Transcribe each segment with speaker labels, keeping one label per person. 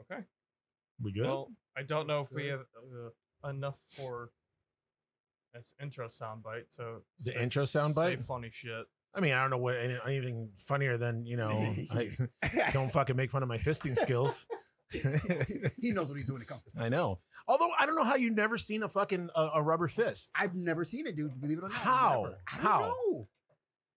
Speaker 1: Okay.
Speaker 2: We good?
Speaker 1: Well, I don't know if we have
Speaker 3: Good.
Speaker 1: uh, enough for this intro soundbite. So
Speaker 2: the
Speaker 1: say-
Speaker 2: intro
Speaker 1: say
Speaker 2: soundbite.
Speaker 1: funny shit.
Speaker 2: I mean, I don't know what any, anything funnier than you know. I don't fucking make fun of my fisting skills.
Speaker 3: he knows what he's doing. It comes. To
Speaker 2: I know. Although I don't know how you never seen a fucking a, a rubber fist.
Speaker 3: I've never seen it, dude. Believe it or not. I've
Speaker 2: How?
Speaker 3: never. I don't
Speaker 2: How?
Speaker 3: know.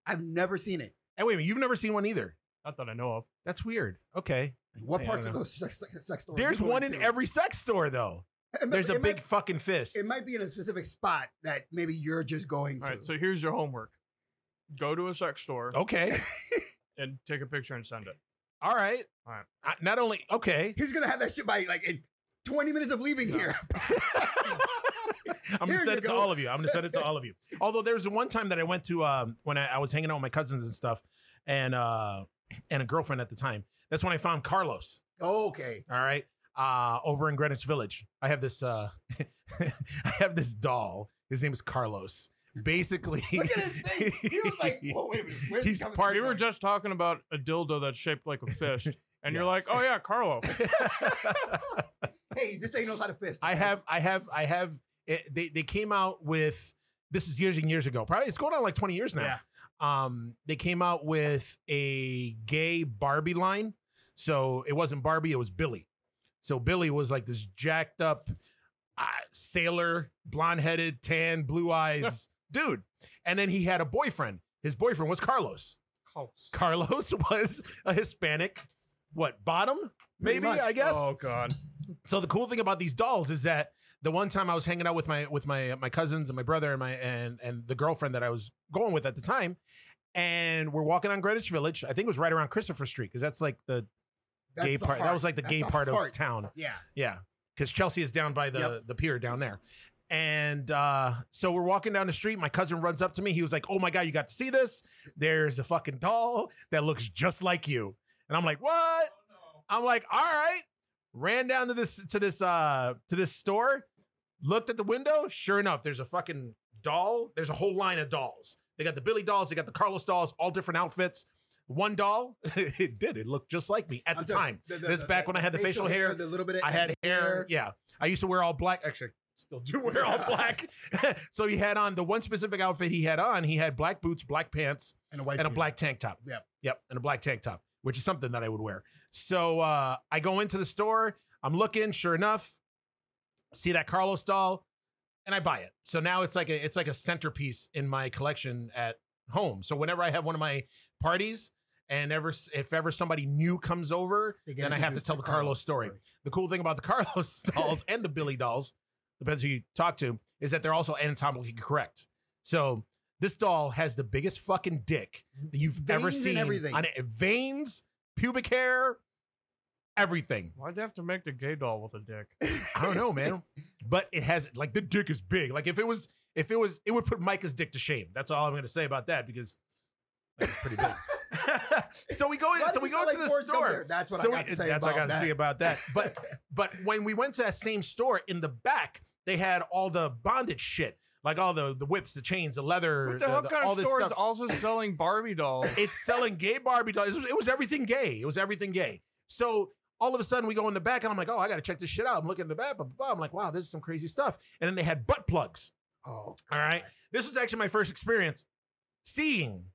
Speaker 3: I've never seen it.
Speaker 2: And wait a minute, you've never seen one either.
Speaker 1: Not that I know of.
Speaker 2: That's weird. Okay.
Speaker 3: What
Speaker 2: Hey, I
Speaker 3: parts
Speaker 2: don't
Speaker 3: of
Speaker 2: know.
Speaker 3: those sex, sex, sex stores?
Speaker 2: There's
Speaker 3: you go
Speaker 2: one in
Speaker 3: into?
Speaker 2: every sex store though.
Speaker 3: It might-
Speaker 2: There's a
Speaker 3: it
Speaker 2: big
Speaker 3: might-
Speaker 2: fucking fist.
Speaker 3: It might be in a specific spot that maybe you're just going
Speaker 1: All
Speaker 3: to.
Speaker 1: right. So here's your homework. Go to a sex store
Speaker 2: Okay.
Speaker 1: and take a picture and send it.
Speaker 2: All right.
Speaker 1: All right.
Speaker 2: I, not only okay.
Speaker 3: he's gonna have that shit by like in 20 minutes of leaving
Speaker 1: No.
Speaker 3: here.
Speaker 2: I'm
Speaker 3: Here
Speaker 2: gonna
Speaker 3: you
Speaker 2: send it to
Speaker 3: go.
Speaker 2: all of you. I'm gonna send it to all of you. Although there was one time that I went to um, when I, I was hanging out with my cousins and stuff, and uh, and a girlfriend at the time. That's when I found Carlos.
Speaker 3: Okay.
Speaker 2: All right, uh, over in Greenwich Village, I have this uh, I have this doll. His name is Carlos. Basically,
Speaker 3: Look at his thing. He was like, whoa, wait a minute. Where's
Speaker 2: He's
Speaker 3: this
Speaker 2: part-
Speaker 1: We
Speaker 3: conversation
Speaker 1: were
Speaker 3: going?
Speaker 1: just talking about a dildo that's shaped like a fish, and you're like,
Speaker 2: Yes.
Speaker 1: "Oh yeah, Carlo."
Speaker 3: hey, this ain't knows how to fist.
Speaker 2: I have, I have, I have. It, they they came out with this is years and years ago. Probably it's going on like twenty years now.
Speaker 3: Yeah.
Speaker 2: Um, they came out with a gay Barbie line, so it wasn't Barbie, it was Billy. So Billy was like this jacked up uh, sailor, blonde headed, tan, blue eyes dude, and then he had a boyfriend. His boyfriend was Carlos.
Speaker 1: Close.
Speaker 2: Carlos was a Hispanic, what bottom?
Speaker 3: Pretty
Speaker 2: Maybe
Speaker 3: much.
Speaker 2: I guess.
Speaker 1: Oh god.
Speaker 2: So the cool thing about these dolls is that the one time I was hanging out with my with my my cousins and my brother and my and and the girlfriend that I was going with at the time, and we're walking on Greenwich Village. I think it was right around Christopher Street because that's like the
Speaker 3: That's
Speaker 2: gay
Speaker 3: the
Speaker 2: part. That
Speaker 3: heart.
Speaker 2: was like the
Speaker 3: That's
Speaker 2: gay part
Speaker 3: heart.
Speaker 2: of town.
Speaker 3: Yeah.
Speaker 2: Yeah, because Chelsea is down by the
Speaker 3: Yep.
Speaker 2: the pier down there. And uh, so we're walking down the street. My cousin runs up to me. He was like, "Oh my god, you got to see this! There's a fucking doll that looks just like you." And I'm like, "What?" I'm like, "All right." Ran down to this to this uh to this store, looked at the window. Sure enough, there's a fucking doll. There's a whole line of dolls. They got the Billy dolls. They got the Carlos dolls. All different outfits. One doll, it did. It looked just like me at
Speaker 3: I'm
Speaker 2: the
Speaker 3: telling-
Speaker 2: time. This back when I had the facial hair,
Speaker 3: the little bit of
Speaker 2: I had hair. Yeah. I used to wear all black. Actually, still do wear all black. so he had on the one specific outfit he had on, he had black boots, black pants,
Speaker 3: and a white
Speaker 2: and a
Speaker 3: beard.
Speaker 2: black tank top.
Speaker 3: Yep.
Speaker 2: Yep. And a black tank top, which is something that I would wear. So uh, I go into the store. I'm looking. Sure enough, see that Carlos doll, and I buy it. So now it's like a it's like a centerpiece in my collection at home. So whenever I have one of my parties, and ever if ever somebody new comes over,
Speaker 3: They get
Speaker 2: then I have to
Speaker 3: introduced
Speaker 2: tell the Carlos story. The cool thing about the Carlos dolls and the Billy dolls, depends who you talk to, is that they're also anatomically correct. So this doll has the biggest fucking dick that you've ever
Speaker 3: Veins and
Speaker 2: seen.
Speaker 3: everything.
Speaker 2: On it. Veins, pubic hair, everything.
Speaker 1: Why'd they have to make the gay doll with a dick?
Speaker 2: I don't know, man. But it has like the dick is big. Like if it was, if it was, it would put Micah's dick to shame. That's all I'm gonna say about that because like, it's pretty big. so we go
Speaker 3: Why
Speaker 2: in.
Speaker 3: did
Speaker 2: So we
Speaker 3: you
Speaker 2: go
Speaker 3: sound
Speaker 2: into
Speaker 3: like
Speaker 2: the
Speaker 3: Forrest Gump
Speaker 2: store.
Speaker 3: there? That's what
Speaker 2: So
Speaker 3: I
Speaker 2: we-
Speaker 3: got to say
Speaker 2: that's what
Speaker 3: about
Speaker 2: I got to
Speaker 3: that.
Speaker 2: say about that. But but when we went to that same store in the back, they had all the bondage shit, like all the the whips, the chains, the leather,
Speaker 1: What the hell
Speaker 2: the-
Speaker 1: kind
Speaker 2: all
Speaker 1: of
Speaker 2: this
Speaker 1: store
Speaker 2: stuff
Speaker 1: is also selling Barbie dolls?
Speaker 2: it's selling gay Barbie dolls. It was, it was everything gay. It was everything gay. So all of a sudden we go in the back and I'm like, oh, I gotta check this shit out. I'm looking in the back, blah, blah, blah. I'm like, wow, this is some crazy stuff. And then they had butt plugs.
Speaker 3: Oh,
Speaker 2: All right. This was actually my first experience seeing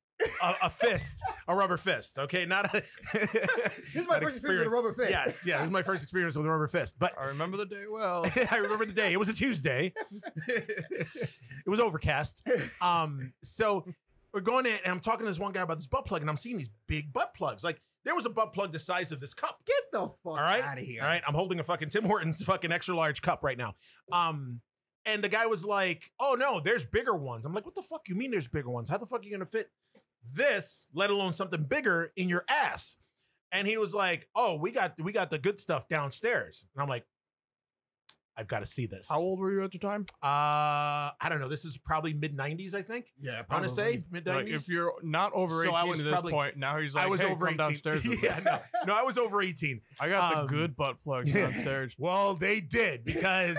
Speaker 2: a, a fist, a rubber fist. Okay, not a
Speaker 3: this is my
Speaker 2: That
Speaker 3: first experience with a rubber fist.
Speaker 2: Yes, yeah, this is my first experience with a rubber fist. But
Speaker 1: I remember the day well.
Speaker 2: I remember the day. It was a Tuesday. it was overcast. Um, so we're going in, and I'm talking to this one guy about this butt plug, and I'm seeing these big butt plugs. Like there was a butt plug the size of this cup.
Speaker 3: Get the fuck
Speaker 2: right.
Speaker 3: out of here.
Speaker 2: All right, I'm holding a fucking Tim Hortons fucking extra large cup right now. Um, and the guy was like, "Oh no, there's bigger ones." I'm like, "What the fuck you mean there's bigger ones? How the fuck are you gonna fit this, let alone something bigger, in your ass?" And he was like, "Oh, we got we got the good stuff downstairs." And I'm like, "I've got to see this."
Speaker 1: How old were you at the time?
Speaker 2: Uh, I don't know. This is probably mid '90s, I think.
Speaker 3: Yeah,
Speaker 2: I want to say
Speaker 3: probably.
Speaker 2: mid
Speaker 1: Like,
Speaker 2: '90s.
Speaker 1: if you're not over 18
Speaker 2: So I was
Speaker 1: at this
Speaker 2: probably-
Speaker 1: point, now he's like,
Speaker 2: I was
Speaker 1: "Hey,
Speaker 2: over
Speaker 1: come
Speaker 2: 18.
Speaker 1: downstairs. with me."
Speaker 2: yeah, no, no, I was over 18.
Speaker 1: I got
Speaker 2: Um,
Speaker 1: the good butt plugs
Speaker 2: yeah.
Speaker 1: downstairs.
Speaker 2: Well, they did because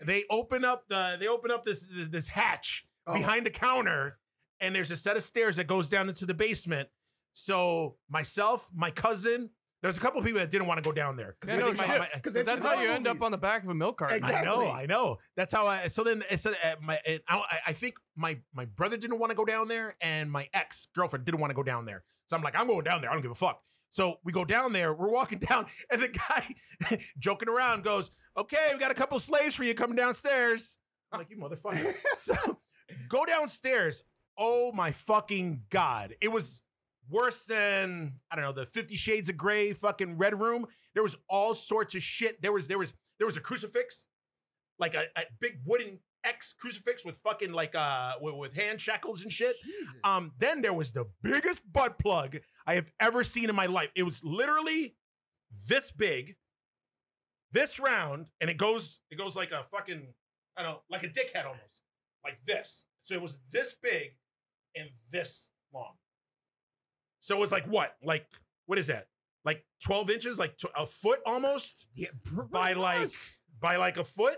Speaker 2: they open up the they open up this this hatch
Speaker 3: Oh.
Speaker 2: behind the counter, and there's a set of stairs that goes down into the basement. So myself, my cousin, There's a couple people that didn't want to go down there.
Speaker 1: Yeah,
Speaker 3: they
Speaker 1: no
Speaker 3: think
Speaker 1: shit.
Speaker 3: about-
Speaker 2: my-
Speaker 3: 'cause they
Speaker 1: That's
Speaker 3: think
Speaker 1: how you
Speaker 3: about
Speaker 1: end up
Speaker 3: movies.
Speaker 1: on the back of a milk carton.
Speaker 3: Exactly.
Speaker 2: I know, I know. That's how I. So then it's uh, at my. It, I, don't- I- I think my my brother didn't want to go down there, and my ex girlfriend didn't want to go down there. So I'm like, I'm going down there. I don't give a fuck. So we go down there. We're walking down, and the guy joking around goes, "Okay, we got a couple slaves for you coming downstairs." I'm like, "You motherfucker!" so go downstairs. Oh my fucking god! It was worse than I don't know the Fifty Shades of Grey fucking Red Room. There was all sorts of shit. There was there was there was a crucifix, like a, a big wooden X crucifix with fucking like uh with, with hand shackles and shit.
Speaker 3: Jesus.
Speaker 2: Um, then there was the biggest butt plug I have ever seen in my life. It was literally this big, this round, and it goes, it goes like a fucking, I don't know, like a dickhead almost, like this. So it was this big and this long. So it was like what? Like, what is that? Like 12 inches, like tw- a foot almost
Speaker 3: yeah, pr-
Speaker 2: by
Speaker 3: pretty
Speaker 2: like
Speaker 3: much.
Speaker 2: by like a foot.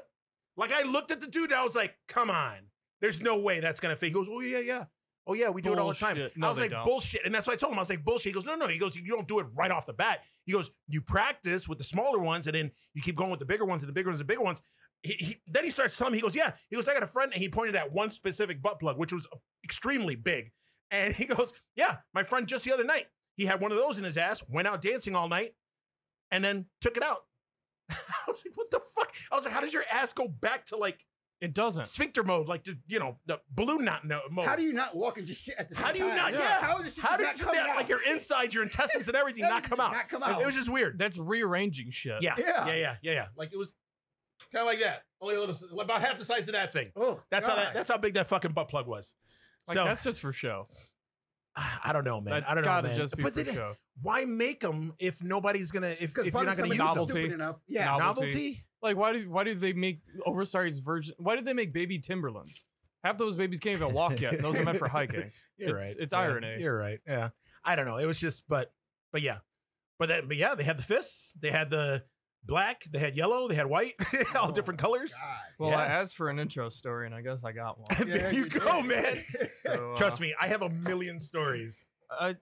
Speaker 2: Like I looked at the dude, I was like, "Come on, there's no way that's gonna fit." He goes, "Oh yeah, yeah, oh yeah, we do it all the time."
Speaker 1: Bullshit. No,
Speaker 2: I was
Speaker 1: they
Speaker 2: like,
Speaker 1: don't.
Speaker 2: "Bullshit," and that's what I told him. I was like, "Bullshit." He goes, "No, no." He goes, "You don't do it right off the bat." He goes, "You practice with the smaller ones, and then you keep going with the bigger ones and the bigger ones and the bigger ones." He, he, then he starts telling me, he goes, "Yeah." He goes, "I got a friend," and he pointed at one specific butt plug, which was extremely big, and he goes, "Yeah, my friend just the other night, he had one of those in his ass, went out dancing all night, and then took it out." I was like, what the fuck? I was like, how does your ass go back to like
Speaker 1: It doesn't.
Speaker 2: sphincter mode, like the, you know, the balloon knot no- mode?
Speaker 3: How do you not walk and just shit at the same
Speaker 2: How do you
Speaker 3: time?
Speaker 2: not? Yeah.
Speaker 1: Yeah.
Speaker 3: How is this shit
Speaker 2: How
Speaker 3: just
Speaker 2: did
Speaker 3: not
Speaker 2: you
Speaker 3: coming
Speaker 2: that, like
Speaker 3: out?
Speaker 2: your insides, your intestines, and everything not
Speaker 3: Everything
Speaker 2: come
Speaker 3: does
Speaker 2: out?
Speaker 3: Not come
Speaker 2: It
Speaker 3: out.
Speaker 2: was just weird.
Speaker 1: That's rearranging shit.
Speaker 2: Yeah, yeah,
Speaker 3: Yeah.
Speaker 2: yeah, yeah, yeah. Like it was kind of like that, only a little, about half the size of that thing.
Speaker 3: oh,
Speaker 2: That's how that,
Speaker 3: God.
Speaker 2: that's how big that fucking butt plug was.
Speaker 1: Like
Speaker 2: so ah,
Speaker 1: that's just for show.
Speaker 2: I don't know, man.
Speaker 1: That's
Speaker 2: I don't know,
Speaker 1: gotta
Speaker 2: man.
Speaker 1: just be
Speaker 2: but
Speaker 1: for
Speaker 2: then
Speaker 1: show.
Speaker 2: why make them if nobody's gonna if, if
Speaker 3: because
Speaker 2: you're not gonna use
Speaker 1: novelty.
Speaker 2: novelty?
Speaker 3: Stupid enough. Yeah.
Speaker 1: Novelty.
Speaker 2: Novelty?
Speaker 1: Like why do why do they make oversized version? Why do they make baby Timberlands? Half those babies can't even walk yet. and Those are meant for hiking.
Speaker 2: You're
Speaker 1: It's-
Speaker 2: right.
Speaker 1: it's
Speaker 2: Yeah,
Speaker 1: irony.
Speaker 2: You're right. Yeah. I don't know. It was just, but, but yeah, but that, but yeah, they had the fists. They had the black. They had yellow. They had white. all
Speaker 3: Oh
Speaker 2: different colors.
Speaker 3: God.
Speaker 1: Well,
Speaker 2: Yeah.
Speaker 1: I asked for an intro story, and I guess I got one.
Speaker 2: And there
Speaker 3: Yeah,
Speaker 2: you,
Speaker 3: you
Speaker 2: go,
Speaker 3: did.
Speaker 2: man.
Speaker 1: So, uh,
Speaker 2: Trust me, I have a million stories.
Speaker 1: I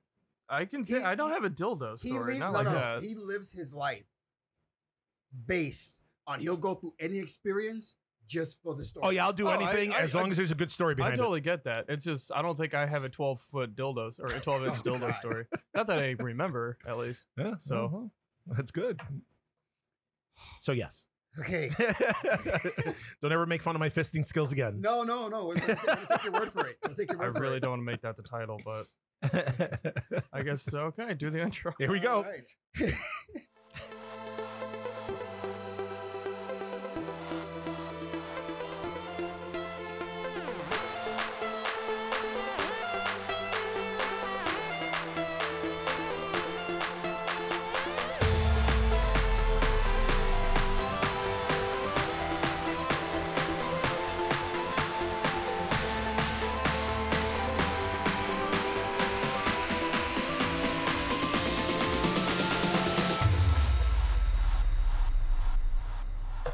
Speaker 1: I can say
Speaker 3: He-
Speaker 1: I don't
Speaker 3: he-
Speaker 1: have a dildo
Speaker 3: he
Speaker 1: story.
Speaker 3: lives,
Speaker 1: not
Speaker 3: no,
Speaker 1: like
Speaker 3: no,
Speaker 1: that.
Speaker 3: he lives his life based on he'll go through any experience just for the story.
Speaker 2: Oh yeah, I'll do
Speaker 1: Oh, I-
Speaker 2: anything
Speaker 1: I-
Speaker 2: as long
Speaker 1: I-
Speaker 2: as there's a good story
Speaker 1: I
Speaker 2: behind
Speaker 1: totally get that. It's just I don't think I have a 12 foot dildo or a 12 inch
Speaker 3: Oh,
Speaker 1: dildo
Speaker 3: God.
Speaker 1: story. Not that I remember, at least.
Speaker 2: it. Yeah. uh-huh.
Speaker 1: So
Speaker 2: that's good. So yes,
Speaker 3: Okay.
Speaker 2: don't ever make fun of my fisting skills again.
Speaker 3: No, no, no. We're gonna, take, we're gonna take your word for it. We'll take your
Speaker 1: I
Speaker 3: word for
Speaker 1: really
Speaker 3: it.
Speaker 1: don't want to make that the title, but I guess so. Okay, do the intro.
Speaker 2: Here we
Speaker 3: All
Speaker 2: go.
Speaker 3: right.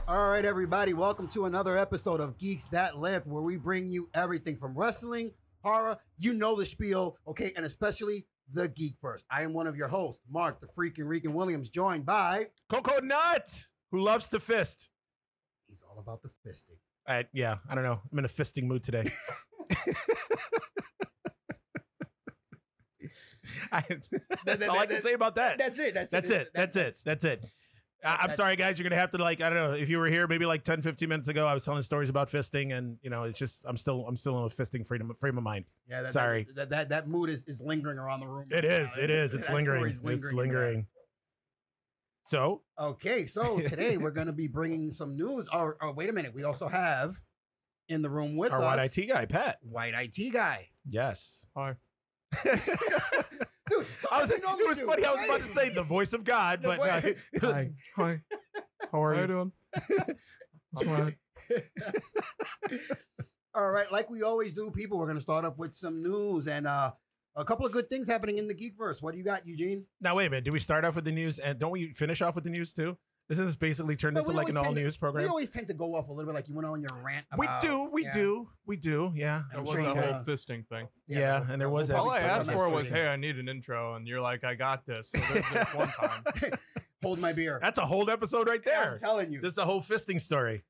Speaker 3: All right, everybody. Welcome to another episode of Geeks That Live, where we bring you everything from wrestling, horror, you know the spiel, okay, and especially the Geek First. I am one of your hosts, Mark the Freaking Regan Williams, joined by
Speaker 2: Coco Nut, who loves to fist.
Speaker 3: he's all about the fisting.
Speaker 2: I, yeah, I don't know. I'm in a fisting mood today. I, that's all I can say about that.
Speaker 3: That's it. That's,
Speaker 2: That's it. That's it. That's it. I, I'm
Speaker 3: That-
Speaker 2: sorry, guys. You're gonna have to like I don't know. If you were here maybe like 10, 15 minutes ago, I was telling stories about fisting, and you know, it's just I'm still I'm still in a fisting freedom frame of mind.
Speaker 3: Yeah. That,
Speaker 2: Sorry.
Speaker 3: That, that, that that mood is is lingering around the room.
Speaker 2: It
Speaker 3: right
Speaker 2: is.
Speaker 3: now.
Speaker 2: It is. It's
Speaker 3: that
Speaker 2: lingering.
Speaker 3: story's
Speaker 2: It's
Speaker 3: in there.
Speaker 2: lingering. So
Speaker 3: Okay, so today we're going to be bringing some news. Or, or wait a minute, we also have in the room with
Speaker 2: our
Speaker 3: us
Speaker 2: white IT guy, Pat.
Speaker 3: white IT guy.
Speaker 2: Yes.
Speaker 1: Hi.
Speaker 3: Dude,
Speaker 2: I was. It was funny. I was about to say the voice of God,
Speaker 3: The
Speaker 2: but
Speaker 3: voice-
Speaker 2: no, it was-
Speaker 1: Hi. How are you doing? That's fine.
Speaker 3: All right, like we always do, people, we're going to start off with some news and uh, a couple of good things happening in the Geekverse. What do you got, Eugene?
Speaker 2: Now wait a minute. Do we start off with the news and don't we finish off with the news too? This has basically turned
Speaker 3: But
Speaker 2: into
Speaker 3: we
Speaker 2: like an
Speaker 3: always
Speaker 2: all
Speaker 3: tend to-
Speaker 2: news program.
Speaker 3: We always tend to go off a little bit, like you went on your rant.
Speaker 2: We
Speaker 3: About,
Speaker 2: do, we
Speaker 3: yeah.
Speaker 2: do, we do. Yeah,
Speaker 3: That
Speaker 1: There
Speaker 2: I'm
Speaker 1: was
Speaker 2: sure
Speaker 1: that
Speaker 2: you
Speaker 1: whole
Speaker 3: kinda-
Speaker 2: guys-
Speaker 1: fisting thing.
Speaker 2: Yeah, and there was that.
Speaker 3: probably
Speaker 1: All I
Speaker 3: touch on
Speaker 1: asked
Speaker 3: this
Speaker 1: for
Speaker 3: pretty
Speaker 1: was,
Speaker 3: soon.
Speaker 1: "Hey, I need an intro," and you're like, "I got this." So there's this one time.
Speaker 3: hold my beer.
Speaker 2: That's a whole episode right
Speaker 3: I'm
Speaker 2: there.
Speaker 3: telling you.
Speaker 2: This is a whole fisting story.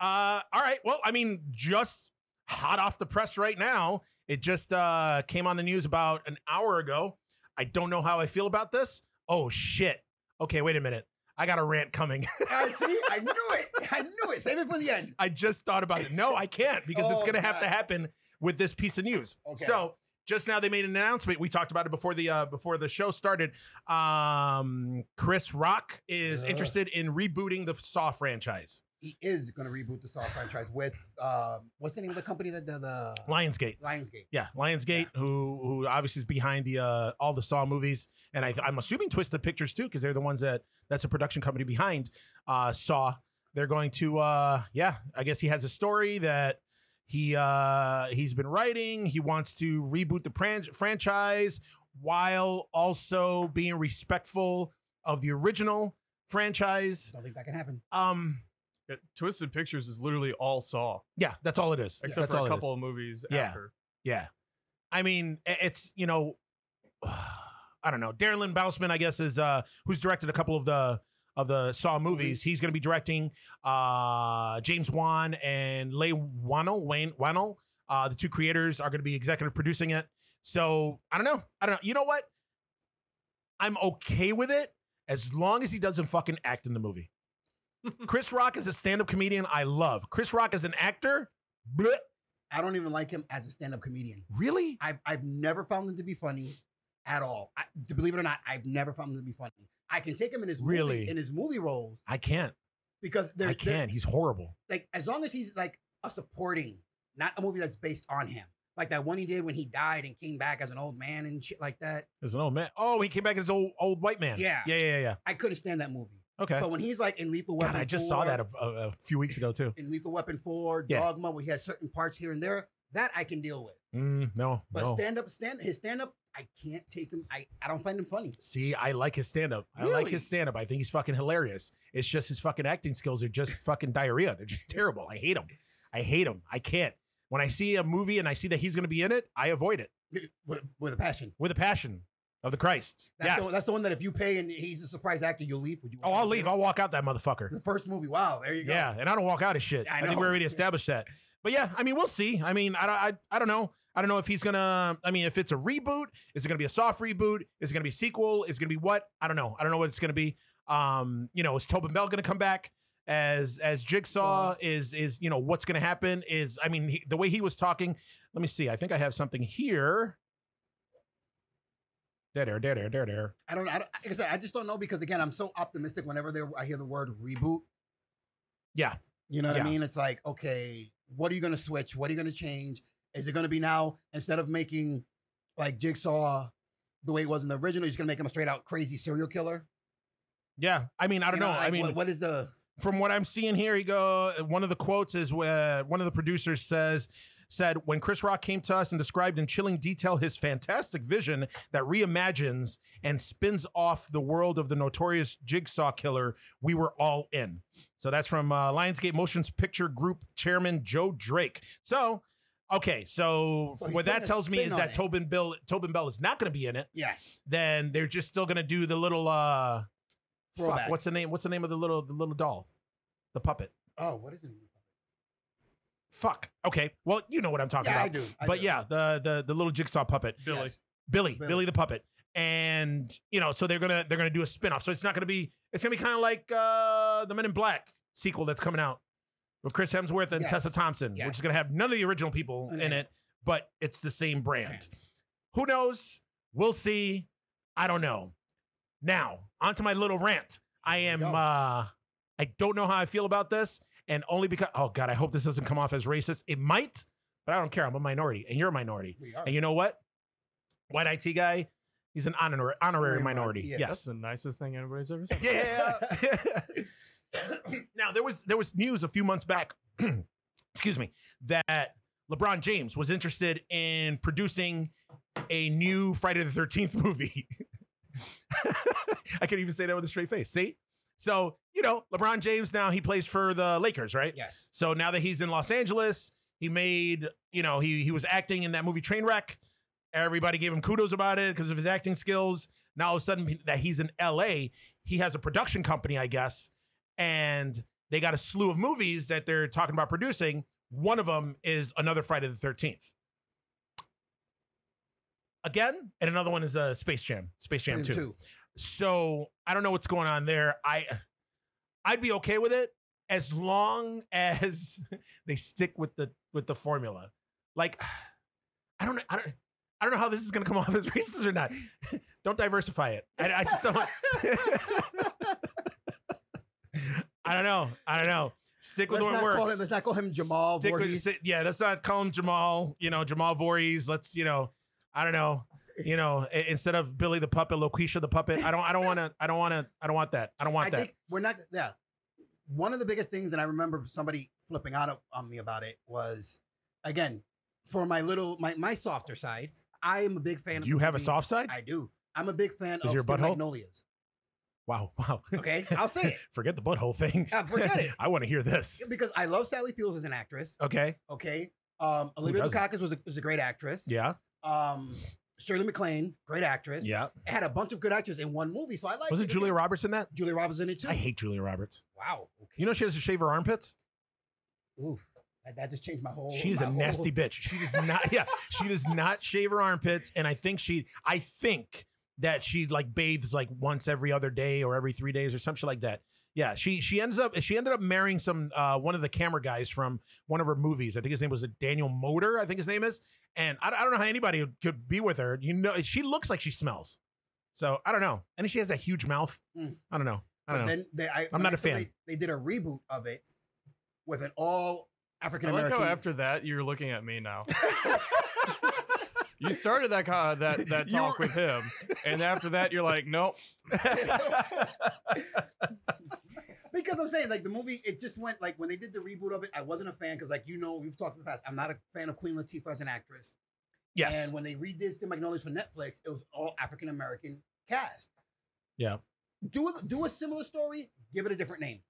Speaker 2: Uh, all right. Well, I mean, just hot off the press right now. It just uh, came on the news about an hour ago. I don't know how I feel about this. Oh shit. Okay, wait a minute. I got a rant coming.
Speaker 3: I see, I knew it. I knew it. Save it for the end.
Speaker 2: I just thought about it. No, I can't because it's
Speaker 3: Oh,
Speaker 2: going to have
Speaker 3: God.
Speaker 2: to happen with this piece of news.
Speaker 3: Okay.
Speaker 2: So just now they made an announcement. We talked about it before the uh, before the show started. Um, Chris Rock is
Speaker 3: Ugh.
Speaker 2: interested in rebooting the Saw franchise,
Speaker 3: He is going to reboot the Saw franchise with um, what's the name of the company that does the
Speaker 2: Lionsgate.
Speaker 3: Lionsgate?
Speaker 2: Yeah, Lionsgate, who who obviously is behind the uh, all the Saw movies, and I, I'm assuming Twisted Pictures too, because they're the ones that that's a production company behind uh, Saw. They're going to, uh, yeah, I guess he has a story that he uh, he's been writing. He wants to reboot the pran- franchise while also being respectful of the original franchise.
Speaker 3: Don't think that can happen.
Speaker 2: Um,
Speaker 1: It- Twisted Pictures is literally all Saw,
Speaker 2: yeah, that's all it is.
Speaker 1: except
Speaker 2: that's
Speaker 1: for
Speaker 2: all
Speaker 1: a
Speaker 2: it is.
Speaker 1: couple of movies
Speaker 2: Yeah.
Speaker 1: after.
Speaker 2: Yeah. I mean, i- it's, you know, I don't know. Darren Lynn Bousman, I guess, is uh who's directed a couple of the of the Saw movies. He's gonna be directing uh James Wan and Lei Wano, Wayne Wano. Uh the two creators are gonna be executive producing it. So I don't know. I don't know. You know what? I'm okay with it as long as he doesn't fucking act in the movie. Chris Rock is a stand-up comedian I love. Chris Rock is an actor. Blech.
Speaker 3: I don't even like him as a stand-up comedian.
Speaker 2: Really?
Speaker 3: I've I've never found him to be funny at all. I, to believe it or not, I've never found him to be funny. I can take him in his movie-
Speaker 2: Really?
Speaker 3: in his movie roles
Speaker 2: I can't.
Speaker 3: because they're,
Speaker 2: I
Speaker 3: they're-
Speaker 2: can't. He's horrible.
Speaker 3: like as long as he's like a supporting, not a movie that's based on him. Like that one he did when he died and came back as an old man and shit like that.
Speaker 2: As an old man. Oh, he came back as old old white man.
Speaker 3: Yeah.
Speaker 2: Yeah. Yeah. Yeah.
Speaker 3: I couldn't stand that movie.
Speaker 2: Okay.
Speaker 3: But when he's like in Lethal Weapon,
Speaker 2: God, I just saw
Speaker 3: 4,
Speaker 2: that a, a, a few weeks ago too.
Speaker 3: in Lethal Weapon Four,
Speaker 2: Yeah.
Speaker 3: Dogma, where he has certain parts here and there. That I can deal with.
Speaker 2: Mm, no.
Speaker 3: But
Speaker 2: no.
Speaker 3: stand up, stand his stand up, I can't take him. I, I don't find him funny.
Speaker 2: See, I like his stand up. I like
Speaker 3: Really?
Speaker 2: his stand up. I think he's fucking hilarious. It's just his fucking acting skills are just fucking diarrhea. They're just terrible. I hate him. I hate him. I can't. When I see a movie and I see that he's going to be in it, I avoid it
Speaker 3: With, with a passion.
Speaker 2: with a passion of the Christ.
Speaker 3: That's,
Speaker 2: yes.
Speaker 3: the, that's the one that if you pay and he's a surprise actor, you'll leave. Would you?
Speaker 2: oh, I'll leave. I'll walk out that motherfucker.
Speaker 3: The first movie. Wow, there you go.
Speaker 2: Yeah, and I don't walk out of shit. I,
Speaker 3: I
Speaker 2: think
Speaker 3: know.
Speaker 2: we already established that. But yeah, I mean, we'll see. I mean, I don't, I, I don't know. I don't know if he's gonna. I mean, if it's a reboot, is it gonna be a soft reboot? Is it gonna be a sequel? Is it gonna be what? I don't know. I don't know what it's gonna be. Um, you know, is Tobin Bell gonna come back as as
Speaker 3: uh,
Speaker 2: Jigsaw? Is is you know what's gonna happen? Is I mean, he, the way he was talking. Let me see. I think I have something here. Dead air, dead air, dead air.
Speaker 3: I don't. I don't like I said, I just don't know because again, I'm so optimistic. Whenever they, I hear the word reboot.
Speaker 2: Yeah.
Speaker 3: You know what
Speaker 2: Yeah.
Speaker 3: I mean? It's like, okay, what are you going to switch? What are you going to change? Is it going to be now instead of making like Jigsaw the way it was in the original? You're just going to make him a straight out crazy serial killer.
Speaker 2: Yeah, I mean, I don't
Speaker 3: You
Speaker 2: know. I
Speaker 3: like,
Speaker 2: mean,
Speaker 3: what- what is the
Speaker 2: from what I'm seeing here, he go. One of the quotes is where one of the producers says said when Chris Rock came to us and described in chilling detail his fantastic vision that reimagines and spins off the world of the notorious Jigsaw killer, we were all in. So that's from uh, Lionsgate Motions Picture Group chairman Joe Drake. So. Okay, so,
Speaker 3: So he's
Speaker 2: what that
Speaker 3: putting a
Speaker 2: tells me
Speaker 3: spin
Speaker 2: is
Speaker 3: on
Speaker 2: that
Speaker 3: it.
Speaker 2: Tobin Bill Tobin Bell is not going to be in it.
Speaker 3: yes?
Speaker 2: Then they're just still going to do the little uh, fuck,
Speaker 3: Throwbacks.
Speaker 2: what's the name? What's the name of the little the little doll, the puppet?
Speaker 3: Oh, what is it?
Speaker 2: Fuck. Okay. Well, you know what I'm talking
Speaker 3: Yeah, I
Speaker 2: about.
Speaker 3: do. I
Speaker 2: but
Speaker 3: do.
Speaker 2: yeah, the the the little jigsaw puppet,
Speaker 1: Billy,
Speaker 3: Yes.
Speaker 2: Billy, Billy,
Speaker 3: Billy.
Speaker 2: the puppet, and you know, so they're gonna they're gonna do a spinoff. So it's not gonna be it's gonna be kind of like uh the Men in Black sequel that's coming out with Chris Hemsworth and
Speaker 3: Yes.
Speaker 2: Tessa Thompson,
Speaker 3: Yes.
Speaker 2: which is gonna have none of the original people
Speaker 3: Okay.
Speaker 2: in it, but it's the same brand. Who knows? We'll see. I don't know. Now onto my little rant. I
Speaker 3: Here
Speaker 2: am.
Speaker 3: we
Speaker 2: uh
Speaker 3: go.
Speaker 2: I don't know how I feel about this, and only because. Oh God, I hope this doesn't come off as racist. It might, but I don't care. I'm a minority, and you're a minority.
Speaker 3: We are.
Speaker 2: And you know what? White IT guy, he's an honor- honorary
Speaker 3: Honorary
Speaker 2: minority.
Speaker 3: minority,
Speaker 1: that's
Speaker 2: Yes.
Speaker 1: the nicest thing anybody's ever said.
Speaker 2: Yeah. now there was there was news a few months back, excuse me, that LeBron James was interested in producing a new Friday the 13th movie. I can't even say that with a straight face. See? So, you know, LeBron James now he plays for the Lakers, right?
Speaker 4: Yes.
Speaker 2: So now that he's in Los Angeles, he made, you know, he he was acting in that movie Trainwreck. Everybody gave him kudos about it because of his acting skills. Now all of a sudden that he's in LA, he has a production company, I guess, and they got a slew of movies that they're talking about producing. One of them is another Friday the 13th. Again, and another one is uh, Space Jam, Space Jam
Speaker 3: Him
Speaker 2: 2. So I don't know what's going on there. I I'd be okay with it as long as they stick with the with the formula. Like I don't know. I don't. I don't know how this is going to come off as racist or not. don't diversify it. I, I just don't. I don't know. I don't know. Stick with
Speaker 3: Let's
Speaker 2: what
Speaker 3: not
Speaker 2: works.
Speaker 3: call him. Let's not call him Jamal
Speaker 2: Stick with-
Speaker 3: Voorhees.
Speaker 2: si- yeah, let's not call him Jamal. You know, Jamal Voorhees. Let's you know, I don't know. You know, i- instead of Billy the puppet, Loquisha the puppet. I don't. I don't want to. I don't want to. I don't want that. I don't want
Speaker 3: I
Speaker 2: that.
Speaker 3: think we're not. Yeah, one of the biggest things that I remember somebody flipping out of- on me about it was, again, for my little my my softer side. I am a big fan. of
Speaker 2: you
Speaker 3: the
Speaker 2: have a
Speaker 3: movie-
Speaker 2: soft side.
Speaker 3: I do. I'm a big fan
Speaker 2: Is
Speaker 3: of
Speaker 2: your
Speaker 3: Steel
Speaker 2: butthole?
Speaker 3: Magnolias.
Speaker 2: wow. Wow.
Speaker 3: Okay, I'll say it
Speaker 2: Forget the butthole thing.
Speaker 3: Yeah, forget it.
Speaker 2: I want to hear this.
Speaker 3: because I love Sally Fields as an actress.
Speaker 2: Okay.
Speaker 3: Okay, um, Olivia
Speaker 2: doesn't?
Speaker 3: Dukakis was a, was a great actress.
Speaker 2: Yeah.
Speaker 3: Um, Shirley MacLaine, great actress.
Speaker 2: Yeah.
Speaker 3: It had a bunch of good actors in one movie, so I like.
Speaker 2: Was it Julia Roberts in that?
Speaker 3: Julia Roberts in it too.
Speaker 2: I hate Julia Roberts.
Speaker 3: Wow. Okay.
Speaker 2: You know she has to shave her armpits.
Speaker 3: Ooh, that, that just changed my whole.
Speaker 2: She's
Speaker 3: my
Speaker 2: a
Speaker 3: whole-
Speaker 2: nasty bitch. She does not. Yeah, she does not shave her armpits, and I think she. I think that she like bathes like once every other day or every three days or some shit like that. Yeah, she she ends up she ended up marrying some uh, one of the camera guys from one of her movies. I think his name was uh, Daniel Motor. I think his name is. And I, I don't know how anybody could be with her. You know, she looks like she smells. So I don't know. And she has a huge mouth.
Speaker 3: Mm.
Speaker 2: I don't know. I
Speaker 3: But
Speaker 2: don't know.
Speaker 3: then they, I,
Speaker 2: I'm
Speaker 3: when
Speaker 2: not
Speaker 3: I
Speaker 2: a
Speaker 3: saw
Speaker 2: fan.
Speaker 3: They, they did a reboot of it with an all African
Speaker 1: I like
Speaker 3: American.
Speaker 1: how after that you're looking at me now. you started that co- that that
Speaker 2: You
Speaker 1: talk
Speaker 2: were-
Speaker 1: with him, and after that you're like, nope.
Speaker 3: because I'm saying like the movie, it just went like when they did the reboot of it. I wasn't a fan because like you know we've talked in the past. I'm not a fan of Queen Latifah as an actress.
Speaker 2: yes.
Speaker 3: And when they redid Steel Magnolias for Netflix, it was all African American cast.
Speaker 2: Yeah.
Speaker 3: Do a, do a similar story, give it a different name.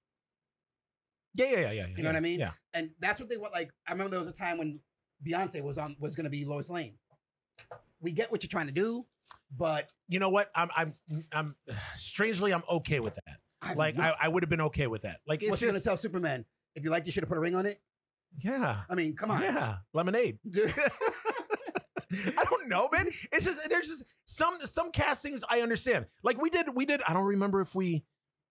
Speaker 2: yeah, yeah, yeah, yeah.
Speaker 3: You know what I mean?
Speaker 2: Yeah.
Speaker 3: and that's what they want. Like I remember there was a time when Beyonce was on was going to be Lois Lane. We get what you're trying to do, but
Speaker 2: you know what? I'm I'm I'm strangely I'm okay with that.
Speaker 3: I'm
Speaker 2: Like
Speaker 3: not-
Speaker 2: I, I would have been okay with that. Like it's
Speaker 3: what's going to
Speaker 2: just
Speaker 3: tell Superman if you like, you should have put a ring on it.
Speaker 2: yeah,
Speaker 3: I mean, come on,
Speaker 2: yeah, lemonade.
Speaker 3: Dude,
Speaker 2: I don't know, man. It's just there's just some some castings I understand. Like we did we did. I don't remember if we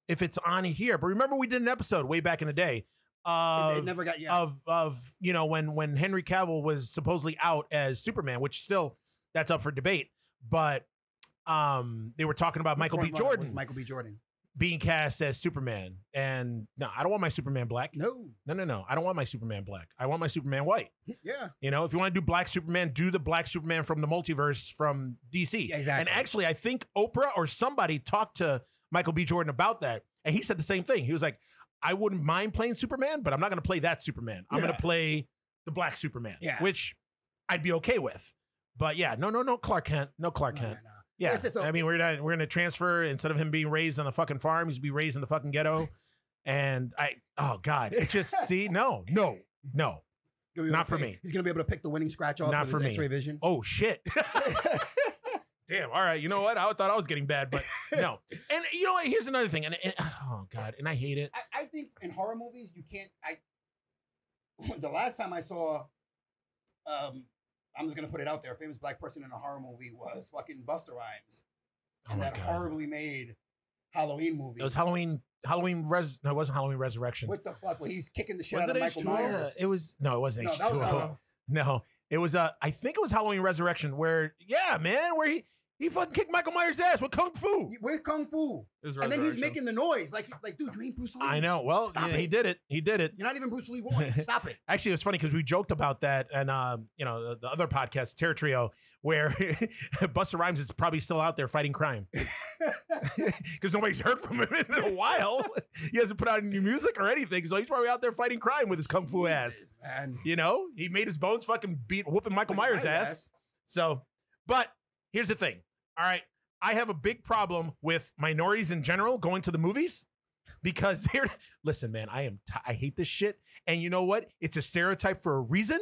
Speaker 2: if it's on here, but remember we did an episode way back in the day.
Speaker 3: it,
Speaker 2: Of, uh,
Speaker 3: it never got yeah.
Speaker 2: of of you know when when Henry Cavill was supposedly out as Superman, which still that's up for debate. But um, they were talking about Michael B.
Speaker 3: Front runner was
Speaker 2: Jordan.
Speaker 3: Michael B. Jordan.
Speaker 2: being cast as Superman. And no, I don't want my Superman black.
Speaker 3: No,
Speaker 2: No, no, no. I don't want my Superman black. I want my Superman white.
Speaker 3: yeah,
Speaker 2: You know, if you want to do black Superman, do the black Superman from the multiverse from DC.
Speaker 3: Yeah, exactly.
Speaker 2: And actually, I think Oprah or somebody talked to Michael B. Jordan about that. And he said the same thing. He was like, I wouldn't mind playing Superman, but I'm not going to play that Superman. I'm going
Speaker 3: Yeah.
Speaker 2: to play the black Superman,
Speaker 3: Yeah.
Speaker 2: which I'd be okay with. But yeah, no, no, no, Clark Kent. No Clark
Speaker 3: No,
Speaker 2: Kent.
Speaker 3: no, no.
Speaker 2: Yeah,
Speaker 3: Yes, it's a-
Speaker 2: I mean, we're not, we're gonna transfer instead of him being raised on a fucking farm, he's be raised in the fucking ghetto. And I, oh god, it just see, no, no, no,
Speaker 3: He'll be able
Speaker 2: Not
Speaker 3: to
Speaker 2: for
Speaker 3: pick-
Speaker 2: me.
Speaker 3: He's gonna be able to pick the winning scratch off.
Speaker 2: Not
Speaker 3: with
Speaker 2: for
Speaker 3: his
Speaker 2: me.
Speaker 3: X-ray vision.
Speaker 2: oh shit, damn. All right, you know what? I thought I was getting bad, but no. And you know what? Here's another thing, and, and oh god, and I hate it.
Speaker 3: I, I think in horror movies you can't. I the last time I saw, um, I'm just gonna put it out there. A famous black person in a horror movie was fucking Buster Rhymes,
Speaker 2: Oh
Speaker 3: and
Speaker 2: my
Speaker 3: that
Speaker 2: god,
Speaker 3: horribly made Halloween movie.
Speaker 2: it was Halloween, Halloween res. No, it wasn't Halloween Resurrection.
Speaker 3: what the fuck? Well, he's kicking the shit
Speaker 1: Was
Speaker 3: out of
Speaker 1: it
Speaker 3: Michael
Speaker 1: H2O?
Speaker 2: Yeah,
Speaker 3: Myers.
Speaker 2: it was no, it wasn't
Speaker 3: no, that was
Speaker 2: H2O.
Speaker 3: uh,
Speaker 2: No, it was uh I think it was Halloween Resurrection where yeah, man, where he he fucking kicked Michael Myers' ass with kung fu.
Speaker 3: with kung fu,
Speaker 1: It was
Speaker 3: and then he's
Speaker 1: Resurrection.
Speaker 3: making the noise like he's like, dude, you ain't Bruce Lee.
Speaker 2: I know. Well,
Speaker 3: Stop
Speaker 2: yeah,
Speaker 3: it.
Speaker 2: he did it. He did it.
Speaker 3: You're not even Bruce Lee Warren. Stop it.
Speaker 2: Actually, it's funny because we joked about that, and um, you know, the, the other podcast, Terror Trio, where Buster Rhymes is probably still out there fighting crime because nobody's heard from him in a while. he hasn't put out any new music or anything, so he's probably out there fighting crime with his kung fu ass.
Speaker 3: Jesus, man.
Speaker 2: You know, he made his bones fucking beat whooping Michael Myers' ass. So, but here's the thing. All right. I have a big problem with minorities in general going to the movies. because they're listen, man. I am t- I hate this shit, and you know what? It's a stereotype for a reason,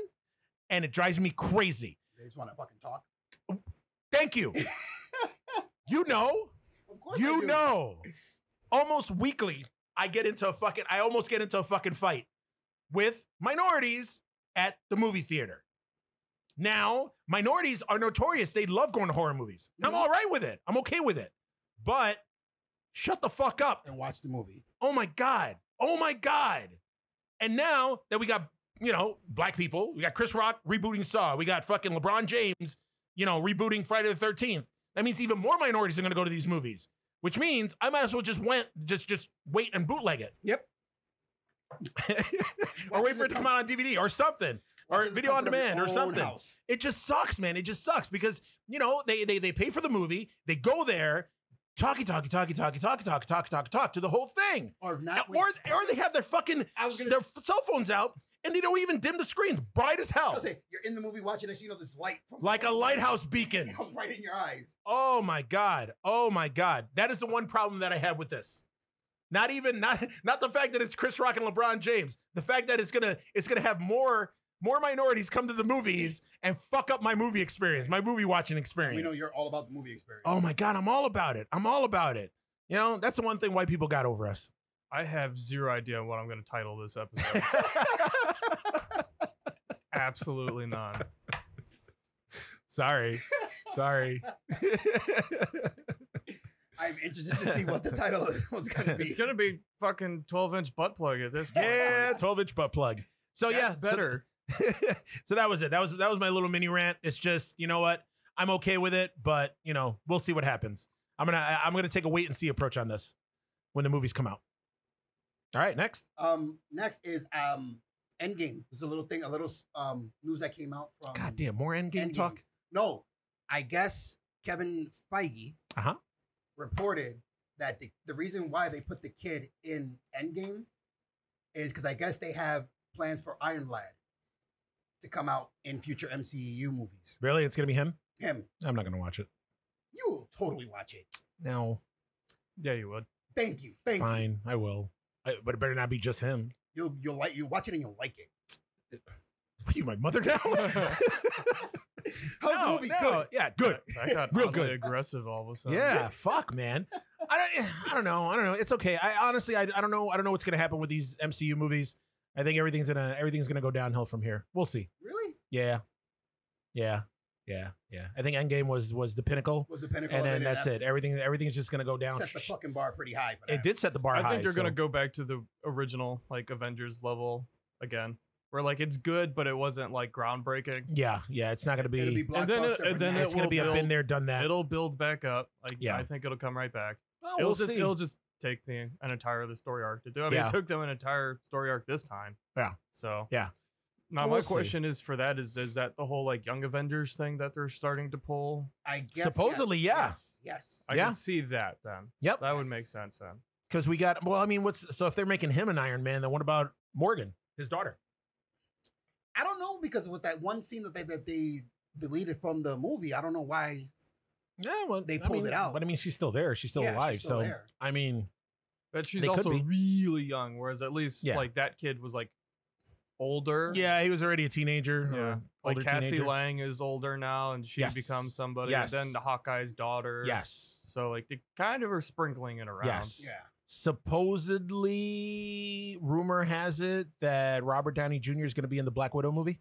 Speaker 2: and it drives me crazy.
Speaker 3: They just want to fucking talk.
Speaker 2: Thank you. you know,
Speaker 3: Of course, I
Speaker 2: you
Speaker 3: do.
Speaker 2: know. Almost weekly, I get into a fucking. I almost get into a fucking fight with minorities at the movie theater. Now, minorities are notorious. They love going to horror movies. I'm
Speaker 3: Mhm.
Speaker 2: all right with it. I'm okay with it. But shut the fuck up.
Speaker 3: And watch the movie.
Speaker 2: Oh my God. Oh my God. And now that we got, you know, black people, we got Chris Rock rebooting Saw, we got fucking LeBron James, you know, rebooting Friday the 13th. That means even more minorities are gonna go to these movies, which means I might as well just went just just wait and bootleg it.
Speaker 3: Yep.
Speaker 2: or wait for it to come out on DVD or something. Or
Speaker 3: Watch it
Speaker 2: video
Speaker 3: come
Speaker 2: on
Speaker 3: from your
Speaker 2: demand or
Speaker 3: own
Speaker 2: something.
Speaker 3: house.
Speaker 2: It just sucks, man. It just sucks because you know they they they pay for the movie, they go there, talkie talkie talkie talkie talkie talkie talkie talkie talk to the whole thing.
Speaker 3: Or if not,
Speaker 2: Or, or they have their fucking
Speaker 3: I was gonna-
Speaker 2: their f- cell phones out and they don't even dim the screens. Bright as
Speaker 3: I
Speaker 2: hell.
Speaker 3: was gonna say, you're in the movie watching this. You know this light from
Speaker 2: Like a lighthouse beacon.
Speaker 3: right in your eyes.
Speaker 2: Oh my God. Oh my God. That is the one problem that I have with this. Not even not not the fact that it's Chris Rock and LeBron James. The fact that it's gonna it's gonna have more more minorities come to the movies and fuck up my movie experience, my movie watching experience.
Speaker 3: We know you're all about the movie experience.
Speaker 2: Oh my God, I'm all about it. I'm all about it. You know, that's the one thing white people got over us.
Speaker 1: I have zero idea what I'm going to title this episode. Absolutely none.
Speaker 2: Sorry. Sorry.
Speaker 3: I'm interested to see what the title was going to be.
Speaker 1: It's going to be fucking 12 inch butt plug at this point.
Speaker 2: yeah, 12 inch butt plug. So
Speaker 1: That's
Speaker 2: yeah, so-
Speaker 1: better.
Speaker 2: so that was it. That was that was my little mini rant. It's just, you know what? I'm okay with it, but you know, we'll see what happens. I'm gonna I- I'm gonna take a wait and see approach on this when the movies come out. All right, next.
Speaker 3: um, next is um, Endgame. This is a little thing, a little um, news that came out from.
Speaker 2: God damn, more end game
Speaker 3: Um, Endgame.
Speaker 2: talk.
Speaker 3: No, I guess Kevin Feige
Speaker 2: Uh-huh.
Speaker 3: reported that the, the reason why they put the kid in Endgame is because I guess they have plans for Iron Lad to come out in future MCU movies.
Speaker 2: Really? It's gonna be him?
Speaker 3: Him,
Speaker 2: I'm not gonna watch it.
Speaker 3: you will totally watch it.
Speaker 2: No.
Speaker 1: Yeah, you would.
Speaker 3: Thank you, thank you.
Speaker 2: Fine, I will. I, but it better not be just him.
Speaker 3: You'll you'll like you watch it and you'll like it.
Speaker 2: What, you my mother now?
Speaker 3: How's the movie good?
Speaker 2: Yeah, good.
Speaker 1: I got
Speaker 2: Real
Speaker 1: real
Speaker 2: good.
Speaker 1: aggressive all of a sudden.
Speaker 2: Yeah, fuck, man. I don't, eh, I don't know. I don't know. It's okay. I honestly, I, I don't know. I don't know what's gonna happen with these MCU movies. I think everything's gonna everything's gonna go downhill from here. We'll see.
Speaker 3: Really?
Speaker 2: Yeah, yeah, yeah, yeah. I think Endgame was was the pinnacle,
Speaker 3: Was the pinnacle?
Speaker 2: and
Speaker 3: of
Speaker 2: then
Speaker 3: it,
Speaker 2: that's it. Everything everything's just gonna go
Speaker 3: that
Speaker 2: down.
Speaker 3: Set the fucking bar pretty high. For that.
Speaker 2: It did set the bar
Speaker 1: I
Speaker 2: high.
Speaker 1: think they're going to
Speaker 2: so-
Speaker 1: go back to the original, like Avengers level again, where like it's good, but it wasn't like groundbreaking.
Speaker 2: Yeah, yeah. It's not gonna be.
Speaker 3: It'll be
Speaker 1: And then it-
Speaker 3: blockbuster.
Speaker 1: and
Speaker 3: pretty
Speaker 1: then
Speaker 3: high.
Speaker 1: it
Speaker 2: it's gonna
Speaker 1: will
Speaker 2: be a been
Speaker 1: build-
Speaker 2: there, done that.
Speaker 1: It'll build back up. Like
Speaker 2: Yeah.
Speaker 1: I think it'll come right back.
Speaker 2: Well,
Speaker 1: it'll
Speaker 2: Oh, we'll
Speaker 1: just
Speaker 2: see.
Speaker 1: it'll just take the an entire the story arc to do. I mean,
Speaker 2: Yeah.
Speaker 1: it took them an entire story arc this time.
Speaker 2: Yeah.
Speaker 1: So
Speaker 2: Yeah.
Speaker 1: Now
Speaker 2: Well,
Speaker 1: my
Speaker 2: we'll see.
Speaker 1: question is for that is is that the whole like Young Avengers thing that they're starting to pull?
Speaker 3: I guess
Speaker 2: Supposedly,
Speaker 3: yes,
Speaker 2: yeah.
Speaker 3: Yes. yes.
Speaker 1: I
Speaker 2: Yeah.
Speaker 1: can see that then.
Speaker 2: Yep.
Speaker 1: That would make sense then.
Speaker 2: Because we got well, I mean, what's so if they're making him an Iron Man, then what about Morgan, his daughter?
Speaker 3: I don't know because with that one scene that they that they deleted from the movie, I don't know why
Speaker 2: Yeah, well,
Speaker 3: They
Speaker 2: I
Speaker 3: pulled
Speaker 2: mean,
Speaker 3: it out.
Speaker 2: but I mean, she's still there. She's still
Speaker 3: Yeah, she's
Speaker 2: alive.
Speaker 3: still
Speaker 2: so
Speaker 3: there.
Speaker 2: I mean,
Speaker 1: But she's
Speaker 2: They could
Speaker 1: also
Speaker 2: be.
Speaker 1: really young, whereas at least
Speaker 2: Yeah.
Speaker 1: like that kid was like older.
Speaker 2: yeah, he was already a teenager.
Speaker 1: Yeah.
Speaker 2: or
Speaker 1: Like
Speaker 2: older
Speaker 1: Cassie
Speaker 2: teenager.
Speaker 1: Lang is older now and she
Speaker 2: Yes.
Speaker 1: becomes somebody.
Speaker 2: Yes.
Speaker 1: And then the Hawkeye's daughter.
Speaker 2: Yes.
Speaker 1: So like they kind of are sprinkling it around.
Speaker 2: Yes.
Speaker 3: Yeah.
Speaker 2: Supposedly, rumor has it that Robert Downey Jr. is going to be in the Black Widow movie.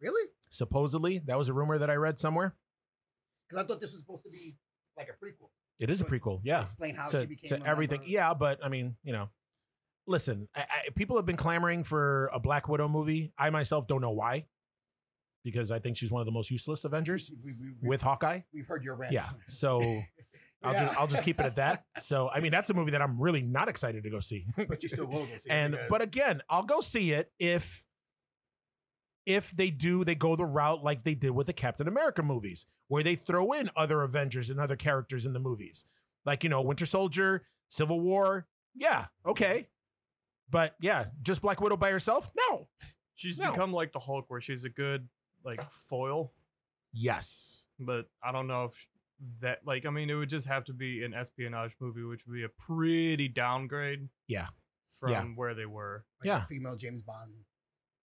Speaker 3: Really?
Speaker 2: Supposedly, that was a rumor that I read somewhere.
Speaker 3: Because I thought this was supposed to be like a prequel.
Speaker 2: It is a
Speaker 3: But-
Speaker 2: prequel. Yeah.
Speaker 3: To explain how she
Speaker 2: to,
Speaker 3: became
Speaker 2: to
Speaker 3: a
Speaker 2: everything.
Speaker 3: member.
Speaker 2: Yeah, but I mean, you know, listen, I, I, people have been clamoring for a Black Widow movie. I myself don't know why, because I think she's one of the most useless Avengers
Speaker 3: We, we, we,
Speaker 2: with Hawkeye.
Speaker 3: we've heard your rant.
Speaker 2: Yeah, so I'll
Speaker 3: Yeah.
Speaker 2: just I'll just keep it at that. So I mean, that's a movie that I'm really not excited to go see.
Speaker 3: but you still will go see it
Speaker 2: and
Speaker 3: because-
Speaker 2: but again, I'll go see it if if they do they go the route like they did with the Captain America movies, where they throw in other Avengers and other characters in the movies, like you know Winter Soldier, Civil War. Yeah, okay, but yeah, just Black Widow by herself? No.
Speaker 1: She's
Speaker 2: No.
Speaker 1: become like the Hulk, where she's a good like foil,
Speaker 2: Yes.
Speaker 1: but I don't know if that like I mean it would just have to be an espionage movie, which would be a pretty downgrade.
Speaker 2: Yeah.
Speaker 1: From
Speaker 2: Yeah.
Speaker 1: where they were.
Speaker 3: Like
Speaker 2: Yeah.
Speaker 3: a female James Bond.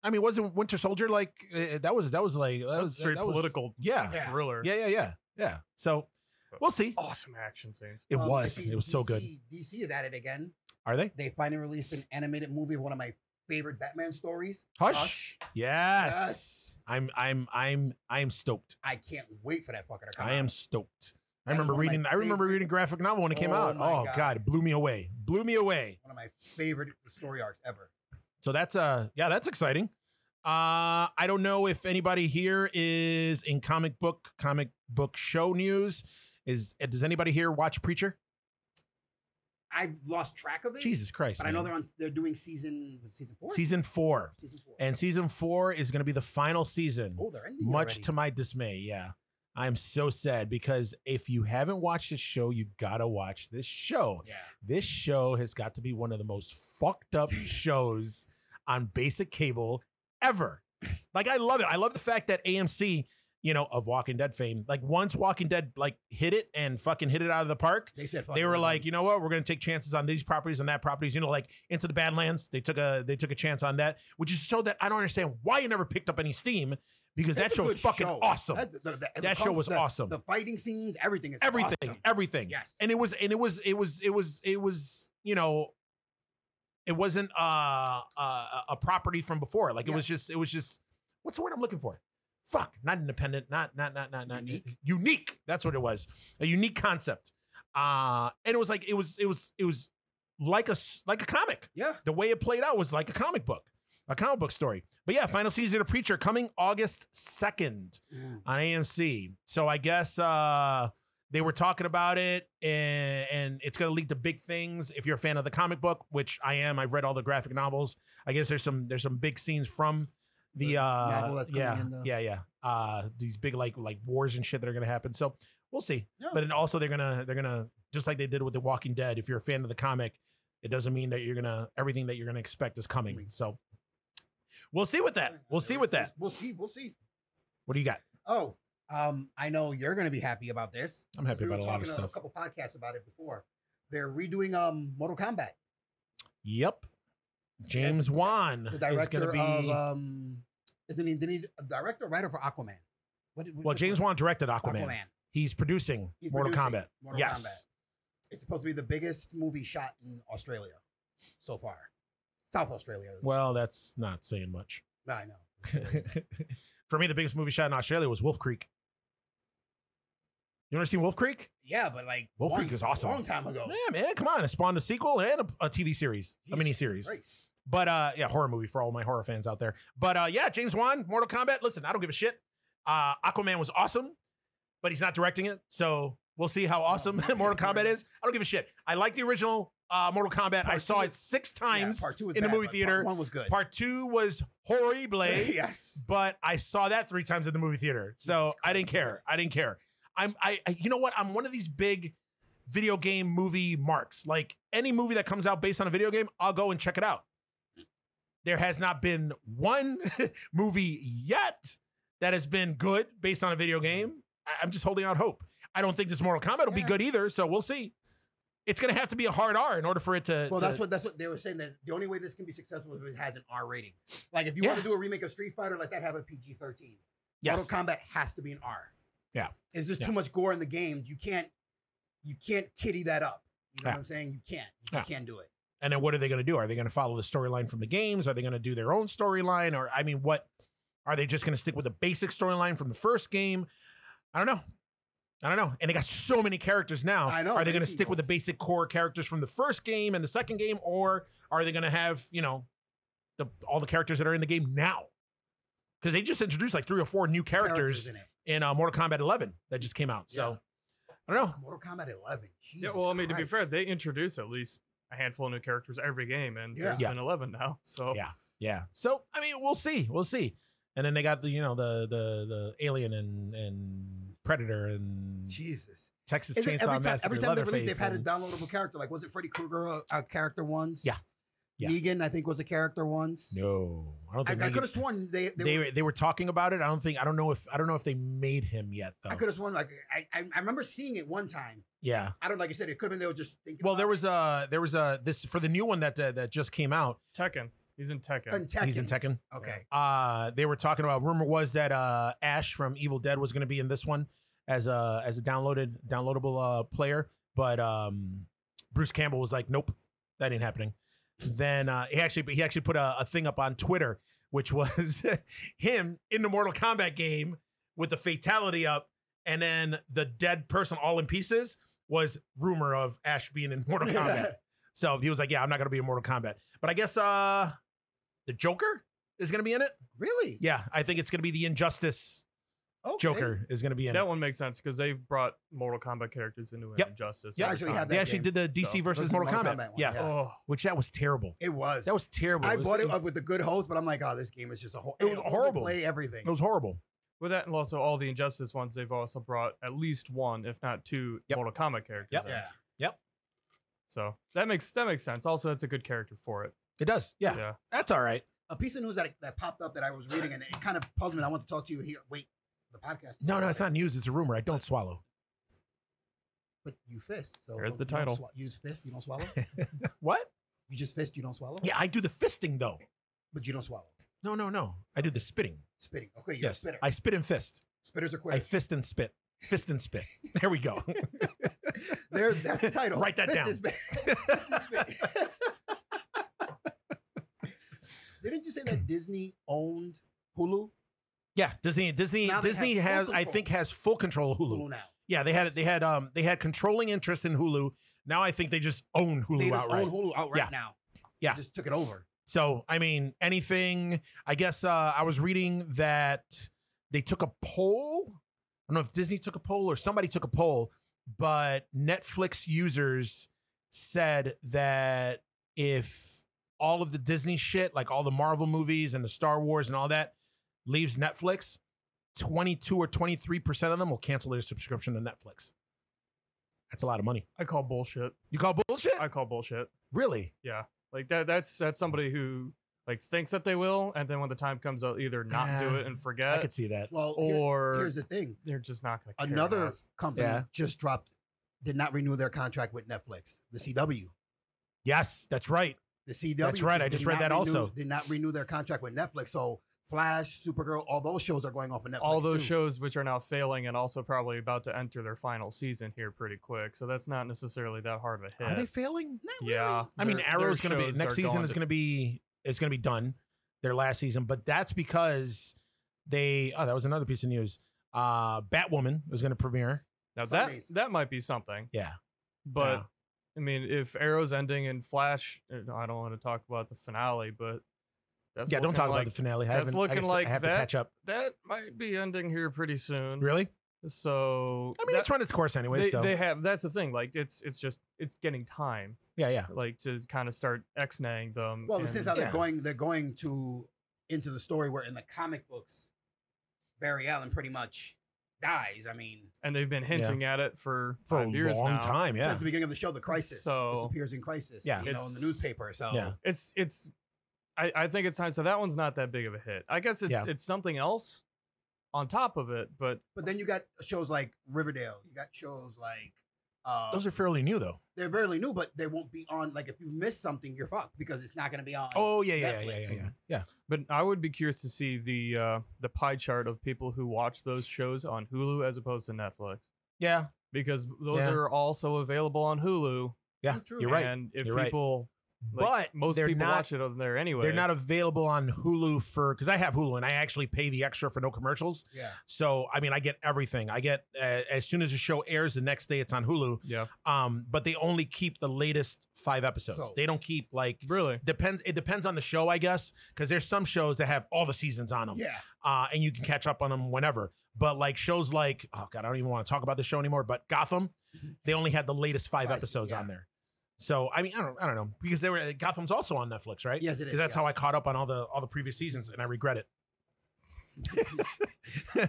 Speaker 2: I mean, wasn't Winter Soldier like uh, that? Was that was like that was
Speaker 1: straight
Speaker 2: that was-
Speaker 1: political
Speaker 2: yeah,
Speaker 3: Yeah.
Speaker 1: thriller.
Speaker 2: yeah, yeah, yeah, yeah. So we'll see.
Speaker 1: Awesome action scenes.
Speaker 2: It
Speaker 3: Um,
Speaker 2: was.
Speaker 3: DC
Speaker 2: It was so good.
Speaker 3: DC is at it again.
Speaker 2: Are they?
Speaker 3: They finally released an animated movie of one of my favorite Batman stories.
Speaker 2: Hush.
Speaker 3: Hush.
Speaker 2: Yes.
Speaker 3: Yes.
Speaker 2: I'm. I'm. I'm. I am stoked.
Speaker 3: I can't wait for that fucker to come
Speaker 2: I am
Speaker 3: out.
Speaker 2: stoked. I
Speaker 3: That is
Speaker 2: remember
Speaker 3: one of my
Speaker 2: reading. I remember
Speaker 3: favorite-
Speaker 2: reading graphic novel when it came
Speaker 3: Oh
Speaker 2: out.
Speaker 3: my
Speaker 2: Oh
Speaker 3: God.
Speaker 2: God, it blew me away. Blew me away.
Speaker 3: One of my favorite story arcs ever.
Speaker 2: So that's uh yeah, that's exciting. Uh I don't know if anybody here is in comic book comic book show news. Is uh, does anybody here watch Preacher?
Speaker 3: I've lost track of it.
Speaker 2: Jesus Christ.
Speaker 3: But I know
Speaker 2: man.
Speaker 3: they're on. They're doing season was it season four.
Speaker 2: season 4.
Speaker 3: Season four.
Speaker 2: And season 4 is going to be the final season.
Speaker 3: oh, they're ending it
Speaker 2: much
Speaker 3: already.
Speaker 2: to my dismay, yeah. I'm so sad because if you haven't watched this show, you got to watch this show.
Speaker 3: Yeah.
Speaker 2: this show has got to be one of the most fucked up shows on basic cable ever. Like I love it. I love the fact that AMC, you know, of Walking Dead fame, like once Walking Dead like hit it and fucking hit it out of the park,
Speaker 3: They said fuck
Speaker 2: they
Speaker 3: it,
Speaker 2: were
Speaker 3: we're
Speaker 2: like,
Speaker 3: done.
Speaker 2: you know what, we're gonna take chances on these properties and that properties. You know, like into the Badlands, they took a they took a chance on that, which is so that I don't understand why you never picked up any steam because
Speaker 3: It's
Speaker 2: that
Speaker 3: a
Speaker 2: show
Speaker 3: good
Speaker 2: is fucking
Speaker 3: show.
Speaker 2: awesome.
Speaker 3: That, the- the- the
Speaker 2: That show
Speaker 3: conf-
Speaker 2: was
Speaker 3: the-
Speaker 2: awesome.
Speaker 3: The fighting scenes, everything is
Speaker 2: everything,
Speaker 3: awesome.
Speaker 2: everything
Speaker 3: Yes.
Speaker 2: and it was and it was it was it was it was you know it wasn't uh, uh a- a property from before like it was just it was just what's the word i'm looking for fuck not independent not not not not not unique, that's what it was a unique concept uh and it was like it was it was it was like a s- like a comic
Speaker 3: Yeah.
Speaker 2: the way it played out was like a comic book a comic book story but yeah final season of preacher coming august 2nd on AMC. So I guess uh they were talking about it and, and it's going to lead to big things if you're a fan of the comic book, which I am. I've read all the graphic novels. I guess there's some there's some big scenes from the,
Speaker 3: The
Speaker 2: uh
Speaker 3: novel that's coming
Speaker 2: yeah,
Speaker 3: in, uh,
Speaker 2: yeah, yeah. Uh these big like like wars and shit that are going to happen. So we'll see.
Speaker 3: Yeah.
Speaker 2: But then also they're going to they're going to just like they did with The Walking Dead, if you're a fan of the comic, it doesn't mean that you're going to everything that you're going to expect is coming.
Speaker 3: Coming.
Speaker 2: So we'll see with that. We'll see with that.
Speaker 3: We'll see. We'll see.
Speaker 2: What do you got?
Speaker 3: Oh, um, I know you're going to be happy about this.
Speaker 2: I'm happy
Speaker 3: we were
Speaker 2: about a lot
Speaker 3: talking uh,
Speaker 2: of
Speaker 3: a,
Speaker 2: stuff.
Speaker 3: couple podcasts about it before. They're redoing um Mortal Kombat.
Speaker 2: Yep. James Wan
Speaker 3: The
Speaker 2: is going
Speaker 3: director
Speaker 2: to be.
Speaker 3: of um, isn't he didn't he a director or writer for Aquaman? What, did- what-
Speaker 2: well,
Speaker 3: what-
Speaker 2: James Wan directed
Speaker 3: Aquaman.
Speaker 2: Aquaman. He's producing
Speaker 3: He's
Speaker 2: Mortal
Speaker 3: producing
Speaker 2: Kombat.
Speaker 3: Mortal
Speaker 2: yes.
Speaker 3: Kombat. It's supposed to be the biggest movie shot in Australia so far, South Australia.
Speaker 2: Well, that's not saying much.
Speaker 3: No, I know.
Speaker 2: For me, the biggest movie shot in Australia was Wolf Creek. You ever seen Wolf Creek?
Speaker 3: yeah, but like
Speaker 2: Wolf Creek
Speaker 3: once,
Speaker 2: is awesome.
Speaker 3: A long time ago.
Speaker 2: Yeah, man, come on. It spawned a sequel and a, a TV series, a
Speaker 3: Jesus
Speaker 2: mini series.
Speaker 3: Grace.
Speaker 2: But uh yeah, horror movie for all my horror fans out there. But uh yeah, James Wan, Mortal Kombat. Listen, I don't give a shit. Uh Aquaman was awesome, but he's not directing it. So we'll see how awesome
Speaker 3: my
Speaker 2: Mortal
Speaker 3: God.
Speaker 2: Kombat is. I don't give a shit. I like the original uh Mortal Kombat. I
Speaker 3: Part
Speaker 2: saw
Speaker 3: two
Speaker 2: it
Speaker 3: is-
Speaker 2: six
Speaker 3: Yeah,
Speaker 2: times.
Speaker 3: part two was
Speaker 2: in the
Speaker 3: bad,
Speaker 2: movie
Speaker 3: but
Speaker 2: theater.
Speaker 3: Part one was good.
Speaker 2: part two was horrible.
Speaker 3: yes.
Speaker 2: but I saw that three times in the movie theater. So
Speaker 3: Jesus
Speaker 2: I didn't
Speaker 3: Christ.
Speaker 2: care. I didn't care. I'm I, I you know what? I'm one of these big video game movie marks. Like any movie that comes out based on a video game, I'll go and check it out. There has not been one movie yet that has been good based on a video game. I- I'm just holding out hope. I don't think this Mortal Kombat will be
Speaker 3: Yeah.
Speaker 2: good either, so we'll see. It's gonna have to be a hard R in order for it to.
Speaker 3: Well,
Speaker 2: to-
Speaker 3: that's what that's what they were saying. That the only way this can be successful is if it has an R rating. Like if you want
Speaker 2: Yeah.
Speaker 3: to do a remake of Street Fighter, let that have a PG thirteen.
Speaker 2: yes.
Speaker 3: Mortal Kombat has to be an R.
Speaker 2: Yeah.
Speaker 3: It's just
Speaker 2: Yeah.
Speaker 3: too much gore in the game. You can't you can't kitty that up. You know
Speaker 2: Yeah.
Speaker 3: what I'm saying? You can't. You just can't do it.
Speaker 2: and then what are they going to do? Are they going to follow the storyline from the games? Are they going to do their own storyline? Or I mean, what are they just going to stick with the basic storyline from the first game? I don't know. I don't know. And they got so many characters now.
Speaker 3: I know,
Speaker 2: Are they
Speaker 3: thank
Speaker 2: going to
Speaker 3: you.
Speaker 2: stick with the basic core characters from the first game and the second game, or are they going to have you know the all the characters that are in the game now? Because they just introduced like three or four new characters,
Speaker 3: in it.
Speaker 2: in, uh, Mortal Kombat 11 that just came out. So I don't know.
Speaker 3: Mortal Kombat 11.
Speaker 1: Yeah,
Speaker 3: Jesus
Speaker 1: well, I mean, to be
Speaker 3: Christ.
Speaker 1: fair, they introduce at least a handful of new characters every game, and
Speaker 3: Yeah.
Speaker 1: there's
Speaker 2: Yeah.
Speaker 1: been 11 now. So,
Speaker 2: Yeah. Yeah. So I mean, we'll see. We'll see. And then they got the you know the the the alien and and predator and
Speaker 3: Jesus.
Speaker 2: Texas
Speaker 3: Is it
Speaker 2: Chainsaw
Speaker 3: every time,
Speaker 2: Massacre,
Speaker 3: every time they
Speaker 2: Leatherface.
Speaker 3: release, they've had a
Speaker 2: and-
Speaker 3: downloadable uh, character. Like, was it Freddy Krueger a, a character once?
Speaker 2: Yeah. Yeah.
Speaker 3: Negan, I think, was a character once.
Speaker 2: No, I don't
Speaker 3: I,
Speaker 2: think
Speaker 3: I
Speaker 2: Negan-
Speaker 3: could have sworn they,
Speaker 2: they,
Speaker 3: they, were,
Speaker 2: were, they were talking about it. I don't think I don't know if I don't know if they made him yet though.
Speaker 3: I could have sworn like I, I I remember seeing it one time.
Speaker 2: yeah.
Speaker 3: I don't like you said it could have been they were just thinking.
Speaker 2: Well,
Speaker 3: about
Speaker 2: there was a there was a this for the new one that uh, that just came out.
Speaker 1: Tekken. He's in
Speaker 3: it.
Speaker 1: Tekken.
Speaker 3: And Tekken.
Speaker 2: He's in Tekken.
Speaker 3: Okay.
Speaker 2: Uh they were talking about rumor was that uh Ash from Evil Dead was going to be in this one as a as a downloaded downloadable uh player, but um Bruce Campbell was like, "Nope, that ain't happening." Then uh he actually he actually put a, a thing up on Twitter which was him in the Mortal Kombat game with the fatality up and then the dead person all in pieces was rumor of Ash being in Mortal Kombat. so he was like, "Yeah, I'm not going to be in Mortal Kombat." But I guess uh the Joker is going to be in it.
Speaker 3: Really?
Speaker 2: Yeah, I think it's going to be the Injustice
Speaker 3: Okay.
Speaker 2: Joker is going to be in
Speaker 1: that
Speaker 2: it.
Speaker 1: one makes sense because they've brought Mortal Kombat characters into
Speaker 2: Yep.
Speaker 1: Injustice.
Speaker 2: Yeah,
Speaker 1: over
Speaker 3: actually
Speaker 1: time.
Speaker 3: have
Speaker 2: They
Speaker 3: that
Speaker 2: actually
Speaker 3: game.
Speaker 2: did the DC
Speaker 1: So,
Speaker 2: versus
Speaker 3: versus
Speaker 2: Mortal,
Speaker 3: Mortal
Speaker 2: Kombat.
Speaker 3: Kombat one,
Speaker 2: yeah.
Speaker 3: yeah.
Speaker 1: Oh,
Speaker 2: which that was terrible.
Speaker 3: It was.
Speaker 2: That was terrible.
Speaker 3: I
Speaker 2: was-
Speaker 3: bought it up with the good host, but I'm like, oh, this game is just a whole.
Speaker 2: It was
Speaker 3: all the
Speaker 2: horrible.
Speaker 3: Play everything.
Speaker 2: It was horrible.
Speaker 1: with that and also all the Injustice ones, they've also brought at least one, if not two,
Speaker 2: Yep.
Speaker 1: Mortal Kombat characters.
Speaker 2: Yep.
Speaker 1: in.
Speaker 3: Yeah.
Speaker 2: Yep.
Speaker 1: So that makes that makes sense. Also, that's a good character for it.
Speaker 2: It does. Yeah,
Speaker 1: yeah.
Speaker 2: that's all right.
Speaker 3: A piece of news that, that popped up that I was reading and it kind of puzzled me. and I want to talk to you here. Wait, the podcast.
Speaker 2: No, no, it's not news. It's a rumor. I don't swallow.
Speaker 3: But you fist. So
Speaker 1: There's
Speaker 3: don't-
Speaker 1: the
Speaker 3: you don't
Speaker 1: title.
Speaker 3: swa- you just fist. You don't swallow.
Speaker 2: What?
Speaker 3: you just fist. You don't swallow.
Speaker 2: Yeah, I do the fisting though.
Speaker 3: But you don't swallow.
Speaker 2: No, no, no. I do the spitting.
Speaker 3: Spitting. Okay. You're
Speaker 2: yes,
Speaker 3: a spitter.
Speaker 2: I spit and fist.
Speaker 3: Spitters are
Speaker 2: I
Speaker 3: quitters.
Speaker 2: fist and spit. Fist and spit. There we go.
Speaker 3: There's that's the title.
Speaker 2: Write that
Speaker 3: Fist
Speaker 2: down.
Speaker 3: is ba- fist is ba- Didn't you say that Disney owned Hulu?
Speaker 2: yeah, Disney. Disney.
Speaker 3: Now they have
Speaker 2: Disney
Speaker 3: full
Speaker 2: has. I
Speaker 3: control.
Speaker 2: think has full control of Hulu.
Speaker 3: Hulu now.
Speaker 2: Yeah, they had. They had. Um, they had controlling interest in Hulu. Now I think they just own Hulu
Speaker 3: they just
Speaker 2: outright.
Speaker 3: own Hulu outright
Speaker 2: Yeah.
Speaker 3: now.
Speaker 2: Yeah.
Speaker 3: They just took it over.
Speaker 2: So I mean, anything. I guess uh, I was reading that they took a poll. I don't know if Disney took a poll or somebody took a poll, but Netflix users said that if all of the Disney shit, like all the Marvel movies and the Star Wars and all that, leaves Netflix, twenty-two or twenty-three percent of them will cancel their subscription to Netflix. That's a lot of money.
Speaker 1: I call bullshit.
Speaker 2: You call bullshit?
Speaker 1: I call bullshit.
Speaker 2: really?
Speaker 1: Like that. That's that's somebody who like thinks that they will, and then when the time comes, they'll either not do
Speaker 2: Ah,
Speaker 1: it and
Speaker 2: I
Speaker 1: forget,
Speaker 2: could see that.
Speaker 3: Well, here-
Speaker 1: or
Speaker 3: here's the thing.
Speaker 1: they're just not going to.
Speaker 3: Another
Speaker 1: Enough.
Speaker 3: company
Speaker 2: Yeah.
Speaker 3: just dropped, did not renew their contract with Netflix. The CW.
Speaker 2: Yes, that's right.
Speaker 3: The CW.
Speaker 2: That's right, I
Speaker 3: did
Speaker 2: just read
Speaker 3: not
Speaker 2: that
Speaker 3: renew-
Speaker 2: also.
Speaker 3: Did not renew their contract with Netflix. So Flash, Supergirl, all those shows are going off of Netflix.
Speaker 1: All those
Speaker 3: too.
Speaker 1: shows which are now failing and also probably about to enter their final season here pretty quick, so that's not necessarily that hard of a
Speaker 2: Are
Speaker 1: hit.
Speaker 2: they failing?
Speaker 3: Not
Speaker 1: yeah,
Speaker 3: really.
Speaker 2: I mean,
Speaker 1: their- their
Speaker 2: Arrow's going to be
Speaker 1: shows
Speaker 2: next
Speaker 1: are
Speaker 2: season
Speaker 1: going
Speaker 2: is
Speaker 1: to-
Speaker 2: going to be it's going to be done their last season, but that's because they oh that was another piece of news. Uh, Batwoman was going to premiere.
Speaker 1: now that
Speaker 3: Sundays.
Speaker 1: that might be something,
Speaker 2: Yeah,
Speaker 1: but
Speaker 2: Yeah.
Speaker 1: I mean, if Arrow's ending and Flash, uh, I don't want to talk about the finale, but that's
Speaker 2: yeah. Don't
Speaker 1: looking
Speaker 2: talk
Speaker 1: like,
Speaker 2: about the finale. I
Speaker 1: that's
Speaker 2: haven't, I
Speaker 1: looking
Speaker 2: guess I
Speaker 1: like
Speaker 2: have to
Speaker 1: that-
Speaker 2: catch up.
Speaker 1: that might be ending here pretty soon.
Speaker 2: Really?
Speaker 1: So
Speaker 2: I mean,
Speaker 1: that-
Speaker 2: it's run its course anyway.
Speaker 1: they,
Speaker 2: so
Speaker 1: they have that's the thing. Like it's it's just it's getting time
Speaker 2: yeah, yeah.
Speaker 1: like to kind of start x-naying them.
Speaker 3: Well,
Speaker 1: and-
Speaker 3: this is how
Speaker 2: Yeah.
Speaker 3: they're going. They're going to into the story where in the comic books, Barry Allen pretty much dies. I mean,
Speaker 1: and they've been hinting at it for
Speaker 2: For a
Speaker 1: five years
Speaker 2: long
Speaker 1: now.
Speaker 2: time. Yeah,
Speaker 3: since the beginning of the show, the crisis
Speaker 1: So-
Speaker 3: disappears in crisis.
Speaker 2: Yeah.
Speaker 3: you know, in
Speaker 1: It's-
Speaker 3: the newspaper. So
Speaker 2: Yeah.
Speaker 1: It's it's I, I think it's time. So that one's not that big of a hit. I guess it's
Speaker 2: Yeah.
Speaker 1: it's something else on top of it, but
Speaker 3: But then you got shows like Riverdale. You got shows like uh,
Speaker 2: those are fairly new though.
Speaker 3: they're barely new, but they won't be on. Like if you miss something, you're fucked because it's not going to be on.
Speaker 2: Oh yeah, yeah, yeah, yeah,
Speaker 3: Netflix.
Speaker 2: yeah, yeah. yeah.
Speaker 1: but I would be curious to see the uh the pie chart of people who watch those shows on Hulu as opposed to Netflix.
Speaker 2: Yeah,
Speaker 1: Because those
Speaker 2: Yeah.
Speaker 1: are also available on Hulu.
Speaker 2: yeah,
Speaker 3: True.
Speaker 2: you're right.
Speaker 1: And if
Speaker 2: You're right.
Speaker 1: people like,
Speaker 2: But
Speaker 1: most
Speaker 2: they're
Speaker 1: people
Speaker 2: not-
Speaker 1: watch it on there anyway.
Speaker 2: They're not available on Hulu for because I have Hulu and I actually pay the extra for no commercials.
Speaker 3: yeah.
Speaker 2: So I mean, I get everything. I get uh, as soon as the show airs the next day, it's on Hulu.
Speaker 1: Yeah.
Speaker 2: Um, but they only keep the latest five episodes.
Speaker 3: So-
Speaker 2: they don't keep like
Speaker 1: Really?
Speaker 2: depends. It depends on the show, I guess, because there's some shows that have all the seasons on them,
Speaker 3: Yeah.
Speaker 2: uh, and you can catch up on them whenever. But like shows like oh god, I don't even want to talk about this show anymore. But Gotham, they only had the latest five
Speaker 3: Right,
Speaker 2: episodes
Speaker 3: Mm-hmm. yeah.
Speaker 2: on there. So I mean, I don't, I don't know because they were uh, Gotham's also on Netflix, right?
Speaker 3: Yes, it is,
Speaker 2: Because that's how
Speaker 3: yes.
Speaker 2: I caught up on all the all the previous seasons, and I regret it.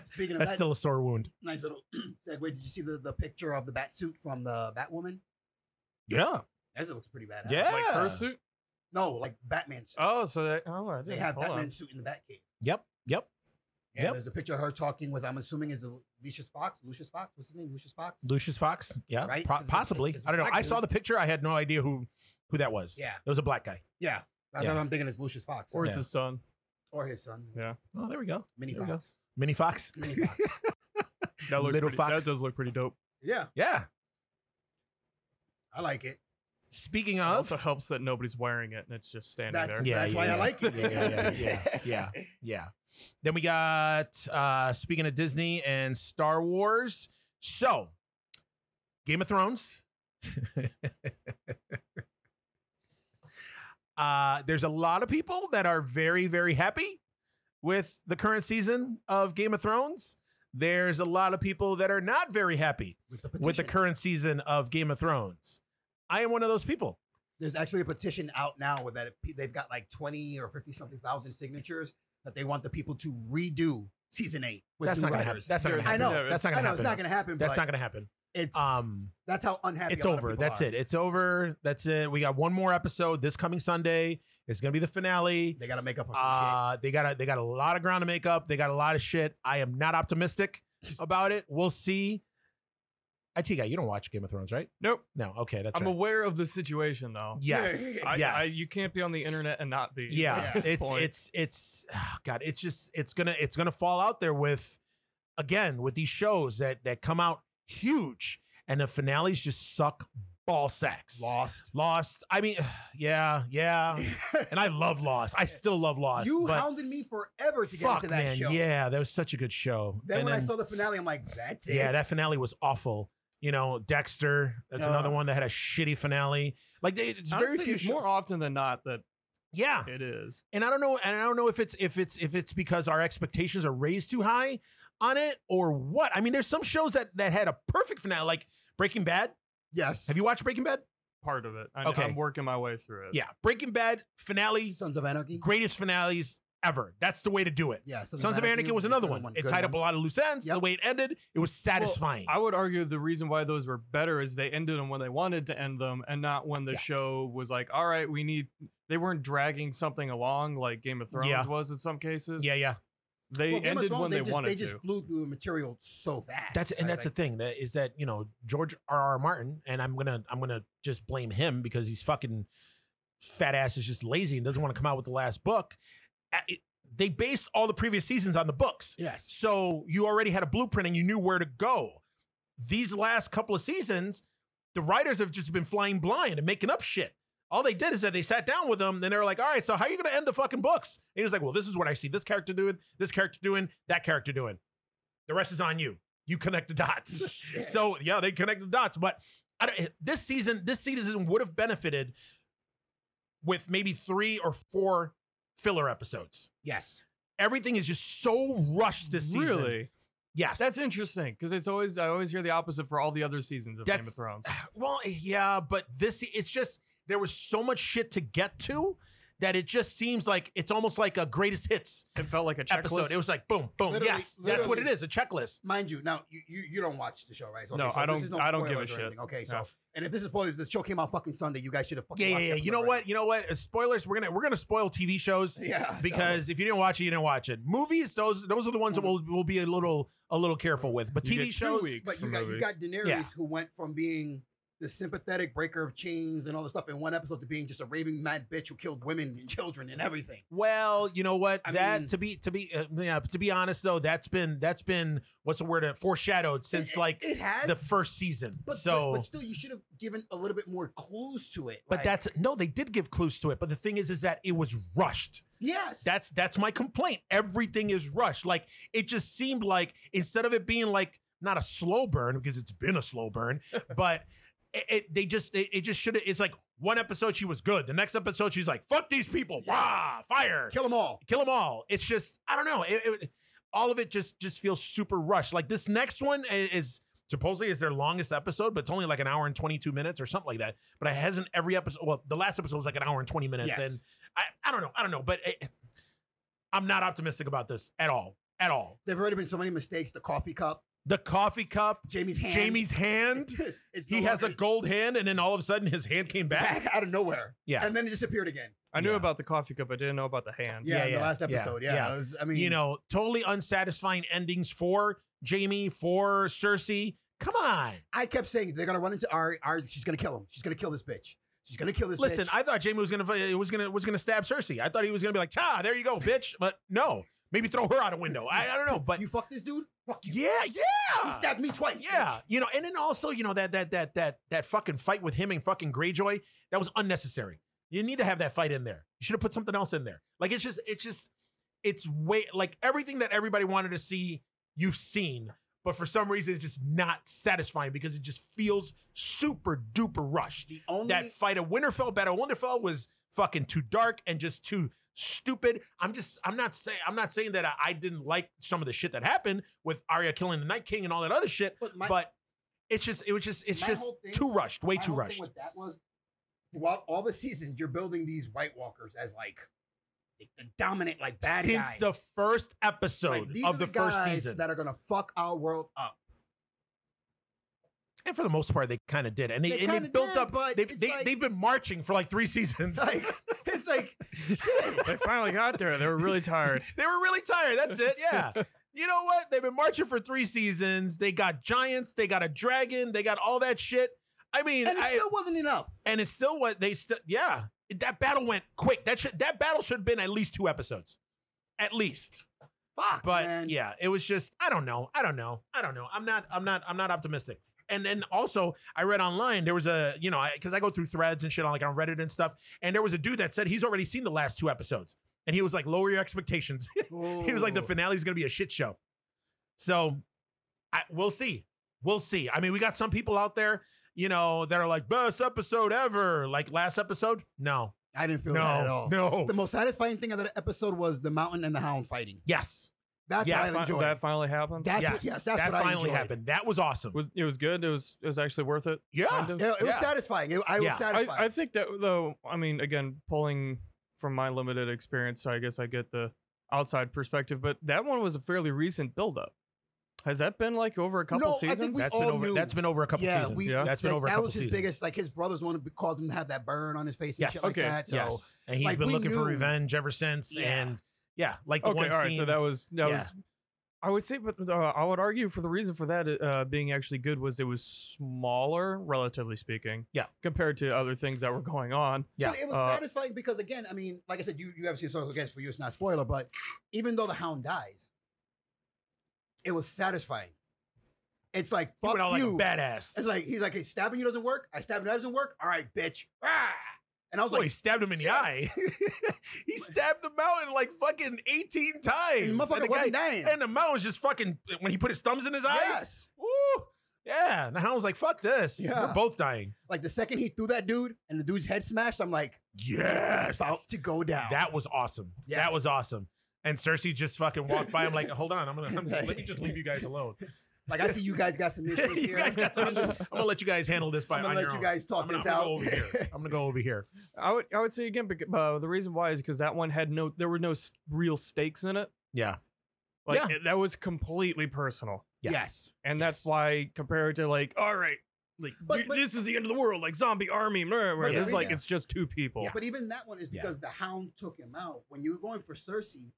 Speaker 3: Speaking of
Speaker 2: That's
Speaker 3: that,
Speaker 2: still a sore wound.
Speaker 3: nice little segue. Did you see the, the picture of the bat suit from the Batwoman?
Speaker 2: Yeah,
Speaker 3: That looks pretty badass.
Speaker 2: yeah.
Speaker 1: Like her suit?
Speaker 3: No, like Batman. Suit.
Speaker 1: Oh, so that. Oh, I didn't.
Speaker 3: they have
Speaker 1: hold on.
Speaker 3: Batman suit in the Batcave.
Speaker 2: Yep. Yep.
Speaker 3: And
Speaker 2: Yep.
Speaker 3: there's a picture of her talking with, I'm assuming, is Lucius Fox. Lucius Fox? What's his name? Lucius Fox?
Speaker 2: Lucius Fox. Yeah.
Speaker 3: Right?
Speaker 2: po-
Speaker 3: It's a-
Speaker 2: possibly.
Speaker 3: it's a
Speaker 2: I don't know.
Speaker 3: black
Speaker 2: I
Speaker 3: dude.
Speaker 2: saw the picture. I had no idea who who that was.
Speaker 3: yeah.
Speaker 2: It was a black guy.
Speaker 3: Yeah. That's
Speaker 2: Yeah.
Speaker 3: what I'm thinking is Lucius Fox.
Speaker 1: Or
Speaker 3: Or,
Speaker 1: it's his son.
Speaker 3: his son.
Speaker 1: Yeah.
Speaker 2: Oh, there we go.
Speaker 3: Mini
Speaker 2: There we go.
Speaker 3: Fox.
Speaker 2: Mini Fox.
Speaker 3: Mini Fox.
Speaker 1: That looks
Speaker 2: Little
Speaker 1: pretty,
Speaker 2: Fox.
Speaker 1: That does look pretty dope.
Speaker 3: yeah.
Speaker 2: Yeah.
Speaker 3: I like it.
Speaker 2: Speaking
Speaker 1: It
Speaker 2: of,
Speaker 1: also helps that nobody's wearing it and it's just standing
Speaker 3: That's,
Speaker 1: there.
Speaker 2: Yeah,
Speaker 3: that's why
Speaker 2: yeah,
Speaker 3: I like it.
Speaker 2: yeah, yeah, yeah, yeah, yeah. Then we got uh speaking of Disney and Star Wars. So, Game of Thrones. uh there's a lot of people that are very very happy with the current season of Game of Thrones. There's a lot of people that are not very happy
Speaker 3: With the,
Speaker 2: with the
Speaker 3: petition.
Speaker 2: current season of Game of Thrones. I am one of those people.
Speaker 3: There's actually a petition out now with that it- they've got like 20 or 50 something thousand signatures that they want the people to redo season eight with
Speaker 2: That's
Speaker 3: new
Speaker 2: not going to happen.
Speaker 3: writers.
Speaker 2: That's not going to
Speaker 1: I
Speaker 2: happen.
Speaker 1: know.
Speaker 2: That's not going
Speaker 3: I
Speaker 2: to
Speaker 3: know
Speaker 2: happen.
Speaker 3: it's not going to happen.
Speaker 2: That's
Speaker 3: but
Speaker 2: not going to happen.
Speaker 3: It's
Speaker 2: Um,
Speaker 3: that's how unhappy.
Speaker 2: it's over. That's it. It's over. That's it. We got one more episode this coming Sunday. It's gonna be the finale.
Speaker 3: They got to make up for some shit.
Speaker 2: Uh, they got a, they got a lot of ground to make up. They got a lot of shit. I am not optimistic about it. We'll see. I tell you, you don't watch Game of Thrones, right?
Speaker 1: Nope.
Speaker 2: No. Okay, that's
Speaker 1: I'm
Speaker 2: right.
Speaker 1: aware of the situation though.
Speaker 2: yes.
Speaker 3: Yeah,
Speaker 1: I,
Speaker 2: yes.
Speaker 1: I, you can't be on the internet and not be.
Speaker 2: yeah.
Speaker 1: at this
Speaker 2: It's
Speaker 1: point.
Speaker 2: it's it's ah, God. It's just it's gonna it's gonna fall out there with again with these shows that that come out huge and the finales just suck ball sacks.
Speaker 3: Lost.
Speaker 2: Lost. I mean, yeah, yeah. And I love Lost. I still love Lost.
Speaker 3: you
Speaker 2: but
Speaker 3: hounded me forever to get
Speaker 2: fuck,
Speaker 3: into that
Speaker 2: man.
Speaker 3: show.
Speaker 2: Yeah, that was such a good show.
Speaker 3: Then
Speaker 2: And
Speaker 3: when I saw the finale, I'm like, that's it.
Speaker 2: yeah, that finale was awful. You know, Dexter. That's another
Speaker 3: Ugh.
Speaker 2: one that had a shitty finale. Like they- it's
Speaker 1: Honestly,
Speaker 2: very few
Speaker 1: it's
Speaker 2: shows.
Speaker 1: more often than not that
Speaker 2: yeah,
Speaker 1: it is.
Speaker 2: and I don't know, and I don't know if it's if it's if it's because our expectations are raised too high on it or what. I mean, there's some shows that that had a perfect finale, like Breaking Bad.
Speaker 3: Yes.
Speaker 2: Have you watched Breaking Bad?
Speaker 1: Part of it. I,
Speaker 2: Okay.
Speaker 1: I'm working my way through it.
Speaker 2: Yeah, Breaking Bad finale,
Speaker 3: Sons of Anarchy?
Speaker 2: greatest finales ever. That's the way to do it.
Speaker 3: Yeah.
Speaker 2: Sons of Anarchy was another one. It
Speaker 3: Good
Speaker 2: tied up a lot of loose ends. The
Speaker 3: Yep.
Speaker 2: way it ended, it was satisfying.
Speaker 1: I would argue the reason why those were better is they ended them when they wanted to end them and not when the
Speaker 2: Yeah.
Speaker 1: show was like, all right, we need. They weren't dragging something along like Game of Thrones
Speaker 2: Yeah.
Speaker 1: was in some cases.
Speaker 2: yeah, yeah.
Speaker 1: They
Speaker 3: Well, Game of
Speaker 1: ended
Speaker 3: Thrones,
Speaker 1: when they,
Speaker 3: just,
Speaker 1: wanted
Speaker 3: They just
Speaker 1: to.
Speaker 3: flew through the material so fast.
Speaker 2: That's and
Speaker 3: right?
Speaker 2: that's the thing that is that you know George R. R. Martin, and I'm gonna I'm gonna just blame him because he's fucking fat ass is just lazy and doesn't want to come out with the last book. Uh, it- they based all the previous seasons on the books,
Speaker 3: Like, yes.
Speaker 2: so you already had a blueprint and you knew where to go. These last couple of seasons, the writers have just been flying blind and making up shit. All they did is that they sat down with them, then they were like, "All right, so how are you going to end the fucking books?" And he was like, "Well, this is what I see: this character doing, this character doing, that character doing. The rest is on you. You connect the dots."
Speaker 3: Shit.
Speaker 2: so yeah, they connect the dots, but I don't, this season, this season would have benefited with maybe three or four filler episodes.
Speaker 3: yes.
Speaker 2: Everything is just so rushed this season.
Speaker 1: Really?
Speaker 2: Yes.
Speaker 1: That's interesting because it's always I always hear the opposite for all the other seasons of Game of
Speaker 2: That's-
Speaker 1: Thrones.
Speaker 2: well, yeah, but this it's just there was so much shit to get to that it just seems like it's almost like a greatest hits
Speaker 1: It felt like a checklist.
Speaker 2: episode. It was like boom, boom.
Speaker 3: Literally-
Speaker 2: yes, that's what it
Speaker 3: literally-
Speaker 2: is, a checklist.
Speaker 3: Mind you, now you, you, you don't watch the show, right? So,
Speaker 1: No,
Speaker 3: so
Speaker 1: I
Speaker 3: this
Speaker 1: don't-
Speaker 3: is
Speaker 1: I don't give a
Speaker 3: spoilers or
Speaker 1: shit.
Speaker 3: anything. Okay, so
Speaker 1: Yeah.
Speaker 3: and if this is supposed the show came out fucking Sunday, you guys should have fucking
Speaker 2: Yeah, yeah,
Speaker 3: watched the
Speaker 2: yeah. You know
Speaker 3: episode
Speaker 2: what? You know what? Uh, Spoilers. We're gonna we're gonna spoil TV shows
Speaker 3: already. Yeah, so-
Speaker 2: because if you didn't watch it, you didn't watch it. Movies, those those are the ones that we'll we'll be a little a little careful with. But
Speaker 1: You get
Speaker 2: TV
Speaker 1: two
Speaker 2: shows,
Speaker 1: weeks.
Speaker 3: but
Speaker 1: for
Speaker 3: you got you
Speaker 1: movies.
Speaker 3: got Daenerys
Speaker 2: Yeah.
Speaker 3: who went from being the sympathetic breaker of chains and all this stuff in one episode to being just a raving mad bitch who killed women and children and everything.
Speaker 2: Well, you know what?
Speaker 3: I
Speaker 2: that
Speaker 3: mean-
Speaker 2: to be to be uh, yeah, to be honest though, that's been that's been what's the word uh, foreshadowed since
Speaker 3: It-
Speaker 2: like
Speaker 3: it has
Speaker 2: the first season.
Speaker 3: but,
Speaker 2: so,
Speaker 3: but,
Speaker 2: but,
Speaker 3: but still you should have given a little bit more clues to it. like-
Speaker 2: that's no, they did give clues to it. But the thing is, is that it was rushed.
Speaker 3: yes.
Speaker 2: That's that's my complaint. Everything is rushed. Like it just seemed like instead of it being like not a slow burn because it's been a slow burn, but it, it they just it, it just should. have It's like one episode she was good. The next episode she's like fuck these people. Wah, fire.
Speaker 3: kill them all.
Speaker 2: kill them all. It's just I don't know. It, it- all of it just just feels super rushed. Like this next one i- is supposedly is their longest episode, but it's only like an hour and twenty two minutes or something like that. But it hasn't every episode. Well, the last episode was like an hour and twenty minutes,
Speaker 3: Yes.
Speaker 2: and I I don't know. I don't know, but it, I'm not optimistic about this at all. At all.
Speaker 3: There've already been so many mistakes. The coffee cup.
Speaker 2: the coffee cup,
Speaker 3: Jamie's hand.
Speaker 2: Jamie's hand.
Speaker 3: It's no
Speaker 2: He has a
Speaker 3: longer-
Speaker 2: gold hand, and then all of a sudden his hand came back.
Speaker 3: back out of nowhere.
Speaker 2: Yeah.
Speaker 3: And then it disappeared again.
Speaker 1: I knew
Speaker 2: Yeah.
Speaker 1: about the coffee cup. I didn't know about the hand.
Speaker 3: Yeah,
Speaker 2: Yeah,
Speaker 3: in the
Speaker 2: yeah,
Speaker 3: last
Speaker 2: yeah,
Speaker 3: episode. Yeah.
Speaker 2: yeah.
Speaker 3: it was- I mean,
Speaker 2: you know, totally unsatisfying endings for Jamie, for Cersei. Come on.
Speaker 3: I kept saying they're gonna run into Ari. Ari, she's gonna kill him. She's gonna kill this bitch. She's gonna kill this.
Speaker 2: Listen,
Speaker 3: bitch.
Speaker 2: I thought Jamie was gonna was gonna was gonna stab Cersei. I thought he was gonna be like, "Cha, there you go, bitch." But no, maybe throw her out a window. I, I don't know, but
Speaker 3: you fuck this dude. Fuck you.
Speaker 2: yeah,
Speaker 3: He
Speaker 2: yeah,
Speaker 3: stabbed me twice.
Speaker 2: yeah. You know, and then also, you know that that that that that fucking fight with him and fucking Greyjoy that was unnecessary. You need to have that fight in there. You should have put something else in there. Like it's just it's just it's way like everything that everybody wanted to see, you've seen. But for some reason, it's just not satisfying because it just feels super duper rushed
Speaker 3: The only
Speaker 2: that fight of Winterfell, Battle of Winterfell was fucking too dark and just too stupid. I'm just, I'm not saying, I'm not saying that I, I didn't like some of the shit that happened with Arya killing the Night King and all that other shit,
Speaker 3: but my,
Speaker 2: but it's just, it was just, it's
Speaker 3: my
Speaker 2: just
Speaker 3: whole thing-
Speaker 2: too rushed, way
Speaker 3: my
Speaker 2: too
Speaker 3: whole thing
Speaker 2: rushed.
Speaker 3: With that was throughout all the seasons, you're building these White Walkers as like the the dominant, like bad
Speaker 2: Since
Speaker 3: guy.
Speaker 2: the first
Speaker 3: Like,
Speaker 2: episode
Speaker 3: these
Speaker 2: of
Speaker 3: are
Speaker 2: the, first
Speaker 3: guys
Speaker 2: season,
Speaker 3: that are gonna fuck our world up.
Speaker 2: and for the most part, they kind of did, and they,
Speaker 3: They
Speaker 2: and they
Speaker 3: kinda
Speaker 2: built
Speaker 3: did,
Speaker 2: up.
Speaker 3: but
Speaker 2: They,
Speaker 3: it's
Speaker 2: they,
Speaker 3: like-
Speaker 2: they've been marching for like three seasons.
Speaker 3: Like it's like shit.
Speaker 1: They finally got there. They were really tired.
Speaker 2: They were really tired. That's it. Yeah. You know what? They've been marching for three seasons. They got giants. They got a dragon. They got all that shit. I mean,
Speaker 3: and it
Speaker 2: I-
Speaker 3: still wasn't enough.
Speaker 2: and it's still what they still. Yeah, that battle went quick. That should that battle should have been at least two episodes, at least.
Speaker 3: Fuck,
Speaker 2: But
Speaker 3: man.
Speaker 2: yeah, it was just I don't know. I don't know. I don't know. I'm not. I'm not. I'm not optimistic. And then also, I read online there was a you know because I, go through threads and shit on like on Reddit and stuff, and there was a dude that said he's already seen the last two episodes, and he was like, lower your expectations. He was like, the
Speaker 3: Ooh.
Speaker 2: finale is going to be a shit show. So I, we'll see. We'll see. I mean, we got some people out there, you know, that are like, best episode ever. Like last episode? No.
Speaker 3: I didn't feel that at
Speaker 2: No.
Speaker 3: all.
Speaker 2: No.
Speaker 3: The most satisfying thing of that episode was the mountain and the hound fighting.
Speaker 2: Yes.
Speaker 3: That's
Speaker 2: Yeah,
Speaker 3: what I
Speaker 1: Fi-
Speaker 3: enjoyed.
Speaker 1: that finally happened.
Speaker 3: that's
Speaker 2: yes.
Speaker 3: what, yes, that's
Speaker 2: that
Speaker 3: what I
Speaker 2: finally
Speaker 3: enjoyed.
Speaker 2: happened. That was awesome.
Speaker 1: was it was good. It was it was actually worth it.
Speaker 2: yeah.
Speaker 1: kind of.
Speaker 3: Yeah, it was
Speaker 2: Yeah.
Speaker 3: satisfying. It, I was
Speaker 2: Yeah. I-
Speaker 1: I,
Speaker 3: satisfied.
Speaker 1: I think that though. I mean, again, pulling from my limited experience, so I guess I get the outside perspective. But that one was a fairly recent buildup. Has that been like over a couple
Speaker 3: No, I think
Speaker 1: seasons?
Speaker 3: we
Speaker 2: That's been
Speaker 3: all
Speaker 2: over.
Speaker 3: knew.
Speaker 2: That's been over a couple
Speaker 3: yeah,
Speaker 2: seasons.
Speaker 3: we,
Speaker 1: Yeah.
Speaker 2: That's been
Speaker 3: like,
Speaker 2: over a
Speaker 3: that
Speaker 2: couple
Speaker 3: was his
Speaker 2: seasons.
Speaker 3: biggest. Like his brothers wanted to cause him to have that burn on his face and
Speaker 2: Yes.
Speaker 3: shit like
Speaker 1: Okay.
Speaker 3: that. So
Speaker 2: yes. And he's
Speaker 3: like,
Speaker 2: been
Speaker 3: we
Speaker 2: looking for
Speaker 3: knew.
Speaker 2: revenge ever since.
Speaker 3: Yeah.
Speaker 2: And yeah, like the
Speaker 1: okay,
Speaker 2: one
Speaker 1: all right.
Speaker 2: scene.
Speaker 1: So that was that
Speaker 2: Yeah.
Speaker 1: was. I would say, but uh, I would argue for the reason for that uh, being actually good was it was smaller, relatively speaking.
Speaker 2: Yeah.
Speaker 1: Compared to other things that were going on.
Speaker 2: Yeah.
Speaker 3: But it was
Speaker 1: Uh,
Speaker 3: satisfying because again, I mean, like I said, you you have seen Social Games for you. It's not spoiler, but even though the hound dies, it was satisfying. It's like
Speaker 2: he
Speaker 3: fuck
Speaker 2: went out like a
Speaker 3: you.
Speaker 2: badass.
Speaker 3: it's like he's like, hey, stabbing you doesn't work. I stabbed him, that doesn't work. All right, bitch. Ah! And I was
Speaker 2: Boy,
Speaker 3: like,
Speaker 2: he stabbed him in the eye. he stabbed the mountain like fucking 18 times.
Speaker 3: And motherfucker
Speaker 2: the
Speaker 3: wasn't dying.
Speaker 2: and the mountain was just fucking when he put his thumbs in his eyes.
Speaker 3: yes.
Speaker 2: Woo! Yeah. And the hound was like, fuck this.
Speaker 3: Yeah.
Speaker 2: We're both dying.
Speaker 3: Like the second he threw that dude and the dude's head smashed, I'm like,
Speaker 2: Yes.
Speaker 3: about to go down.
Speaker 2: That was awesome.
Speaker 3: Yes.
Speaker 2: That was awesome. And Cersei just fucking walked by. I'm like, hold on, I'm gonna I'm just, let me just leave you guys alone.
Speaker 3: like I see you guys got some issues
Speaker 2: you
Speaker 3: here.
Speaker 2: guys got some-
Speaker 3: I'm,
Speaker 2: I'm, just- I'm gonna let you guys handle this by
Speaker 3: gonna
Speaker 2: on
Speaker 3: let
Speaker 2: your
Speaker 3: you
Speaker 2: own.
Speaker 3: guys talk
Speaker 2: I'm gonna,
Speaker 3: this
Speaker 2: I'm gonna
Speaker 3: out.
Speaker 2: go over here. I'm gonna go over here.
Speaker 1: I would I would say again, bec- uh, the reason why is because that one had no, there were no s- real stakes in it.
Speaker 2: Yeah.
Speaker 1: Like
Speaker 2: Yeah.
Speaker 1: it- that was completely personal,
Speaker 2: Yeah.
Speaker 3: Yes.
Speaker 1: and that's
Speaker 2: Yes.
Speaker 1: why compared to like, all right, like
Speaker 3: But-
Speaker 1: y-
Speaker 3: but-
Speaker 1: this is the end of the world, like zombie army. Blah, blah,
Speaker 3: But
Speaker 1: This is
Speaker 3: yeah.
Speaker 1: like
Speaker 3: yeah.
Speaker 1: it's just two people.
Speaker 3: But even that one is
Speaker 2: Yeah.
Speaker 3: because the hound took him out. When you were going for Cersei,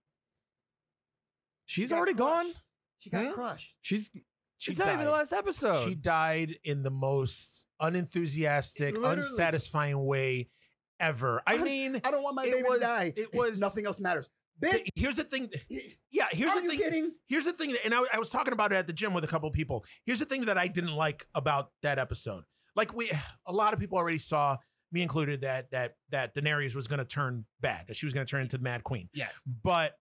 Speaker 3: she
Speaker 1: She's
Speaker 3: got
Speaker 1: already gone.
Speaker 3: crushed. She got
Speaker 2: Hmm?
Speaker 3: crushed.
Speaker 1: She's
Speaker 2: She
Speaker 1: it's not even
Speaker 2: died.
Speaker 1: the last episode.
Speaker 2: She died in the most unenthusiastic,
Speaker 3: Literally.
Speaker 2: unsatisfying way ever. I mean,
Speaker 3: I don't want my
Speaker 2: it
Speaker 3: baby
Speaker 2: was-
Speaker 3: to die.
Speaker 2: it was-
Speaker 3: nothing else matters. Bitch,
Speaker 2: th- here's the thing.
Speaker 3: y-
Speaker 2: Yeah, here's
Speaker 3: are
Speaker 2: the
Speaker 3: you
Speaker 2: thing.
Speaker 3: kidding?
Speaker 2: Here's the thing, that- and I, I was talking about it at the gym with a couple people. Here's the thing that I didn't like about that episode. Like we, a lot of people already saw, me included, that that that Daenerys was going to turn bad, that she was going to turn into Mad Queen.
Speaker 3: Yes.
Speaker 2: But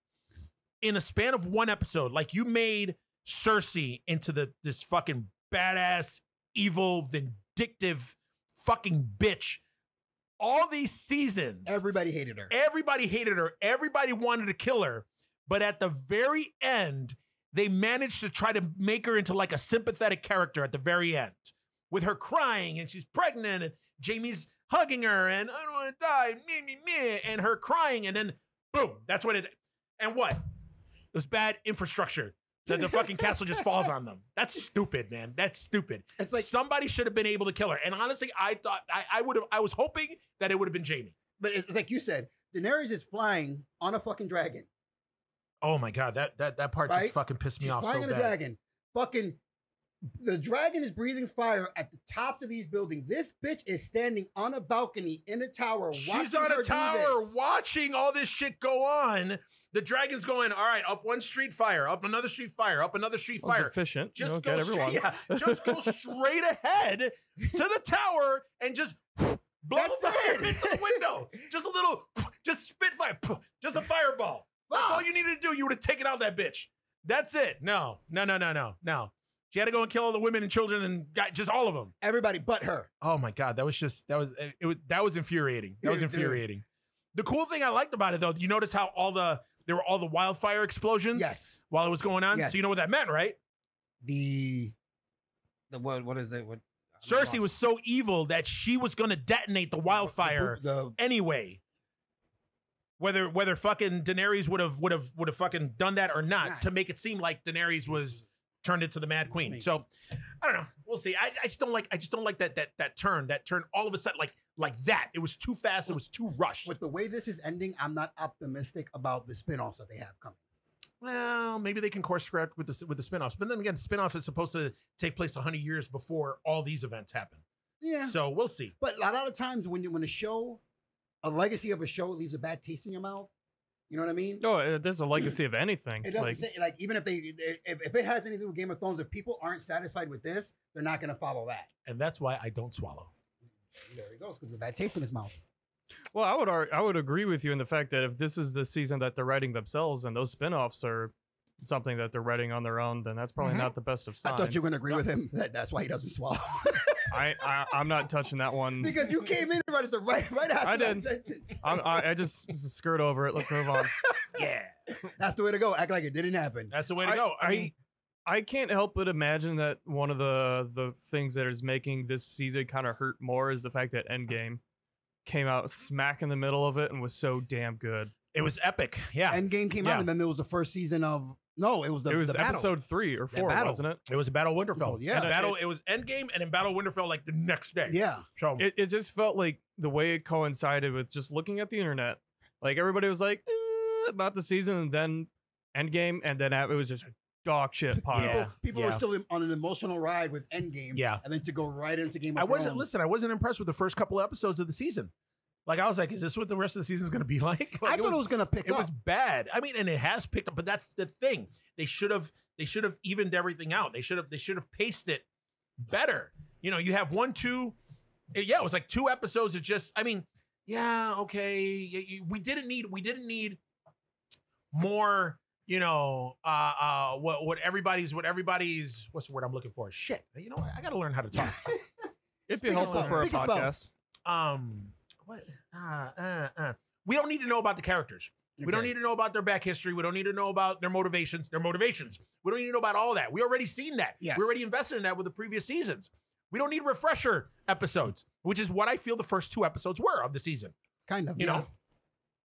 Speaker 2: in a span of one episode, like you made Cersei into the this fucking badass, evil, vindictive, fucking bitch. All these seasons,
Speaker 3: Everybody hated her.
Speaker 2: Everybody hated her. Everybody wanted to kill her. But at the very end, they managed to try to make her into like a sympathetic character at the very end with her crying and she's pregnant and Jamie's hugging her and I don't want to die, me, me, me, and her crying. And then boom, that's what it, and what? It was bad infrastructure. that the fucking castle just falls on them. That's stupid, man. That's stupid.
Speaker 3: It's
Speaker 2: It's like
Speaker 3: like,
Speaker 2: somebody should have been able to kill her. And honestly, I thought I, I would have. I was hoping that it would have been Jamie.
Speaker 3: but it's, it's like you said, Daenerys is flying on a fucking dragon.
Speaker 2: Oh my god, that that that part
Speaker 3: Right?
Speaker 2: just fucking pissed me
Speaker 3: She's
Speaker 2: off
Speaker 3: flying
Speaker 2: so
Speaker 3: on
Speaker 2: bad.
Speaker 3: a dragon. Fucking, the dragon is breathing fire at the tops of these buildings. This bitch is standing on a balcony in a tower.
Speaker 2: She's
Speaker 3: watching
Speaker 2: on
Speaker 3: her
Speaker 2: a
Speaker 3: do
Speaker 2: tower
Speaker 3: this.
Speaker 2: watching all this shit go on. The dragon's going, all right, up one street fire, up another street fire, up another street
Speaker 1: That was
Speaker 2: fire.
Speaker 1: efficient.
Speaker 2: Just
Speaker 1: you know,
Speaker 2: go
Speaker 1: got everyone.
Speaker 2: straight, yeah, just go straight ahead to the tower and just blow
Speaker 3: That's
Speaker 2: the fire
Speaker 3: it.
Speaker 2: into the window. Just a little, just spit fire, just a fireball.
Speaker 3: Ah,
Speaker 2: That's all you needed to do. You would have taken out that bitch. That's it. No, no, no, no, no, no. She had to go and kill all the women and children and got just all of them.
Speaker 3: Everybody but her.
Speaker 2: Oh my god, that was just that was it was that was infuriating. That was
Speaker 3: Dude, dude.
Speaker 2: infuriating. The cool thing I liked about it though, you notice how all the there were all the wildfire explosions
Speaker 3: Yes.
Speaker 2: while it was going on.
Speaker 3: Yes.
Speaker 2: So you know what that meant, right?
Speaker 3: The the what what is it? What I'm
Speaker 2: Cersei
Speaker 3: lost.
Speaker 2: was so evil that she was going to detonate the wildfire
Speaker 3: The, the-
Speaker 2: anyway. Whether whether fucking Daenerys would have would have would have fucking done that or not
Speaker 3: Yeah.
Speaker 2: to make it seem like Daenerys was turned into the Mad Queen.
Speaker 3: Queen.
Speaker 2: So I don't know. We'll see. I, I just don't like I just don't like that that that turn that turn all of a sudden like like that. It was too fast. It was too rushed.
Speaker 3: with the way this is ending, I'm not optimistic about the spin-offs that they have coming.
Speaker 2: Well, maybe they can course correct with the with the spinoffs. But then again, spinoff is supposed to take place hundred years before all these events happen.
Speaker 3: Yeah.
Speaker 2: So we'll see.
Speaker 3: But a lot of times when you when a show, a legacy of a show leaves a bad taste in your mouth. You know what I mean?
Speaker 1: No, uh, there's a legacy of anything.
Speaker 3: It doesn't
Speaker 1: Like,
Speaker 3: say like even if they if, if it has anything to do with Game of Thrones, if people aren't satisfied with this, they're not gonna follow that.
Speaker 2: And that's why I don't swallow.
Speaker 3: There he goes, because the bad taste in his mouth.
Speaker 1: well, I would ar- I would agree with you in the fact that if this is the season that they're writing themselves and those spin-offs are something that they're writing on their own, then that's probably
Speaker 2: Mhm.
Speaker 1: not the best of
Speaker 3: I
Speaker 1: signs.
Speaker 3: thought you were gonna agree with him that that's why he doesn't swallow.
Speaker 1: I, I I'm not touching that one.
Speaker 3: because you came in right at the right right after that
Speaker 1: did.
Speaker 3: sentence.
Speaker 1: I'm, I I just s- skirt over it. Let's move on.
Speaker 2: Yeah.
Speaker 3: That's the way to go. Act like it didn't happen.
Speaker 2: That's the way to go. I, mean,
Speaker 1: I can't help but imagine that one of the the things that is making this season kind of hurt more is the fact that Endgame came out smack in the middle of it and was so damn good.
Speaker 2: it was epic. Yeah.
Speaker 3: Endgame came out,
Speaker 2: Yeah.
Speaker 3: and then there was the first season of no, it was the
Speaker 1: it was
Speaker 3: the battle.
Speaker 1: episode three or
Speaker 3: That
Speaker 1: four,
Speaker 3: battle.
Speaker 1: wasn't it?
Speaker 2: it was a Battle of Winterfell.
Speaker 3: Yeah.
Speaker 2: And battle. It, was Endgame, and then Battle of Winterfell like the next day.
Speaker 3: Yeah,
Speaker 2: So
Speaker 1: it? It just felt like the way it coincided with just looking at the internet. Like everybody was like "Eh," about the season, and then Endgame, and then it was just a dog shit pile.
Speaker 2: Yeah.
Speaker 3: people, people were
Speaker 2: yeah.
Speaker 3: still in, on an emotional ride with Endgame.
Speaker 2: Yeah.
Speaker 3: and then to go right into Game of
Speaker 2: I wasn't.
Speaker 3: Thrones.
Speaker 2: Listen, I wasn't impressed with the first couple of episodes of the season. Like I was like, is this what the rest of the season is going to be like?
Speaker 3: I
Speaker 2: Like,
Speaker 3: thought it was gonna pick
Speaker 2: It
Speaker 3: up.
Speaker 2: was bad. I mean, and it has picked up, but that's the thing. They should have they should have evened everything out. They should have they should have paced it better. You know, you have one, two, eh, yeah, it was like two episodes of just. I mean, yeah, okay, y- y- we didn't need we didn't need more. You know, uh, uh, what what everybody's what everybody's what's the word I'm looking for? Shit, you know, what? I got to learn how to talk.
Speaker 1: It'd be
Speaker 3: Speak
Speaker 1: helpful
Speaker 2: about it.
Speaker 1: for a
Speaker 3: Speak about it.
Speaker 1: podcast.
Speaker 2: um, what? Uh, uh, uh. We don't need to know about the characters. We don't
Speaker 3: Okay.
Speaker 2: need to know about their back history. We don't need to know about their motivations. Their motivations. We don't need to know about all that. We already seen that.
Speaker 3: Yes.
Speaker 2: We already invested in that with the previous seasons. We don't need refresher episodes, which is what I feel the first two episodes were of the season.
Speaker 3: kind of.
Speaker 2: You
Speaker 3: yeah.
Speaker 2: know,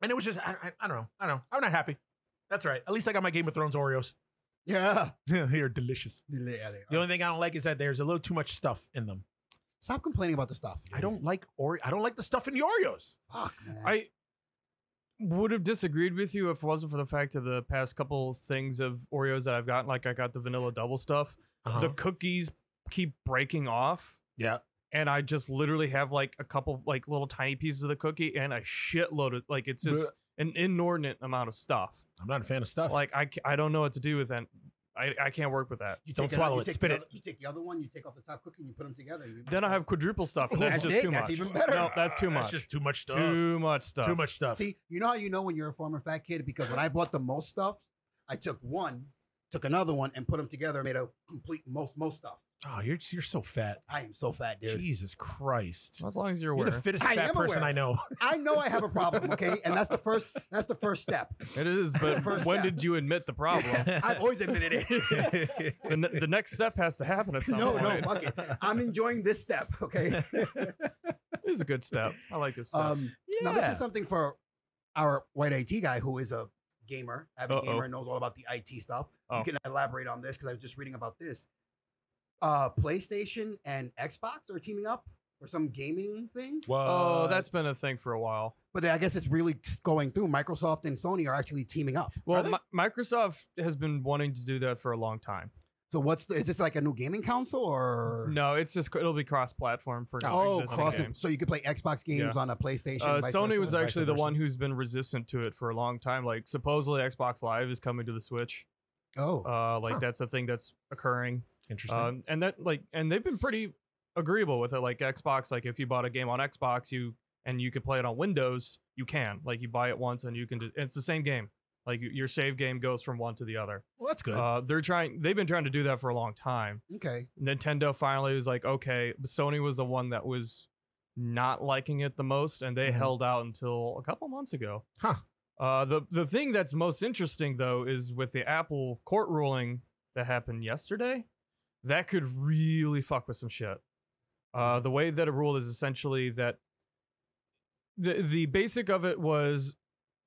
Speaker 2: and it was just I, I, I don't know. I don't know. I'm not happy. That's all right. At least I got my Game of Thrones Oreos.
Speaker 3: Yeah.
Speaker 2: they are delicious.
Speaker 3: Yeah, yeah, yeah.
Speaker 2: The only thing I don't like is that there's a little too much stuff in them.
Speaker 3: Stop complaining about the stuff.
Speaker 2: I don't like Oreo. I don't like the stuff in the Oreos.
Speaker 3: Fuck, man.
Speaker 1: I would have disagreed with you if it wasn't for the fact of the past couple things of Oreos that I've gotten. Like I got the vanilla double stuff.
Speaker 2: Uh-huh.
Speaker 1: The cookies keep breaking off,
Speaker 2: yeah.
Speaker 1: and I just literally have like a couple like little tiny pieces of the cookie and a shitload of like it's just
Speaker 2: Blech.
Speaker 1: an inordinate amount of stuff.
Speaker 2: I'm not a fan of stuff.
Speaker 1: Like I ca- I don't know what to do with that. I, I can't work with that.
Speaker 3: you
Speaker 2: don't
Speaker 3: take
Speaker 2: swallow
Speaker 3: you
Speaker 2: it,
Speaker 3: take
Speaker 2: spit
Speaker 3: the
Speaker 2: it.
Speaker 3: Other, you take the other one. You take off the top cookie and you put them together. and you-
Speaker 1: Then I have quadruple stuff. And that's,
Speaker 3: That's
Speaker 1: just
Speaker 3: it,
Speaker 1: too
Speaker 3: that's
Speaker 1: much.
Speaker 3: even better.
Speaker 1: No, that's too
Speaker 2: That's
Speaker 1: much.
Speaker 2: just too much stuff.
Speaker 1: too much stuff.
Speaker 2: Too much stuff.
Speaker 3: See, you know how you know when you're a former fat kid because when I bought the most stuff, I took one, took another one, and put them together, and made a complete most most stuff.
Speaker 2: Oh, you're you're so fat.
Speaker 3: I am so fat, dude.
Speaker 2: Jesus Christ.
Speaker 1: As long as you're
Speaker 2: You're the
Speaker 1: aware,
Speaker 2: fittest
Speaker 3: I
Speaker 2: fat
Speaker 3: am
Speaker 2: person
Speaker 3: aware.
Speaker 2: I know.
Speaker 3: I know I have a problem, okay? And that's the first that's the first step.
Speaker 1: it is. But
Speaker 3: First
Speaker 1: when
Speaker 3: step.
Speaker 1: did you admit the problem?
Speaker 3: I've always admitted it.
Speaker 1: the, ne- the next step has to happen at some
Speaker 3: No,
Speaker 1: point.
Speaker 3: no, fuck it. I'm enjoying this step, okay?
Speaker 1: This is a good step. I like this step.
Speaker 3: Um now this
Speaker 2: Yeah.
Speaker 3: is something for our white IT guy who is a gamer, avid
Speaker 1: Uh-oh.
Speaker 3: gamer, knows all about the IT stuff.
Speaker 1: Oh.
Speaker 3: You can elaborate on this because I was just reading about this. Uh, PlayStation and Xbox are teaming up for some gaming thing,
Speaker 2: Uh,
Speaker 3: uh,
Speaker 1: Oh, that's been a thing for a while.
Speaker 3: but I guess it's really going through. Microsoft and Sony are actually teaming up.
Speaker 1: Well,
Speaker 2: they?
Speaker 1: Mi- Microsoft has been wanting to do that for a long time.
Speaker 3: So what's the, is this like a new gaming console or
Speaker 1: No, it's just it'll be cross-platform for
Speaker 3: Oh,
Speaker 1: existing
Speaker 3: cross
Speaker 1: games.
Speaker 3: so you could play Xbox games
Speaker 1: Yeah.
Speaker 3: on a PlayStation.
Speaker 1: Uh,
Speaker 3: vice
Speaker 1: Sony
Speaker 3: versa?
Speaker 1: was
Speaker 2: vice
Speaker 1: actually the
Speaker 2: versa.
Speaker 1: one who's been resistant to it for a long time. Like supposedly Xbox Live is coming to the Switch.
Speaker 3: oh
Speaker 1: Uh, like
Speaker 2: Huh.
Speaker 1: that's a thing that's occurring.
Speaker 2: interesting.
Speaker 1: Um, and that like and they've been pretty agreeable with it. Like Xbox, like if you bought a game on Xbox, you and you could play it on Windows, you can. Like you buy it once and you can. Just, it's the same game. Like y- your save game goes from one to the other.
Speaker 2: well, that's good.
Speaker 1: Uh, they're trying. They've been trying to do that for a long time.
Speaker 3: okay.
Speaker 1: Nintendo finally was like, okay, but Sony was the one that was not liking it the most, and they
Speaker 2: Mhm.
Speaker 1: held out until a couple months ago.
Speaker 2: Huh.
Speaker 1: Uh, the the thing that's most interesting though is with the Apple court ruling that happened yesterday, that could really fuck with some shit. Uh, the way that it ruled is essentially that the the basic of it was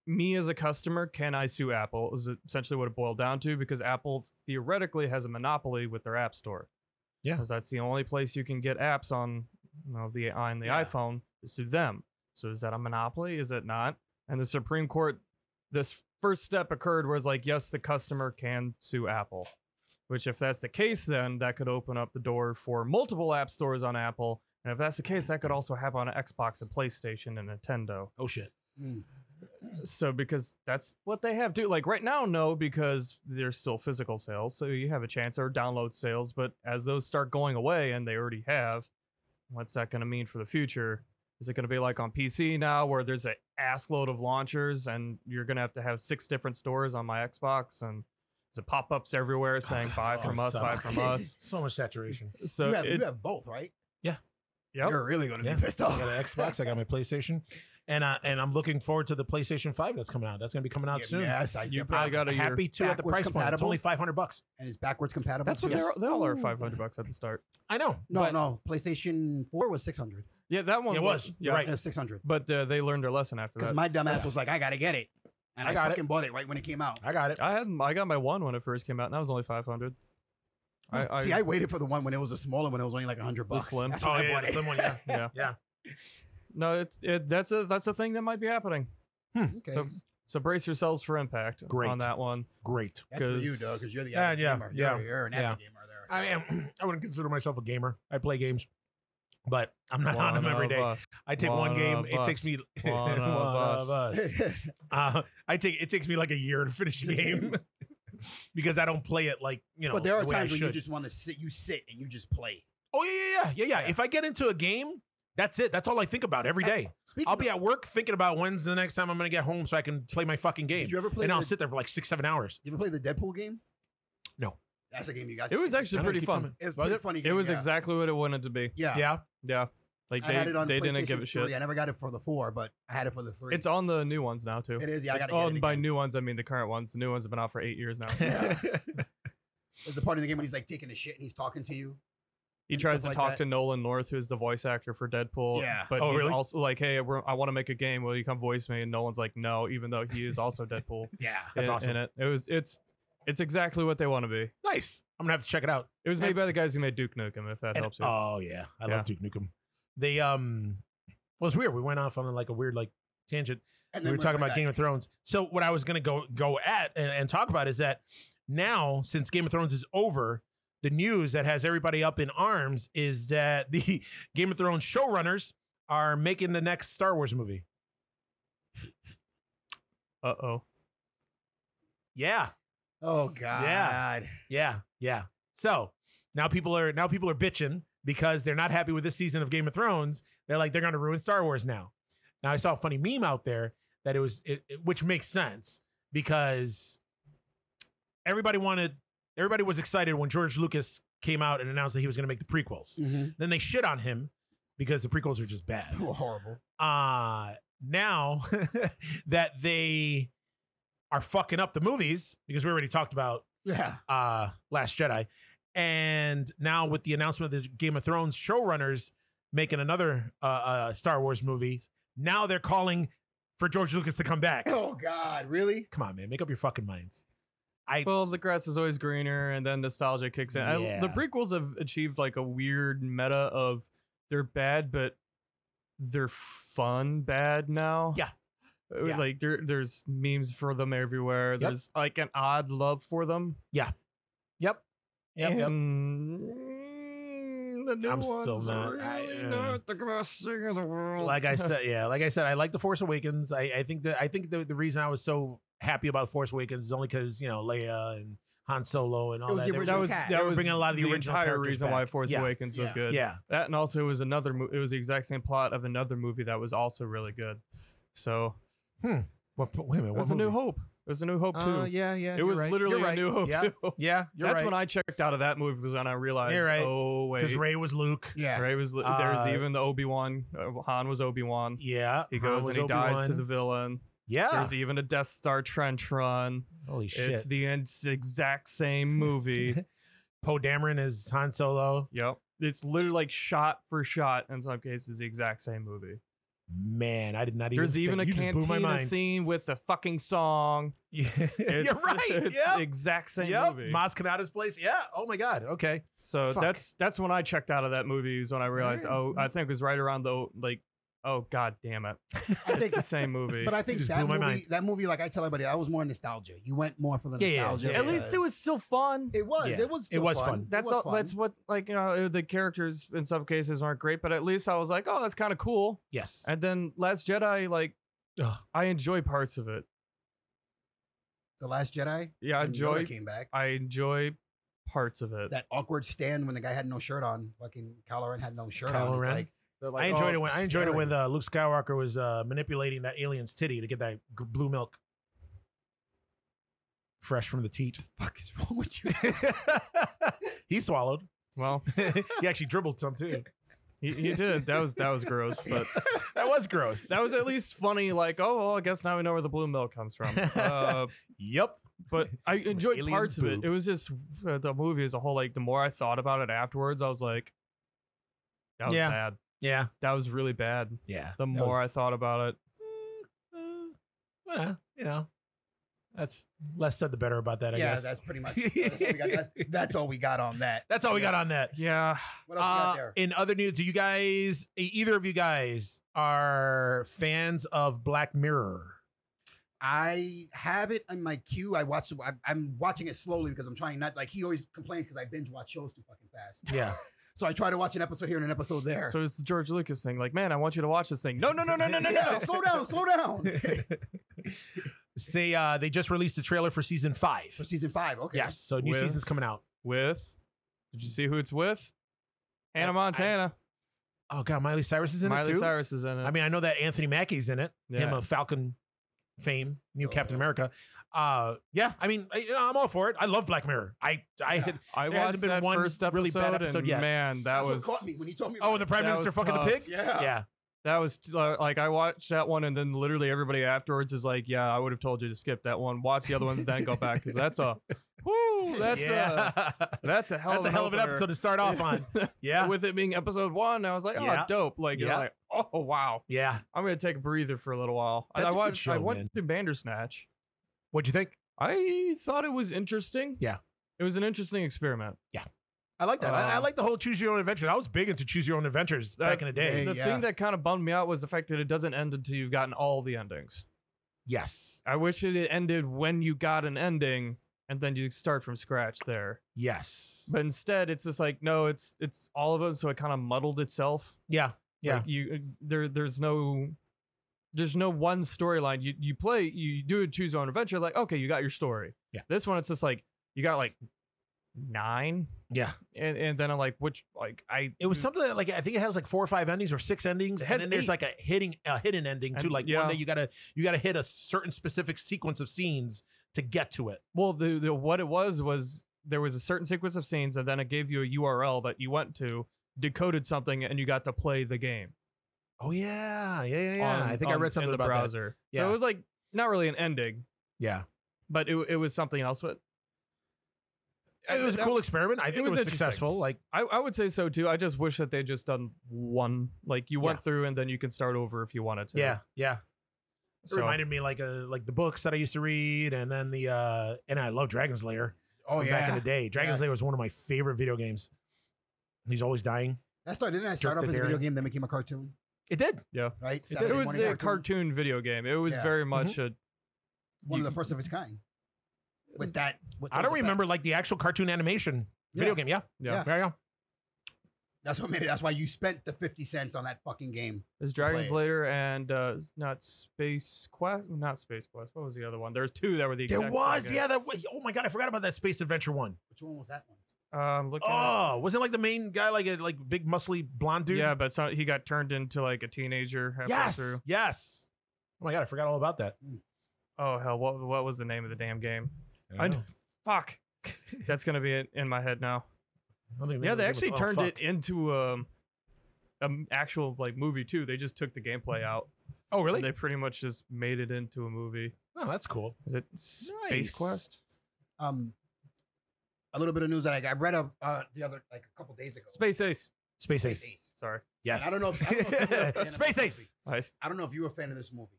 Speaker 1: me as a customer can I sue Apple is essentially what it boiled down to because Apple theoretically has a monopoly with their app store.
Speaker 2: Yeah.
Speaker 1: because that's the only place you can get apps on you know, the on the
Speaker 3: Yeah.
Speaker 1: iPhone is through them. So is that a monopoly? Is it not? And the Supreme Court, this first step occurred was like, yes, the customer can sue Apple. Which, if that's the case, then that could open up the door for multiple app stores on Apple. And if that's the case, that could also happen on Xbox and PlayStation and Nintendo.
Speaker 2: oh shit.
Speaker 1: So because that's what they have to like right now, no, because there's still physical sales, so you have a chance or download sales. But as those start going away, and they already have, what's that going to mean for the future? Is it going to be like on PC now, where there's a ass load of launchers, and you're going to have to have six different stores on my Xbox, and there's pop ups everywhere saying buy
Speaker 2: Oh,
Speaker 1: from us, buy
Speaker 2: suck.
Speaker 1: from us.
Speaker 2: So much saturation.
Speaker 1: So
Speaker 3: you, have,
Speaker 1: it,
Speaker 3: you have both, right?
Speaker 1: yep.
Speaker 3: You're really gonna
Speaker 2: Yeah.
Speaker 3: be pissed
Speaker 2: I
Speaker 3: off.
Speaker 2: got an Xbox. I got my PlayStation, and I and I'm looking forward to the PlayStation Five that's coming out. That's gonna be coming out
Speaker 3: Yeah,
Speaker 2: soon.
Speaker 3: Yes, I
Speaker 1: You
Speaker 3: definitely-
Speaker 1: probably got a year.
Speaker 2: Happy too at the
Speaker 3: Backwards
Speaker 2: price point. It's
Speaker 3: compatible?
Speaker 2: only five hundred bucks.
Speaker 3: and it's backwards compatible.
Speaker 1: That's what
Speaker 3: too?
Speaker 1: they're they all are
Speaker 3: Ooh.
Speaker 1: five hundred bucks at the start.
Speaker 2: I know.
Speaker 3: No,
Speaker 2: but-
Speaker 3: no. PlayStation 4 was 600.
Speaker 1: Yeah, that one
Speaker 2: It was,
Speaker 1: yeah.
Speaker 2: you're right.
Speaker 3: It's 600.
Speaker 1: But uh, they learned their lesson after
Speaker 3: Because
Speaker 1: that.
Speaker 3: my dumbass was like, I got to get it. And
Speaker 2: I
Speaker 3: I,
Speaker 2: got
Speaker 3: fucking bought it right when it came out.
Speaker 2: I got it.
Speaker 1: I had I got my one when it first came out, and that was only five hundred. I, I,
Speaker 3: Hmm. See, I waited for the one when it was a smaller one. It was only like 100 bucks.
Speaker 1: slim?
Speaker 3: That's when
Speaker 2: Oh
Speaker 3: I
Speaker 2: yeah,
Speaker 3: bought
Speaker 2: the
Speaker 3: it.
Speaker 2: slim one. Yeah.
Speaker 1: yeah
Speaker 2: Yeah.
Speaker 1: no it's it that's a that's a thing that might be happening.
Speaker 3: Okay.
Speaker 1: So so brace yourselves for impact
Speaker 2: Great.
Speaker 1: on that one.
Speaker 2: Great.
Speaker 3: That's for you,
Speaker 1: 'cause-
Speaker 3: though, because you're the
Speaker 2: Yeah,
Speaker 3: avid
Speaker 2: yeah,
Speaker 3: gamer. You're,
Speaker 2: yeah,
Speaker 3: you're an
Speaker 2: yeah.
Speaker 3: avid gamer there.
Speaker 2: I
Speaker 3: so.
Speaker 2: am. I wouldn't consider myself a gamer. I play games, but I'm not on them every
Speaker 1: of uh,
Speaker 2: day.
Speaker 1: us.
Speaker 2: I take one
Speaker 1: One
Speaker 2: game.
Speaker 1: of
Speaker 2: It takes
Speaker 1: us.
Speaker 2: me
Speaker 1: One of
Speaker 2: us. Uh, I take it takes me like a year to finish a game because I don't play it like you know.
Speaker 3: but there are
Speaker 2: the way I
Speaker 3: times when you
Speaker 2: should.
Speaker 3: just want to sit, you sit and you just play.
Speaker 2: Oh yeah, yeah, yeah, yeah, yeah. If I get into a game, that's it. That's all I think about every day.
Speaker 3: Speaking
Speaker 2: I'll be at work thinking about when's the next time I'm gonna get home so I can play my fucking
Speaker 3: of,
Speaker 2: game.
Speaker 3: did you ever play?
Speaker 2: And
Speaker 3: The,
Speaker 2: I'll sit there for like six, seven hours.
Speaker 3: you ever play the Deadpool game?
Speaker 2: No.
Speaker 3: That's a game you guys.
Speaker 1: It was
Speaker 2: I
Speaker 1: actually
Speaker 2: don't
Speaker 1: pretty
Speaker 2: keep
Speaker 1: fun.
Speaker 2: coming.
Speaker 3: It was
Speaker 2: Was
Speaker 3: pretty
Speaker 2: it?
Speaker 3: funny.
Speaker 1: It
Speaker 3: game,
Speaker 1: was
Speaker 3: yeah.
Speaker 1: exactly what it wanted to be.
Speaker 3: Yeah.
Speaker 2: Yeah.
Speaker 1: Yeah, like
Speaker 3: I had
Speaker 1: they
Speaker 3: it on
Speaker 1: they didn't give
Speaker 3: PlayStation
Speaker 1: a shit.
Speaker 3: 3. I never got it for the four, but I had it for the three.
Speaker 1: It's on the new ones now too.
Speaker 3: It is. Yeah, I
Speaker 1: Like,
Speaker 3: got to
Speaker 1: oh,
Speaker 3: get
Speaker 1: and
Speaker 3: it.
Speaker 1: by
Speaker 3: again.
Speaker 1: new ones I mean the current ones. The new ones have been out for eight years now.
Speaker 3: Yeah. There's a part in the game when he's like taking a shit and he's talking to you.
Speaker 1: He
Speaker 3: and
Speaker 1: tries to
Speaker 3: stuff like
Speaker 1: talk
Speaker 3: that.
Speaker 1: to Nolan North, who's the voice actor for Deadpool.
Speaker 3: Yeah.
Speaker 1: But
Speaker 2: Oh,
Speaker 1: he's
Speaker 2: really?
Speaker 1: also like, hey, we're, I want to make a game. Will you come voice me? And Nolan's like, no, even though he is also Deadpool.
Speaker 2: Yeah. That's
Speaker 1: in,
Speaker 2: awesome.
Speaker 1: In it. it was it's it's exactly what they want to be.
Speaker 2: Nice. I'm gonna have to check it out.
Speaker 1: It was made
Speaker 2: And-
Speaker 1: by the guys who made Duke Nukem, if that
Speaker 2: And-
Speaker 1: helps you.
Speaker 2: oh yeah, I
Speaker 1: Yeah.
Speaker 2: love Duke Nukem. They um, well, it's weird. We went off on like a weird like tangent.
Speaker 3: And
Speaker 2: we were
Speaker 3: went
Speaker 2: talking
Speaker 3: right
Speaker 2: about
Speaker 3: back.
Speaker 2: Game of Thrones. So what I was gonna go go at and, and talk about is that now since Game of Thrones is over, the news that has everybody up in arms is that the Game of Thrones showrunners are making the next Star Wars movie.
Speaker 1: Uh oh.
Speaker 2: Yeah,
Speaker 3: Oh God.
Speaker 2: yeah, yeah. So now people are now people are bitching because they're not happy with this season of Game of Thrones. They're like they're gonna ruin Star Wars now. Now I saw a funny meme out there that it was it, it- which makes sense because everybody wanted everybody was excited when George Lucas came out and announced that he was gonna make the prequels.
Speaker 3: Mhm.
Speaker 2: Then they shit on him because the prequels are just bad
Speaker 3: You were horrible.
Speaker 2: uh now that they are fucking up the movies because we already talked about
Speaker 3: Yeah.
Speaker 2: uh Last Jedi and now with the announcement of the Game of Thrones showrunners making another uh, uh Star Wars movie now they're calling for George Lucas to come back.
Speaker 3: Oh God, really?
Speaker 2: Come on, man, make up your fucking minds. I
Speaker 1: Well, the grass is always greener, and then nostalgia kicks in. I, the
Speaker 2: Yeah.
Speaker 1: prequels have achieved like a weird meta of they're bad, but they're fun bad now.
Speaker 2: Yeah.
Speaker 1: Uh,
Speaker 2: Yeah.
Speaker 1: Like there, there's memes for them everywhere. There's like an odd love for them.
Speaker 2: yep, yep, yep.
Speaker 1: and mm, The new
Speaker 2: I'm still
Speaker 1: ones
Speaker 2: not-
Speaker 1: are
Speaker 2: I,
Speaker 1: really
Speaker 2: uh,
Speaker 1: not the best thing in the world.
Speaker 2: Like I said, yeah, like I said, I like the Force Awakens. I, I think that I think the, the reason I was so happy about Force Awakens is only because you know Leia and Han Solo and all
Speaker 3: It was
Speaker 2: that.
Speaker 3: the
Speaker 2: They were-
Speaker 1: that was
Speaker 3: cat.
Speaker 1: that
Speaker 2: They were
Speaker 1: was
Speaker 2: bringing a lot of the original
Speaker 1: entire
Speaker 2: characters
Speaker 1: reason
Speaker 2: back.
Speaker 1: why Force
Speaker 2: Yeah.
Speaker 1: Awakens was
Speaker 4: Yeah.
Speaker 1: good.
Speaker 2: yeah,
Speaker 1: That and also it was another mo- it was the exact same plot of another movie that was also really good. So
Speaker 2: What, wait a minute,
Speaker 1: it
Speaker 2: what
Speaker 1: was a new
Speaker 2: movie?
Speaker 1: hope. It was a new hope too.
Speaker 2: Uh, yeah, yeah.
Speaker 1: it was literally a new hope
Speaker 2: Yeah,
Speaker 1: too.
Speaker 2: yeah you're
Speaker 1: That's
Speaker 2: right.
Speaker 1: when I checked out of that movie was when I realized
Speaker 2: You're right.
Speaker 1: oh wait.
Speaker 2: because Ray was Luke.
Speaker 4: Yeah.
Speaker 1: Ray was li- there was
Speaker 2: Uh,
Speaker 1: even the Obi-Wan uh, Han was Obi-Wan.
Speaker 2: Yeah,
Speaker 1: He
Speaker 2: Han
Speaker 1: goes
Speaker 2: was
Speaker 1: and he dies to
Speaker 2: Obi-Wan.
Speaker 1: the villain.
Speaker 2: Yeah,
Speaker 1: There's even a Death Star trench run.
Speaker 2: holy
Speaker 1: It's
Speaker 2: shit.
Speaker 1: the en- exact same movie.
Speaker 2: Poe Dameron is Han Solo.
Speaker 1: yep. It's literally like shot for shot in some cases the exact same movie.
Speaker 2: Man, I did not even.
Speaker 1: There's even
Speaker 2: think-
Speaker 1: a
Speaker 2: you just blew my
Speaker 1: cantina
Speaker 2: mind.
Speaker 1: scene with the fucking song.
Speaker 2: Yeah.
Speaker 1: It's,
Speaker 2: You're right.
Speaker 1: It's
Speaker 2: Yeah.
Speaker 1: the exact same
Speaker 2: Yep.
Speaker 1: movie.
Speaker 2: Maz Kanata's place. Yeah. Oh my God. Okay.
Speaker 1: so
Speaker 2: Fuck.
Speaker 1: that's that's when I checked out of that movie is when I realized, oh, I think it was right around the like, oh god damn it.
Speaker 3: I
Speaker 1: It's
Speaker 3: think,
Speaker 1: the same movie.
Speaker 3: but I think
Speaker 2: just
Speaker 3: that
Speaker 2: blew my
Speaker 3: movie,
Speaker 2: mind.
Speaker 3: that movie, like I tell everybody, I was more nostalgia. You went more for the
Speaker 2: Yeah, yeah,
Speaker 3: nostalgia.
Speaker 2: yeah.
Speaker 1: At least it was still fun.
Speaker 3: It was.
Speaker 2: Yeah.
Speaker 3: It was.
Speaker 2: It
Speaker 3: still
Speaker 2: was
Speaker 3: fun.
Speaker 2: fun.
Speaker 3: It
Speaker 1: that's
Speaker 3: was
Speaker 1: all
Speaker 3: fun.
Speaker 1: that's what like, you know, the characters in some cases aren't great, but at least I was like, oh, that's kind of cool.
Speaker 2: Yes.
Speaker 1: And then Last Jedi, like
Speaker 2: Ugh.
Speaker 1: I enjoy parts of it.
Speaker 3: the Last Jedi.
Speaker 1: Yeah, I
Speaker 3: when Yoda
Speaker 1: enjoy
Speaker 3: came back.
Speaker 1: I enjoy parts of it.
Speaker 3: That awkward stand when the guy had no shirt on. Fucking Kylo Ren had no shirt
Speaker 2: Kylo
Speaker 3: on. It's
Speaker 2: Ren?
Speaker 3: like- they're like,
Speaker 2: I enjoyed
Speaker 3: oh,
Speaker 2: it when I enjoyed it
Speaker 3: staring.
Speaker 2: when uh, Luke Skywalker was uh, manipulating that alien's titty to get that g- blue milk fresh from the teat.
Speaker 3: fuck is wrong with you?
Speaker 2: he swallowed.
Speaker 1: Well,
Speaker 2: he actually dribbled some too.
Speaker 1: he, he did. That was that was gross, but
Speaker 2: That was gross.
Speaker 1: that was at least funny. Like, oh, well, I guess now we know where the blue milk comes from. Uh,
Speaker 2: yep.
Speaker 1: but I enjoyed
Speaker 2: Alien
Speaker 1: parts of
Speaker 2: boob.
Speaker 1: it. It was just uh, the movie as a whole. Like, the more I thought about it afterwards, I was like, that was
Speaker 2: Yeah.
Speaker 1: bad.
Speaker 2: Yeah.
Speaker 1: That was really bad.
Speaker 2: Yeah.
Speaker 1: The more I thought about it,
Speaker 2: I thought, Mm, uh, well, you know, that's less said the better about that. I
Speaker 3: yeah,
Speaker 2: guess
Speaker 3: that's pretty much. That's all, we got. That's, that's all we got on that.
Speaker 2: that's all we got on that.
Speaker 1: yeah,
Speaker 3: What else we got
Speaker 2: Uh,
Speaker 3: there?
Speaker 2: in other news, do you guys, e- either of you guys, are fans of Black Mirror?
Speaker 3: I have it on my queue. I watch. I, I'm watching it slowly because I'm trying not. Like he always complains because I binge watch shows too fucking fast.
Speaker 2: Yeah.
Speaker 3: So I try to watch an episode here and an episode there.
Speaker 1: so it's the George Lucas thing. Like, man, I want you to watch this thing. No, no, no, no, no, no,
Speaker 3: Yeah,
Speaker 1: no.
Speaker 3: slow down, slow down.
Speaker 2: Say uh, they just released the trailer for season five.
Speaker 3: For season five, okay.
Speaker 2: Yes, so new
Speaker 1: With-
Speaker 2: season's coming out.
Speaker 1: With, did you see who it's with?
Speaker 2: I- I-
Speaker 1: Hannah Montana.
Speaker 2: Oh god, Miley Cyrus is in
Speaker 1: Miley
Speaker 2: it too.
Speaker 1: Cyrus is in it.
Speaker 2: I mean, I know that Anthony Mackie's in it. Him
Speaker 1: Uh-huh. Yeah.
Speaker 2: of Falcon fame, new
Speaker 3: Oh,
Speaker 2: Captain
Speaker 3: yeah.
Speaker 2: America. Uh, yeah, I mean, I, you know, I'm all for it. I love Black Mirror. I, I,
Speaker 3: Yeah.
Speaker 1: I
Speaker 2: There hasn't
Speaker 1: watched
Speaker 2: been
Speaker 1: that
Speaker 2: one
Speaker 1: first episode,
Speaker 2: really bad episode
Speaker 1: and
Speaker 2: yet.
Speaker 1: man, that
Speaker 3: That's
Speaker 1: was
Speaker 3: what caught me when he told me.
Speaker 2: oh, and
Speaker 3: about
Speaker 2: the
Speaker 3: it.
Speaker 2: prime
Speaker 1: That
Speaker 2: minister
Speaker 1: was
Speaker 2: fucking
Speaker 1: tough.
Speaker 2: the pig.
Speaker 3: yeah.
Speaker 2: Yeah,
Speaker 1: that was uh, like I watched that one, and then literally everybody afterwards is like, "Yeah, I would have told you to skip that one, watch the other one, then go back because that's a, whoo, that's a, that's a hell,
Speaker 2: that's
Speaker 1: of,
Speaker 2: a
Speaker 1: an
Speaker 2: hell of an
Speaker 1: opener.
Speaker 2: episode to start off on. Yeah,
Speaker 1: With it being episode one, I was like, "Oh,
Speaker 2: Yeah.
Speaker 1: dope!" Like, you're
Speaker 2: Yeah.
Speaker 1: like, "Oh, wow."
Speaker 2: yeah.
Speaker 1: I'm gonna take a breather for a little while. And
Speaker 2: That's a
Speaker 1: I
Speaker 2: good
Speaker 1: watched. I
Speaker 2: show,
Speaker 1: went
Speaker 2: man.
Speaker 1: through Bandersnatch.
Speaker 2: What'd you think?
Speaker 1: I thought it was interesting.
Speaker 2: Yeah.
Speaker 1: it was an interesting experiment.
Speaker 2: I like that. I, I
Speaker 1: Uh,
Speaker 2: like the whole choose your own adventure. I was big into choose your own adventures
Speaker 1: That-
Speaker 2: back in the day.
Speaker 3: Hey,
Speaker 1: the
Speaker 3: yeah.
Speaker 1: thing that kind of bummed me out was the fact that it doesn't end until you've gotten all the endings.
Speaker 2: Yes,
Speaker 1: I wish it had ended when you got an ending and then you start from scratch there.
Speaker 2: yes,
Speaker 1: But instead, it's just like no, it's it's all of them, so it kind of muddled itself.
Speaker 2: yeah, yeah.
Speaker 1: Like, you uh, there there's no there's no one storyline. You you play you do a choose your own adventure. Like okay, you got your story.
Speaker 2: Yeah.
Speaker 1: This one, it's just like you got like nine,
Speaker 2: yeah.
Speaker 1: and and then I'm like which like I
Speaker 2: It was something that, like I think it has like four or five endings or six endings,
Speaker 1: Mm. It
Speaker 2: and
Speaker 1: has
Speaker 2: then there's
Speaker 1: eight.
Speaker 2: like a hitting a hidden ending too,
Speaker 1: And-
Speaker 2: like one
Speaker 1: yeah.
Speaker 2: that you gotta you gotta hit a certain specific sequence of scenes to get to it.
Speaker 1: Well, the, the what it was was there was a certain sequence of scenes, and then it gave you a URL that you went to, decoded something, and you got to play the game.
Speaker 2: Oh yeah, yeah, yeah, yeah.
Speaker 1: on-
Speaker 2: I think I
Speaker 1: on-
Speaker 2: read
Speaker 1: in
Speaker 2: something
Speaker 1: the
Speaker 2: about that.
Speaker 1: browser. So
Speaker 2: Yeah.
Speaker 1: it was like not really an ending,
Speaker 2: Yeah,
Speaker 1: but it, it was something else. But
Speaker 2: it was a
Speaker 1: that-
Speaker 2: cool experiment. I
Speaker 1: it
Speaker 2: think it
Speaker 1: was
Speaker 2: was,
Speaker 1: interesting.
Speaker 2: successful. Like
Speaker 1: I, I would say so too. I just wish that they just done one. Like you went
Speaker 2: Yeah.
Speaker 1: through, and then you can start over if you wanted to.
Speaker 2: yeah, yeah. It reminded me like uh like the books that I used to read, and then the uh and I love Dragon's Lair.
Speaker 4: Oh
Speaker 2: from
Speaker 4: yeah.
Speaker 2: back in the day, Dragon's
Speaker 4: Yes.
Speaker 2: Lair was one of my favorite video games. He's always dying.
Speaker 3: That started, didn't that
Speaker 2: Jerk
Speaker 3: start off
Speaker 2: the
Speaker 3: as a video
Speaker 2: Darien.
Speaker 3: game, then became a cartoon,
Speaker 2: It did.
Speaker 3: right?
Speaker 2: did.
Speaker 1: it
Speaker 3: Saturday
Speaker 1: was a
Speaker 3: morning
Speaker 1: cartoon. video game. It was
Speaker 3: Yeah.
Speaker 2: Mm-hmm.
Speaker 1: very much a
Speaker 3: One of the first of its kind. With that, with
Speaker 2: I
Speaker 3: those
Speaker 2: don't remember
Speaker 3: effects.
Speaker 2: like the actual cartoon animation video
Speaker 3: Yeah.
Speaker 2: game. Yeah.
Speaker 1: Yeah.
Speaker 2: Yeah. yeah.
Speaker 3: That's what made it. That's why you spent the fifty cents on that fucking game.
Speaker 1: There's Dragon's
Speaker 3: play it.
Speaker 1: Lair and uh, s- not Space Quest, not Space Quest. What was the other one? There's two that were the.
Speaker 2: There
Speaker 1: exact
Speaker 2: was.
Speaker 1: same
Speaker 2: Yeah. That. wa- Oh my god, I forgot about that Space Adventure one.
Speaker 3: Which one was that one?
Speaker 1: game. Um, look.
Speaker 2: Oh, wasn't like the main guy like a like big muscly blonde dude?
Speaker 1: Yeah, but so, he got turned into like a teenager halfway
Speaker 2: Yes.
Speaker 1: through.
Speaker 2: Yes. Oh my god, I forgot all about that.
Speaker 1: Oh hell, what what was the name of the damn game?
Speaker 2: I
Speaker 1: I
Speaker 2: don't know.
Speaker 1: Fuck. That's gonna be in, in my head now.
Speaker 2: I don't think
Speaker 1: Yeah, they
Speaker 2: name of
Speaker 1: actually
Speaker 2: the game was- oh,
Speaker 1: turned
Speaker 2: fuck.
Speaker 1: it into um, an actual like movie too. They just took the gameplay out.
Speaker 2: Oh really?
Speaker 1: They pretty much just made it into a movie.
Speaker 2: oh, that's cool.
Speaker 1: Is it
Speaker 2: Nice.
Speaker 1: Space Quest?
Speaker 3: Um, a little bit of news that I, got- I read of uh, the other like a couple days ago.
Speaker 1: Space Ace.
Speaker 2: Space
Speaker 3: Space
Speaker 2: Ace.
Speaker 3: Ace.
Speaker 1: Sorry.
Speaker 2: Yes.
Speaker 3: I don't know. If, I don't know if you're a fan of
Speaker 2: Space
Speaker 3: this
Speaker 2: Ace.
Speaker 3: movie.
Speaker 1: I,
Speaker 3: I don't know if you were a fan of this movie.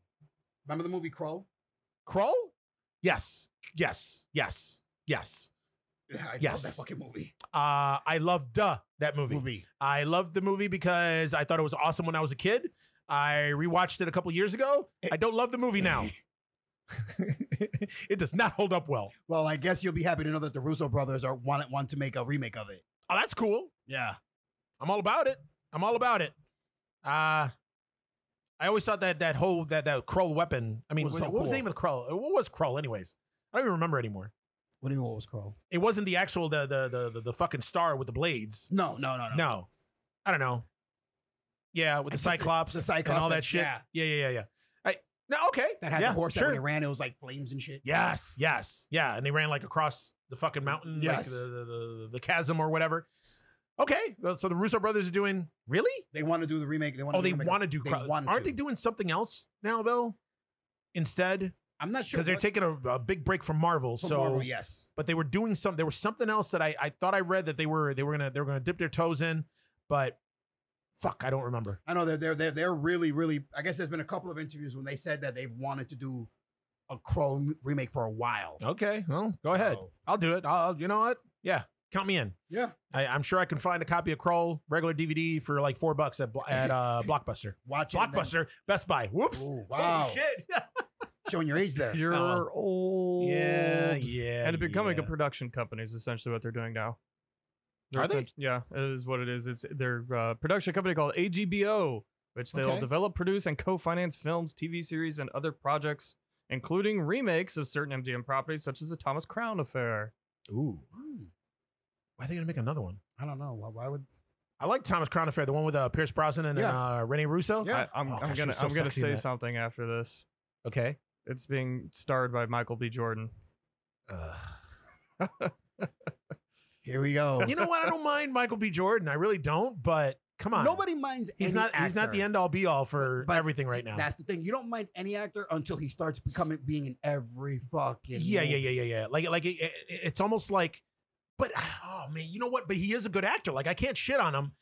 Speaker 3: Remember the movie Crow?
Speaker 2: Crawl? Yes. Yes. Yes. Yes.
Speaker 3: Yeah, I
Speaker 2: Yes.
Speaker 3: love that fucking movie.
Speaker 2: Uh, I loved uh, that movie.
Speaker 3: Movie.
Speaker 2: I loved the movie because I thought it was awesome when I was a kid. I rewatched it a couple years ago. I don't love the movie now. it does not hold up well.
Speaker 3: Well, I guess you'll be happy to know that the Russo brothers are want want to make a remake of it.
Speaker 2: Oh, that's cool.
Speaker 3: Yeah.
Speaker 2: I'm all about it. I'm all about it. Uh I always thought that that whole that that Krull weapon. I mean,
Speaker 3: Was
Speaker 2: what,
Speaker 3: so
Speaker 2: what was the
Speaker 3: cool.
Speaker 2: name of the Krull? What was Krull, anyways? I don't even remember anymore.
Speaker 3: What do you mean? What was Crow?
Speaker 2: It wasn't the actual the the the the, the fucking star with the blades.
Speaker 3: No, no, no, no.
Speaker 2: No, I don't know. Yeah, with the
Speaker 3: It's just the-
Speaker 2: Cyclops,
Speaker 3: the
Speaker 2: and all
Speaker 3: Cyclops,
Speaker 2: that shit.
Speaker 3: yeah.
Speaker 2: yeah, yeah, yeah. yeah. I, no, okay.
Speaker 3: That had
Speaker 2: yeah,
Speaker 3: the horse
Speaker 2: sure.
Speaker 3: that when it ran, it was like flames and shit.
Speaker 2: Yes, yes, yeah. And they ran like across the fucking mountain, like
Speaker 3: Yes.
Speaker 2: the, the, the, the chasm or whatever. Okay, well, so the Russo brothers are doing really?
Speaker 3: They want to do the remake. They want.
Speaker 2: oh, they
Speaker 3: remake of-
Speaker 2: want to do.
Speaker 3: they
Speaker 2: Cro-
Speaker 3: want
Speaker 2: aren't
Speaker 3: to.
Speaker 2: they doing something else now though? Instead,
Speaker 3: I'm not sure
Speaker 2: because they're
Speaker 3: what-
Speaker 2: taking a, a big break from Marvel,
Speaker 3: from
Speaker 2: so
Speaker 3: Marvel, yes,
Speaker 2: but they were doing some. There was something else that I, I thought I read that they were they were gonna they were gonna dip their toes in, but fuck, I don't remember.
Speaker 3: I know they're they're they're they're really really. I guess there's been a couple of interviews when they said that they've wanted to do a Crow m- remake for a while.
Speaker 2: Okay, well, go ahead.
Speaker 3: So,
Speaker 2: I'll do it. I'll you know what? Yeah, count me in.
Speaker 3: Yeah.
Speaker 2: I, I'm sure I can find a copy of Crawl regular DVD for like four bucks at Blo- at uh, Blockbuster.
Speaker 3: watch it and then-
Speaker 2: Blockbuster, Best Buy. Whoops. Holy
Speaker 3: Ooh, wow,
Speaker 2: shit.
Speaker 3: showing your age there.
Speaker 1: You're
Speaker 2: well.
Speaker 1: old.
Speaker 2: Oh. yeah, yeah.
Speaker 1: and it becoming
Speaker 2: yeah.
Speaker 1: a production company is essentially what they're doing now. They're
Speaker 2: Are they?
Speaker 1: essen- Yeah, it is what it is. It's their uh, production company called AGBO, which they'll
Speaker 2: Okay.
Speaker 1: develop, produce, and co-finance films, TV series, and other projects, including remakes of certain MGM properties, such as the Thomas Crown Affair.
Speaker 2: Ooh,
Speaker 3: Hmm,
Speaker 2: why are they gonna make another one?
Speaker 3: I don't know. Why, why would?
Speaker 2: I like Thomas Crown Affair, the one with uh, Pierce Brosnan and
Speaker 3: Yeah.
Speaker 2: uh, Rene Russo.
Speaker 3: Yeah.
Speaker 1: I, am
Speaker 2: Oh,
Speaker 1: I'm
Speaker 2: gosh, she
Speaker 1: gonna
Speaker 2: was so
Speaker 1: I'm gonna
Speaker 2: sexy in
Speaker 1: say
Speaker 2: that.
Speaker 1: something after this.
Speaker 2: Okay.
Speaker 1: It's being starred by Michael B. Jordan.
Speaker 2: Uh,
Speaker 3: Here we go.
Speaker 2: you know what? I don't mind Michael B. Jordan. I really don't. But come on,
Speaker 3: Nobody minds.
Speaker 2: He's
Speaker 3: any
Speaker 2: not. He's not
Speaker 3: actor.
Speaker 2: the end all be all for
Speaker 3: But-
Speaker 2: everything right now.
Speaker 3: That's the thing. You don't mind any actor until he starts becoming being in every fucking.
Speaker 2: Yeah, yeah,
Speaker 3: movie.
Speaker 2: yeah, yeah, yeah. Like, like it, it, it's almost like. But oh man, you know what? But he is a good actor. Like I can't shit on him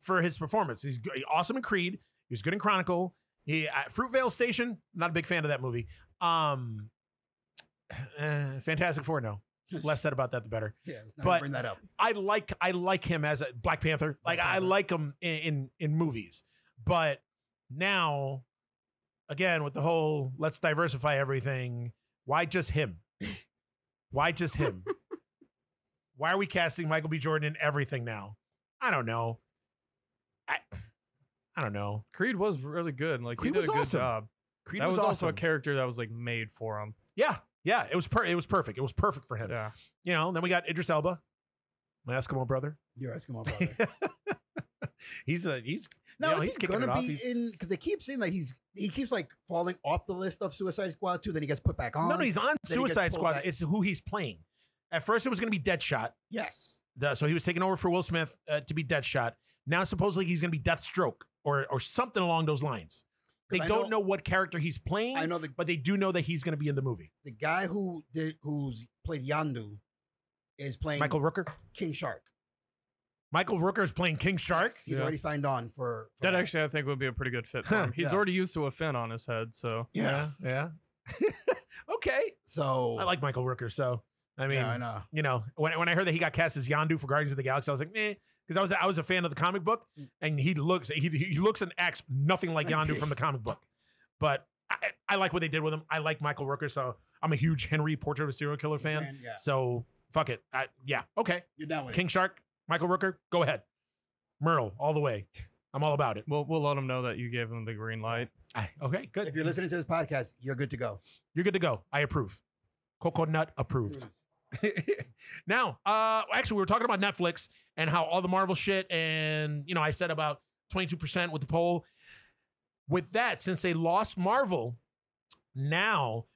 Speaker 2: for his performance. He's g- awesome in Creed. He was good in Chronicle. He uh, Fruitvale Station. Not a big fan of that movie. Um, eh, Fantastic Four. No, less said about that, the better.
Speaker 3: Yeah, let's not
Speaker 2: But-
Speaker 3: bring that up.
Speaker 2: I like I like him as a Black Panther. Like
Speaker 3: Black
Speaker 2: I
Speaker 3: Panther.
Speaker 2: like him in, in in movies, but now again with the whole let's diversify everything. Why just him? Why just him? Why are we casting Michael B. Jordan in everything now? I don't know. I I don't know.
Speaker 1: Creed was really good. Like
Speaker 2: Creed
Speaker 1: he
Speaker 2: was
Speaker 1: did a good
Speaker 2: awesome.
Speaker 1: job.
Speaker 2: Creed
Speaker 1: that was, also a
Speaker 2: awesome.
Speaker 1: character that was like made for him.
Speaker 2: yeah yeah. It was per- it was perfect. It was perfect for him.
Speaker 1: Yeah.
Speaker 2: You know. Then we got Idris Elba, my Eskimo brother.
Speaker 3: You're asking my brother.
Speaker 2: he's a he's
Speaker 3: Now
Speaker 2: you know,
Speaker 3: is
Speaker 2: he's
Speaker 3: he
Speaker 2: kicking it
Speaker 3: gonna
Speaker 2: off.
Speaker 3: be
Speaker 2: He's-
Speaker 3: in? Because they keep saying that he's he keeps like falling off the list of Suicide Squad too. Then he gets put back on.
Speaker 2: No, no, he's on
Speaker 3: Then he gets
Speaker 2: Suicide
Speaker 3: pulled
Speaker 2: Squad.
Speaker 3: back.
Speaker 2: It's who he's playing. At first, it was going to be Deadshot.
Speaker 3: yes.
Speaker 2: The- so he was taking over for Will Smith uh, to be Deadshot. Now, supposedly, he's going to be Deathstroke or or something along those lines. They
Speaker 3: 'Cause I
Speaker 2: don't know, what character he's playing,
Speaker 3: I know the
Speaker 2: but they do know that he's going to be in the movie.
Speaker 3: the guy who did who's played Yandu is playing
Speaker 2: Michael Rooker,
Speaker 3: King Shark.
Speaker 2: Michael Rooker is playing King Shark.
Speaker 3: He's
Speaker 1: Yeah.
Speaker 3: already signed on for, for
Speaker 1: That actually, I think, would be a pretty good fit for him. He's
Speaker 3: Yeah.
Speaker 1: already used to a fin on his head, so
Speaker 2: Yeah, yeah. okay,
Speaker 3: So
Speaker 2: I like Michael Rooker. So I mean,
Speaker 3: yeah, I know.
Speaker 2: you know, when, when I heard that he got cast as Yondu for Guardians of the Galaxy, I was like, eh, because I was I was a fan of the comic book,
Speaker 3: Mm.
Speaker 2: and he looks he, he looks and acts nothing like Yondu from the comic book, but I, I like what they did with him. I like Michael Rooker, so I'm a huge Henry Portrait of a Serial Killer fan.
Speaker 3: Man, yeah,
Speaker 2: So fuck it, I, yeah, okay,
Speaker 3: you're down with it.
Speaker 2: King Shark, Michael Rooker, go ahead, Merle, all the way. I'm all about
Speaker 3: Mm.
Speaker 2: it.
Speaker 1: we'll we'll let him know that you gave him the green light.
Speaker 2: I- okay, good.
Speaker 3: If you're listening to this podcast, you're good to go.
Speaker 2: You're good to go. I approve. Coconut approved. now, uh, actually, we were talking about Netflix and how all the Marvel shit, and you know, I said about 22% with the poll. With that, since they lost Marvel, now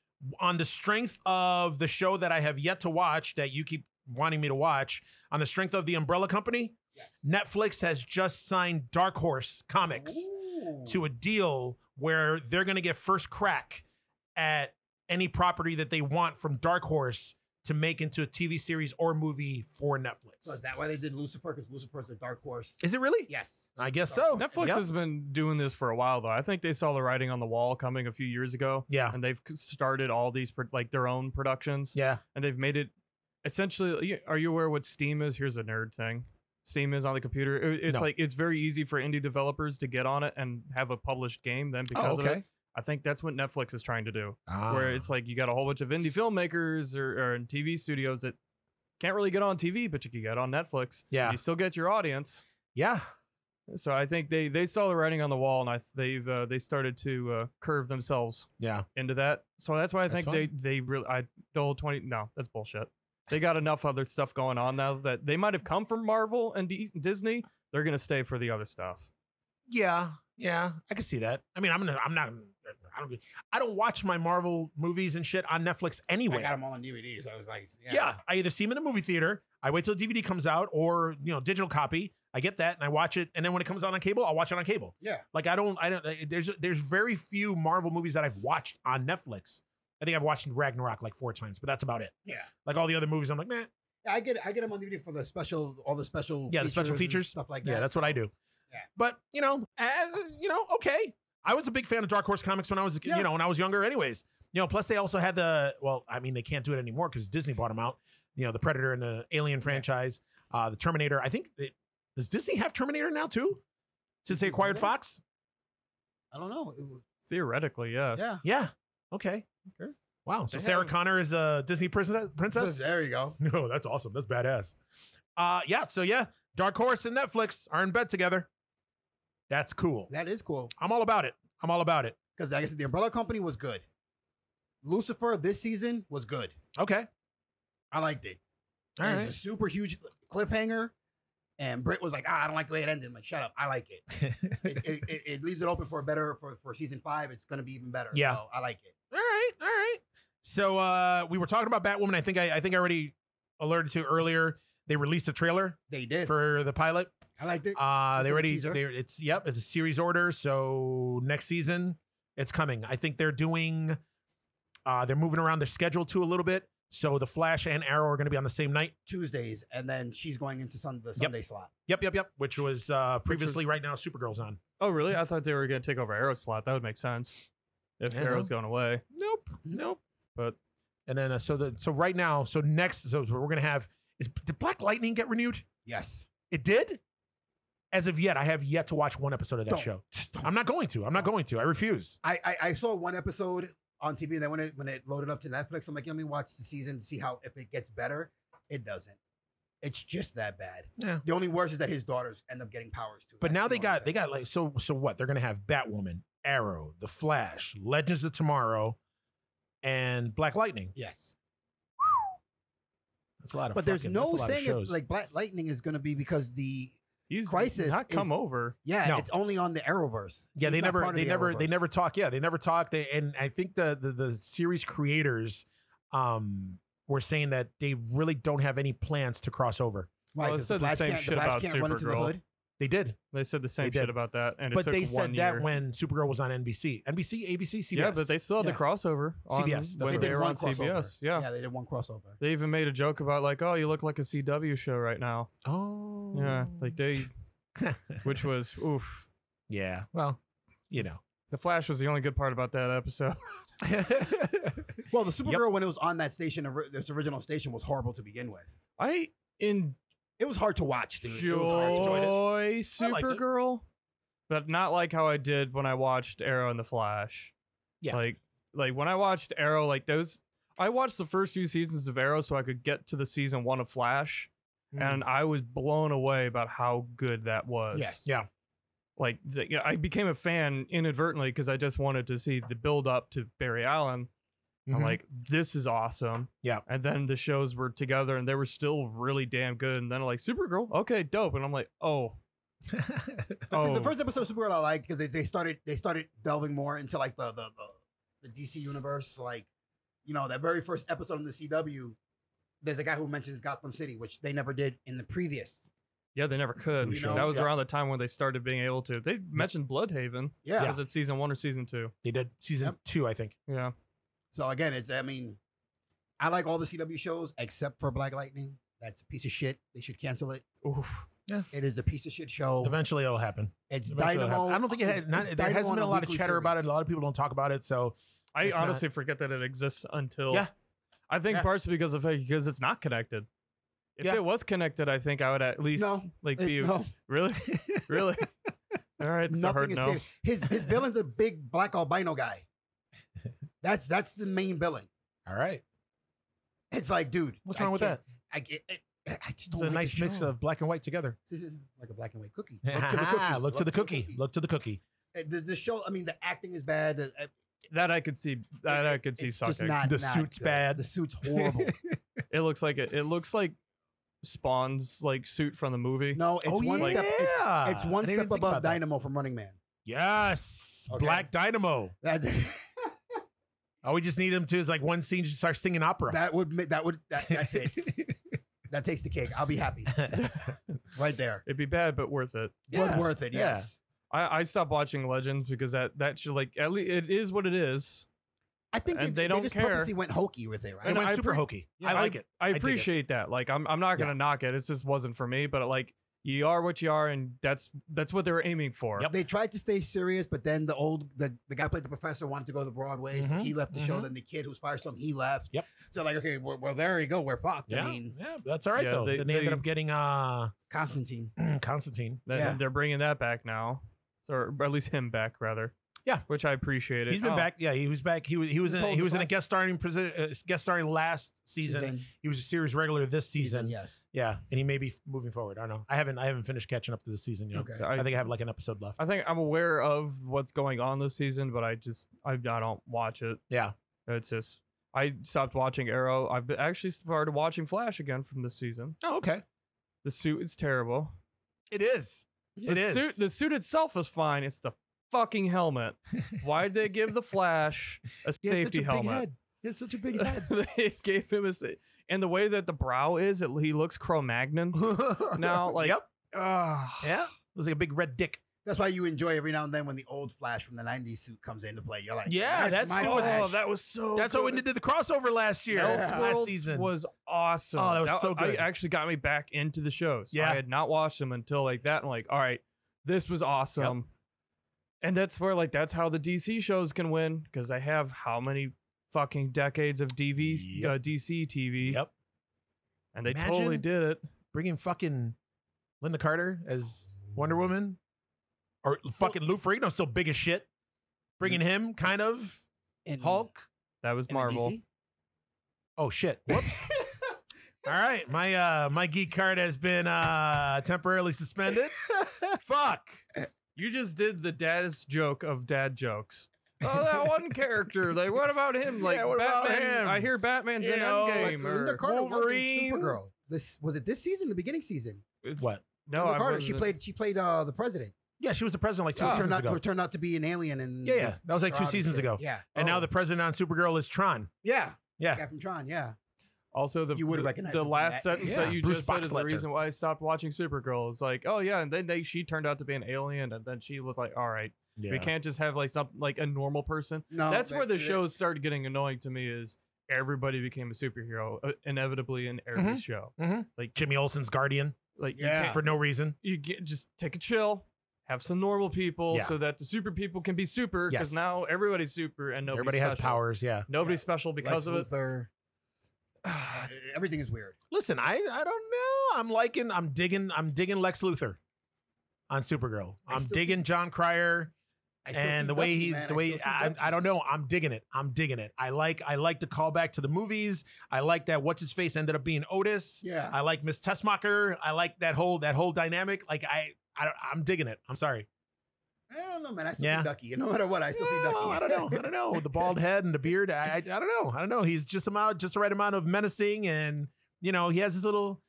Speaker 2: on the strength of the show that I have yet to watch that you keep wanting me to watch, on the strength of the Umbrella Company, Netflix has just signed Dark Horse Comics to a deal where they're going to get first crack at any property that they want from Dark Horse to make into a TV series or movie for Netflix.
Speaker 3: So is that why they did Lucifer? Because Lucifer's a dark horse.
Speaker 2: Is it really?
Speaker 3: Yes.
Speaker 2: I guess so.
Speaker 1: Netflix
Speaker 2: Yep.
Speaker 1: has been doing this for a while, though. I think they saw the writing on the wall coming a few years ago,
Speaker 2: Yeah.
Speaker 1: and they've started all these pro- like their own productions,
Speaker 2: Yeah.
Speaker 1: and they've made it essentially. you- Are you aware what Steam is? Here's a nerd thing. Steam is on the computer. It- It's
Speaker 2: No.
Speaker 1: like it's very easy for indie developers to get on it and have a published game.
Speaker 2: Oh,
Speaker 1: Then because
Speaker 3: Oh,
Speaker 1: of it, I think that's what Netflix is trying to do.
Speaker 2: Ah.
Speaker 1: where it's like you got a whole bunch of indie filmmakers or, or in TV studios that can't really get on TV, but you can get on Netflix.
Speaker 2: Yeah.
Speaker 1: You still get your audience.
Speaker 2: Yeah.
Speaker 1: So I think they they saw the writing on the wall, and I they've uh, they started to uh, curve themselves
Speaker 2: Yeah.
Speaker 1: into that. So that's why I
Speaker 2: That's
Speaker 1: think they they really I the whole twenty no that's bullshit. They got enough other stuff going on now that they might have come from Marvel and D- Disney. They're gonna stay for the other stuff.
Speaker 2: Yeah. Yeah. I can see that. I mean, I'm gonna, I'm not. I don't. I don't watch my Marvel movies and shit on Netflix
Speaker 3: I
Speaker 2: anyway.
Speaker 3: got them all on DVD, so I was like,
Speaker 2: yeah. I either see them in the movie theater. I wait till DVD comes out, or you know, digital copy. I get that and I watch it, and then when it comes out on cable, I'll watch it on cable.
Speaker 3: Yeah.
Speaker 2: Like I don't, I don't. like, There's there's very few Marvel movies that I've watched on Netflix. I think I've watched Ragnarok like four times, but that's about it.
Speaker 3: Yeah.
Speaker 2: Like all the other movies, I'm like, man,
Speaker 3: Yeah, I get I get them on DVD for the special, all the special,
Speaker 2: Yeah, the special
Speaker 3: and
Speaker 2: features.
Speaker 3: stuff like that.
Speaker 2: yeah, that's what I do.
Speaker 3: Yeah.
Speaker 2: But you know, as, you know, okay. I was a big fan of Dark Horse Comics when I was,
Speaker 3: Yeah.
Speaker 2: you know, when I was younger. Anyways, you know, plus they also had the, well, I mean, they can't do it anymore because Disney bought them out. You know, the Predator and the Alien franchise, uh, the Terminator. I think it, does Disney have Terminator now too? Since they
Speaker 3: Disney
Speaker 2: acquired
Speaker 3: did?
Speaker 2: Fox.
Speaker 3: I don't know. It was-
Speaker 1: Theoretically, yes.
Speaker 3: yeah.
Speaker 2: Yeah. Okay.
Speaker 3: Okay.
Speaker 2: Wow. So
Speaker 1: They
Speaker 2: Sarah
Speaker 1: have-
Speaker 2: Connor is a Disney princess. Princess.
Speaker 3: There you go.
Speaker 2: No, that's awesome. That's badass. Uh, yeah. So yeah, Dark Horse and Netflix are in bed together. That's cool.
Speaker 3: That is cool.
Speaker 2: I'm all about it. I'm all about it.
Speaker 3: Because like I said, the Umbrella Company was good. Lucifer this season was good.
Speaker 2: Okay.
Speaker 3: I liked it.
Speaker 2: All
Speaker 3: it was
Speaker 2: right.
Speaker 3: a super huge cliffhanger. And Britt was like, ah, I don't like the way it ended. I'm like, shut up. I like it. It, it, it, it leaves it open for a better for, for season five. It's gonna be even better.
Speaker 2: Yeah.
Speaker 3: So I like it.
Speaker 2: all right. All right. So uh, we were talking about Batwoman. I think I, I think I already alluded to earlier. They released a trailer
Speaker 3: They did.
Speaker 2: for the pilot.
Speaker 3: I liked it.
Speaker 2: Uh,
Speaker 3: Just
Speaker 2: they
Speaker 3: like a
Speaker 2: already
Speaker 3: teaser.
Speaker 2: they, it's yep. It's a series order. So next season, it's coming. I think they're doing. Uh, they're moving around their schedule too a little bit. So the Flash and Arrow are going to be on the same night.
Speaker 3: Tuesdays, and then she's going into sun, the Sunday slot.
Speaker 2: Yep, yep, yep. Which was uh, previously right now Supergirl's on.
Speaker 1: Oh, really? I thought they were gonna take over Arrow's slot. That would make sense if
Speaker 2: Yeah,
Speaker 1: Arrow's going away.
Speaker 2: Nope, nope.
Speaker 1: But
Speaker 2: And then uh, so the so right now so next so we're gonna have is did Black Lightning get renewed?
Speaker 3: Yes.
Speaker 2: It did. As of yet, I have yet to watch one episode of that
Speaker 3: Don't.
Speaker 2: show. I'm not going to. I'm not going to. I refuse.
Speaker 3: I, I I saw one episode on TV, and then when it when it loaded up to Netflix, I'm like, let me watch the season to see how if it gets better. It doesn't. It's just that bad.
Speaker 2: Yeah.
Speaker 3: The only worst is that his daughters end up getting powers too.
Speaker 2: But
Speaker 3: That's
Speaker 2: now
Speaker 3: the
Speaker 2: they
Speaker 3: only
Speaker 2: got they
Speaker 3: thing.
Speaker 2: got like so so what? They're gonna have Batwoman, Arrow, The Flash, Legends of Tomorrow, and Black Lightning.
Speaker 3: yes.
Speaker 2: That's a lot of.
Speaker 3: But there's
Speaker 2: fucking-
Speaker 3: no
Speaker 2: that's a lot of
Speaker 3: saying it,
Speaker 2: shows.
Speaker 3: like Black Lightning is going to be because the
Speaker 1: he's
Speaker 3: Crisis
Speaker 1: not come
Speaker 3: is-
Speaker 1: over.
Speaker 3: yeah,
Speaker 2: No.
Speaker 3: it's only on the Arrowverse.
Speaker 2: Yeah,
Speaker 3: He's
Speaker 2: they
Speaker 3: not
Speaker 2: never,
Speaker 3: part of
Speaker 2: they
Speaker 3: the
Speaker 2: never, they
Speaker 3: Arrowverse.
Speaker 2: never talk. Yeah, they never talk. They and I think the the, the series creators um were saying that they really don't have any plans to cross over.
Speaker 1: Well,
Speaker 3: Right,
Speaker 1: it
Speaker 3: 'cause
Speaker 1: said the same shit about Supergirl.
Speaker 2: They did.
Speaker 1: They said the
Speaker 2: They
Speaker 1: same
Speaker 2: did.
Speaker 1: shit about that, and it
Speaker 2: but
Speaker 1: took
Speaker 2: they
Speaker 1: one
Speaker 2: said
Speaker 1: year.
Speaker 2: that when Supergirl was on NBC, NBC, ABC, CBS.
Speaker 1: Yeah, but they still had
Speaker 2: Yeah.
Speaker 1: the crossover on
Speaker 2: CBS, that's
Speaker 1: when
Speaker 2: right.
Speaker 1: they
Speaker 2: They
Speaker 1: were
Speaker 3: one
Speaker 1: on
Speaker 3: crossover.
Speaker 1: CBS. Yeah.
Speaker 3: yeah, they did one crossover.
Speaker 1: They even made a joke about like, oh, you look like a CW show right now.
Speaker 2: oh
Speaker 1: Yeah, like they, which was oof.
Speaker 2: yeah. Well, you know.
Speaker 1: The Flash was the only good part about that episode.
Speaker 3: Well, the Supergirl when it was on that station, ori- its original station, was horrible to begin with.
Speaker 1: I enjoy
Speaker 3: It was hard to watch, dude. It was hard to
Speaker 2: Enjoyed it.
Speaker 3: watch.
Speaker 2: I liked it.
Speaker 1: Supergirl, but not like how I did when I watched Arrow and the Flash.
Speaker 2: Yeah.
Speaker 1: like like when I watched Arrow, like those. I watched the first few seasons of Arrow so I could get to the season one of Flash,
Speaker 2: Mm.
Speaker 1: and I was blown away about how good that was.
Speaker 3: Yes.
Speaker 2: yeah,
Speaker 1: like the, yeah, I became a fan inadvertently because I just wanted to see the build up to Barry Allen. I'm
Speaker 2: Mhm.
Speaker 1: like, this is awesome.
Speaker 2: Yeah.
Speaker 1: And then the shows were together and they were still really damn good. And then like Supergirl, okay, dope. And I'm like, oh,
Speaker 3: So
Speaker 1: oh,
Speaker 3: The first episode of Supergirl I liked because they, they started they started delving more into like the, the the the DC universe. Like, you know, that very first episode on the CW, there's a guy who mentions Gotham City, which they never did in the previous.
Speaker 1: yeah, they never could.
Speaker 3: You know,
Speaker 1: that was
Speaker 3: yeah.
Speaker 1: around the time when they started being able to. They mentioned Bloodhaven.
Speaker 3: Yeah.
Speaker 1: Was it season one or season two?
Speaker 2: they did season
Speaker 3: Yep.
Speaker 2: two, I think.
Speaker 1: Yeah.
Speaker 3: So again, it's I mean, I like all the CW shows except for Black Lightning. That's a piece of shit. They should cancel it.
Speaker 1: Oof.
Speaker 3: It is a piece of shit show.
Speaker 2: Eventually, it'll happen.
Speaker 3: It's
Speaker 2: Eventually it'll
Speaker 3: Oh. Dynamo.
Speaker 2: happen. I don't think it
Speaker 3: it's-
Speaker 2: had. Not,
Speaker 3: it's
Speaker 2: there
Speaker 3: Dynamo
Speaker 2: hasn't
Speaker 3: on
Speaker 2: been a lot of
Speaker 3: weekly
Speaker 2: chatter about it.
Speaker 3: series.
Speaker 2: A lot of people don't talk about it. So
Speaker 1: I
Speaker 2: It's not-
Speaker 1: honestly forget that it exists until.
Speaker 2: Yeah.
Speaker 1: I think
Speaker 2: Yeah.
Speaker 1: partially because of because it's not connected. If
Speaker 2: Yeah.
Speaker 1: it was connected, I think I would at least
Speaker 3: No,
Speaker 1: like
Speaker 3: It-
Speaker 1: be
Speaker 3: no,
Speaker 1: really, really. All right, it's a
Speaker 3: nothing
Speaker 1: hard
Speaker 3: is
Speaker 1: no.
Speaker 3: safe. His his villain's a big black albino guy. That's that's the main villain.
Speaker 2: all right,
Speaker 3: It's like, dude,
Speaker 2: what's
Speaker 3: I
Speaker 2: wrong with
Speaker 3: can't-
Speaker 2: that?
Speaker 3: I, get- I, I just
Speaker 2: It's
Speaker 3: don't
Speaker 2: a
Speaker 3: like the
Speaker 2: nice mix
Speaker 3: show.
Speaker 2: of black and white together.
Speaker 3: like a black and white cookie.
Speaker 2: Look to the cookie. Look to the cookie. Look to the cookie.
Speaker 3: Uh, The, the show. I mean, the acting is bad. Uh, uh,
Speaker 1: That I could see. That I could see
Speaker 3: it's just
Speaker 1: sucking.
Speaker 3: not.
Speaker 2: The
Speaker 3: not
Speaker 2: suit's
Speaker 3: good.
Speaker 2: bad.
Speaker 3: The suit's horrible.
Speaker 1: It looks like it. It looks like Spawn's like suit from the movie.
Speaker 3: No, it's one step. It's,
Speaker 2: Oh, yeah.
Speaker 3: it's
Speaker 2: I didn't even
Speaker 3: one step
Speaker 2: think
Speaker 3: above
Speaker 2: about that.
Speaker 3: Dynamo from Running Man.
Speaker 2: Yes,
Speaker 3: Okay.
Speaker 2: Black Dynamo.
Speaker 3: That
Speaker 2: All we just need him to is like one scene to start singing opera.
Speaker 3: that would ma- that would that, that's it. That takes the cake. I'll be happy right there.
Speaker 1: It'd be bad, but worth it.
Speaker 3: But worth it.
Speaker 2: yeah.
Speaker 3: Yes.
Speaker 1: I, I stopped watching Legends because that that should like at least it is what it is.
Speaker 3: I think
Speaker 1: And
Speaker 3: they,
Speaker 1: they don't
Speaker 3: just
Speaker 1: care.
Speaker 3: purposely went hokey with it,
Speaker 2: It
Speaker 1: And
Speaker 3: right?
Speaker 2: went
Speaker 1: I
Speaker 2: super
Speaker 1: appre-
Speaker 2: hokey.
Speaker 3: Yeah,
Speaker 2: I like it.
Speaker 1: I
Speaker 2: dig it.
Speaker 1: appreciate that. Like I'm I'm not gonna knock it. It just wasn't for me. But like you are what you are, and that's that's what they were aiming for.
Speaker 2: Yep.
Speaker 3: They tried to stay serious, but then the old the, the guy who played the professor wanted to go to Broadway, so
Speaker 2: Mhm,
Speaker 3: he left the show.
Speaker 2: mhm.
Speaker 3: Then the kid who's Firestone, he left.
Speaker 2: Yep.
Speaker 3: So like, okay, well, well there you go. We're fucked.
Speaker 2: Yeah,
Speaker 3: I mean,
Speaker 2: yeah, that's all right
Speaker 1: Yeah,
Speaker 2: though.
Speaker 1: they-
Speaker 2: then they, ended
Speaker 1: they-
Speaker 2: up getting uh
Speaker 3: Constantine.
Speaker 2: Constantine.
Speaker 1: That-
Speaker 3: Yeah.
Speaker 1: They're bringing that back now, so, or at least him back rather.
Speaker 2: Yeah.
Speaker 1: which I appreciate it.
Speaker 2: He's been
Speaker 1: Oh,
Speaker 2: back. Yeah, he was back. He was he was
Speaker 3: This
Speaker 2: in,
Speaker 3: whole-
Speaker 2: he was
Speaker 3: this
Speaker 2: in a
Speaker 3: last-
Speaker 2: guest starring position, uh, guest starring last season. He was a series regular this season.
Speaker 3: Season,
Speaker 2: yeah.
Speaker 3: Yes.
Speaker 2: and he may be f- moving forward. I don't know. I haven't I haven't finished catching up to this season yet.
Speaker 3: Okay.
Speaker 1: I,
Speaker 2: I think I have like an episode left.
Speaker 1: I think I'm aware of what's going on this season, but I just I, I don't watch it.
Speaker 2: yeah.
Speaker 1: It's just I stopped watching Arrow. I've been, actually started watching Flash again from this season.
Speaker 2: Oh, okay.
Speaker 1: The suit is terrible.
Speaker 2: It is.
Speaker 1: The
Speaker 2: It is.
Speaker 1: suit the suit itself is fine. It's the fucking helmet. Why'd they give the Flash a
Speaker 2: He has
Speaker 1: safety
Speaker 2: such a Big
Speaker 1: helmet?
Speaker 2: head. He has such a big head.
Speaker 1: they gave him a sa- and the way that the brow is, it, he looks Cro-Magnon. Now, like,
Speaker 2: yep.
Speaker 1: ugh.
Speaker 2: Yeah. It was like a big red dick.
Speaker 3: That's why you enjoy every now and then when the old Flash from the '90s suit comes into play. You're like,
Speaker 2: Yeah, that's
Speaker 3: my
Speaker 2: the one-
Speaker 3: Flash.
Speaker 1: oh, that was so.
Speaker 2: That's how
Speaker 1: good.
Speaker 2: we did the crossover last year.
Speaker 3: Yeah.
Speaker 2: Last
Speaker 1: Elseworlds
Speaker 2: season.
Speaker 1: was awesome.
Speaker 2: Oh, that was so
Speaker 1: I
Speaker 2: good.
Speaker 1: actually got me back into the shows.
Speaker 2: Yeah.
Speaker 1: I had not watched them until like that. I'm like, all right, this was awesome. And that's where like that's how the DC shows can win because I have how many fucking decades of DV
Speaker 2: Yep.
Speaker 1: uh, DC TV.
Speaker 2: Yep.
Speaker 1: And they
Speaker 2: Imagine-
Speaker 1: totally did it.
Speaker 2: bringing fucking Linda Carter as Wonder Woman, or fucking Lou Ferrigno's still big as shit. Bringing him, kind of
Speaker 3: In-
Speaker 2: Hulk.
Speaker 1: That was
Speaker 3: in the
Speaker 1: Marvel.
Speaker 3: DC?
Speaker 2: Oh shit! Whoops. All right, my uh my geek card has been uh temporarily suspended. Fuck.
Speaker 1: You just did the dad's joke of dad jokes. oh, that one character. Like, what about him? Like
Speaker 2: Yeah, what about
Speaker 1: Batman.
Speaker 2: him?
Speaker 1: I hear Batman's
Speaker 2: You
Speaker 1: in
Speaker 2: know, like,
Speaker 1: Endgame.
Speaker 3: Linda
Speaker 1: or-
Speaker 3: Carter was in
Speaker 2: Wolverine.
Speaker 3: Supergirl. This was it. This season, the beginning season.
Speaker 2: What?
Speaker 1: no,
Speaker 3: Linda
Speaker 1: I
Speaker 3: Carter. She
Speaker 1: wasn't.
Speaker 3: played. She played uh, the president.
Speaker 2: Yeah, she was the president like two
Speaker 1: Yeah.
Speaker 3: Who
Speaker 2: seasons
Speaker 3: turned out,
Speaker 2: ago.
Speaker 3: who turned out to be an alien. And
Speaker 2: Yeah, yeah, that was like two
Speaker 3: Robin
Speaker 2: seasons
Speaker 3: shit.
Speaker 2: ago.
Speaker 3: Yeah.
Speaker 2: And
Speaker 1: Oh.
Speaker 2: now the president on Supergirl is Tron.
Speaker 3: Yeah.
Speaker 2: Yeah.
Speaker 3: Guy from Tron. Yeah.
Speaker 1: Also, the
Speaker 3: You would
Speaker 1: the,
Speaker 3: recognize
Speaker 1: the
Speaker 3: it from
Speaker 1: last
Speaker 3: that.
Speaker 1: sentence
Speaker 2: Yeah.
Speaker 1: that you
Speaker 2: Bruce
Speaker 1: just said is the
Speaker 2: Boxleitner.
Speaker 1: reason why I stopped watching Supergirl. It's like, oh yeah, and then they she turned out to be an alien, and then she was like, all right,
Speaker 2: Yeah.
Speaker 1: we can't just have like some like a normal person.
Speaker 3: No,
Speaker 1: That's
Speaker 3: Oh, that-
Speaker 1: where the
Speaker 3: that-
Speaker 1: shows started getting annoying to me. Is everybody became a superhero uh, inevitably in every
Speaker 2: Mhm.
Speaker 1: show?
Speaker 2: Jimmy Olsen's Guardian
Speaker 1: Like
Speaker 3: Yeah.
Speaker 1: you can't
Speaker 2: for no reason.
Speaker 1: you get, just take a chill, have some normal people,
Speaker 2: Yeah.
Speaker 1: so that the super people can be super. Because
Speaker 2: Yes.
Speaker 1: now everybody's super and nobody
Speaker 2: Everybody has powers. Yeah.
Speaker 1: Nobody's
Speaker 3: Yeah.
Speaker 1: special because
Speaker 3: Lex
Speaker 1: of it.
Speaker 3: Luthor, Uh, everything is weird.
Speaker 2: Listen, I I don't know. I'm liking. I'm digging. I'm digging Lex Luthor on Supergirl.
Speaker 3: I
Speaker 2: I'm
Speaker 3: still
Speaker 2: digging John Cryer
Speaker 3: I still see
Speaker 2: and the way
Speaker 3: Ducky,
Speaker 2: he's
Speaker 3: man.
Speaker 2: the way
Speaker 3: still see
Speaker 2: I,
Speaker 3: Ducky.
Speaker 2: I don't know. I'm digging it. I'm digging it. I like I like the callback to the movies. I like that what's his face ended up being Otis.
Speaker 3: Yeah,
Speaker 2: I like Miss Tessmacher. I like that whole that whole dynamic. Like I I don't, I'm digging it. I'm sorry.
Speaker 3: I don't know, man. I still
Speaker 2: Yeah.
Speaker 3: see Ducky. No matter what, I still see
Speaker 2: Yeah,
Speaker 3: Ducky.
Speaker 2: well, I don't know. I don't know. The bald head and the beard. I, I I don't know. I don't know. He's just amount, just the right amount of menacing, and you know, he has his little,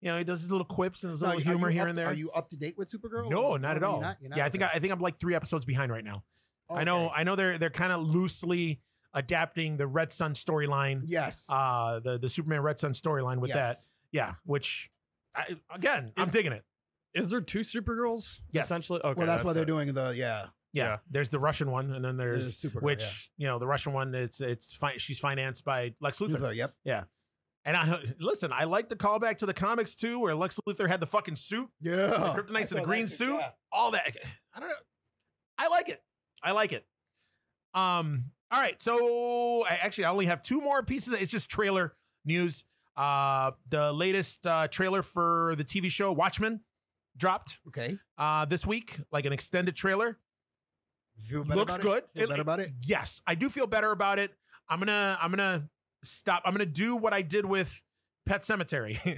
Speaker 2: you know, he does his little quips and his
Speaker 3: Now,
Speaker 2: little
Speaker 3: are you
Speaker 2: humor here
Speaker 3: up-
Speaker 2: and there.
Speaker 3: Are you up to date with Supergirl?
Speaker 2: no,
Speaker 3: Or-
Speaker 2: not
Speaker 3: or
Speaker 2: at
Speaker 3: you're
Speaker 2: all.
Speaker 3: not? You're not?
Speaker 2: yeah, I think I,
Speaker 3: Okay.
Speaker 2: I think I'm like three episodes behind right now. I know.
Speaker 3: Okay.
Speaker 2: I know they're they're kind of loosely adapting the Red Sun storyline,
Speaker 3: Yes.
Speaker 2: uh, the the Superman Red Sun storyline with that.
Speaker 3: Yes.
Speaker 2: Yeah, which I, again, I'm
Speaker 1: Is-
Speaker 2: digging it.
Speaker 1: Is there two Supergirls?
Speaker 2: Yes.
Speaker 1: Essentially. Okay.
Speaker 3: well, that's, why
Speaker 1: what
Speaker 3: they're doing the yeah.
Speaker 2: Yeah,
Speaker 1: Yeah.
Speaker 2: there's the Russian one, and then
Speaker 3: the
Speaker 2: there's.
Speaker 3: Supergirl,
Speaker 2: Which you know the Russian one, it's it's fi- she's financed by Lex
Speaker 3: yeah.
Speaker 2: Luthor.
Speaker 3: Luthor, Yep.
Speaker 2: And I listen, I like the callback to the comics too, where Lex Luthor had the fucking suit,
Speaker 3: Yeah.
Speaker 2: the kryptonite's in the green suit, all that. I don't know. I like it. I like it. Um, all right. So I actually I only have two more pieces. It's just trailer news. Uh the latest uh trailer for the TV show Watchmen dropped
Speaker 3: Okay.
Speaker 2: uh this week, like an extended trailer.
Speaker 3: Feel better
Speaker 2: Looks
Speaker 3: about
Speaker 2: good.
Speaker 3: It? Feel
Speaker 2: It-
Speaker 3: better about it.
Speaker 2: Yes, I do feel better about it. I'm gonna I'm gonna stop. I'm gonna do what I did with Pet Cemetery. you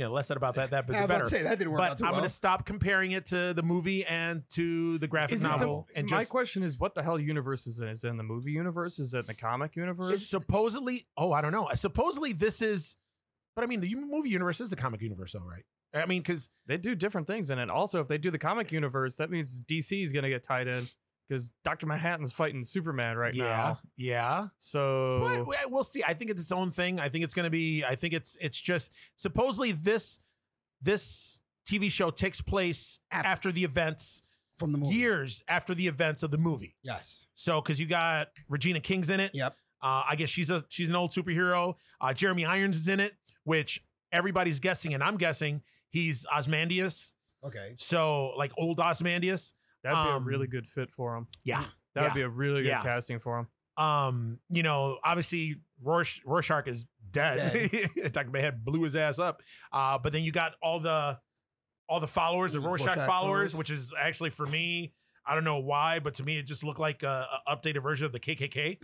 Speaker 2: know, less said about that that but the
Speaker 3: I was about
Speaker 2: better.
Speaker 3: to say that didn't work out
Speaker 2: But
Speaker 3: too
Speaker 2: I'm
Speaker 3: well.
Speaker 2: gonna stop comparing it to the movie and to the graphic
Speaker 1: Is it the-
Speaker 2: novel. and
Speaker 1: my
Speaker 2: just
Speaker 1: question is, what the hell universe is it? Is it in the movie universe? Is it in the comic universe?
Speaker 2: supposedly, oh, I don't know. Supposedly this is, but I mean, the movie universe is the comic universe, though, right? I mean, because
Speaker 1: They do different things in it. Also, if they do the comic universe, that means DC is gonna get tied in because Doctor Manhattan's fighting Superman right
Speaker 2: yeah,
Speaker 1: now.
Speaker 2: yeah.
Speaker 1: So
Speaker 2: But we- we'll see. I think it's its own thing. I think it's going to be. I think it's it's just supposedly this this TV show takes place
Speaker 3: After-
Speaker 2: after the events,
Speaker 3: From the movie.
Speaker 2: years after the events of the movie.
Speaker 3: Yes.
Speaker 2: So because you got Regina King's in it.
Speaker 3: Yep.
Speaker 2: Uh, I guess she's a she's an old superhero. Uh, Jeremy Irons is in it, which everybody's guessing, and I'm guessing he's Osmandius.
Speaker 3: Okay.
Speaker 2: So like old Osmandius.
Speaker 1: that'd be a
Speaker 2: um,
Speaker 1: really good fit for him.
Speaker 2: Yeah.
Speaker 1: That'd
Speaker 2: yeah.
Speaker 1: be a really good
Speaker 2: Yeah.
Speaker 1: casting for him.
Speaker 2: um, you know, obviously Rorsch, Rorschach is dead. Dr. Manhattan blew his ass up. Uh, but then you got all the all the followers, the Rorschach,
Speaker 3: Rorschach
Speaker 2: followers,
Speaker 3: followers.
Speaker 2: which is actually for me, I don't know why, but to me it just looked like a, a updated version of the KKK.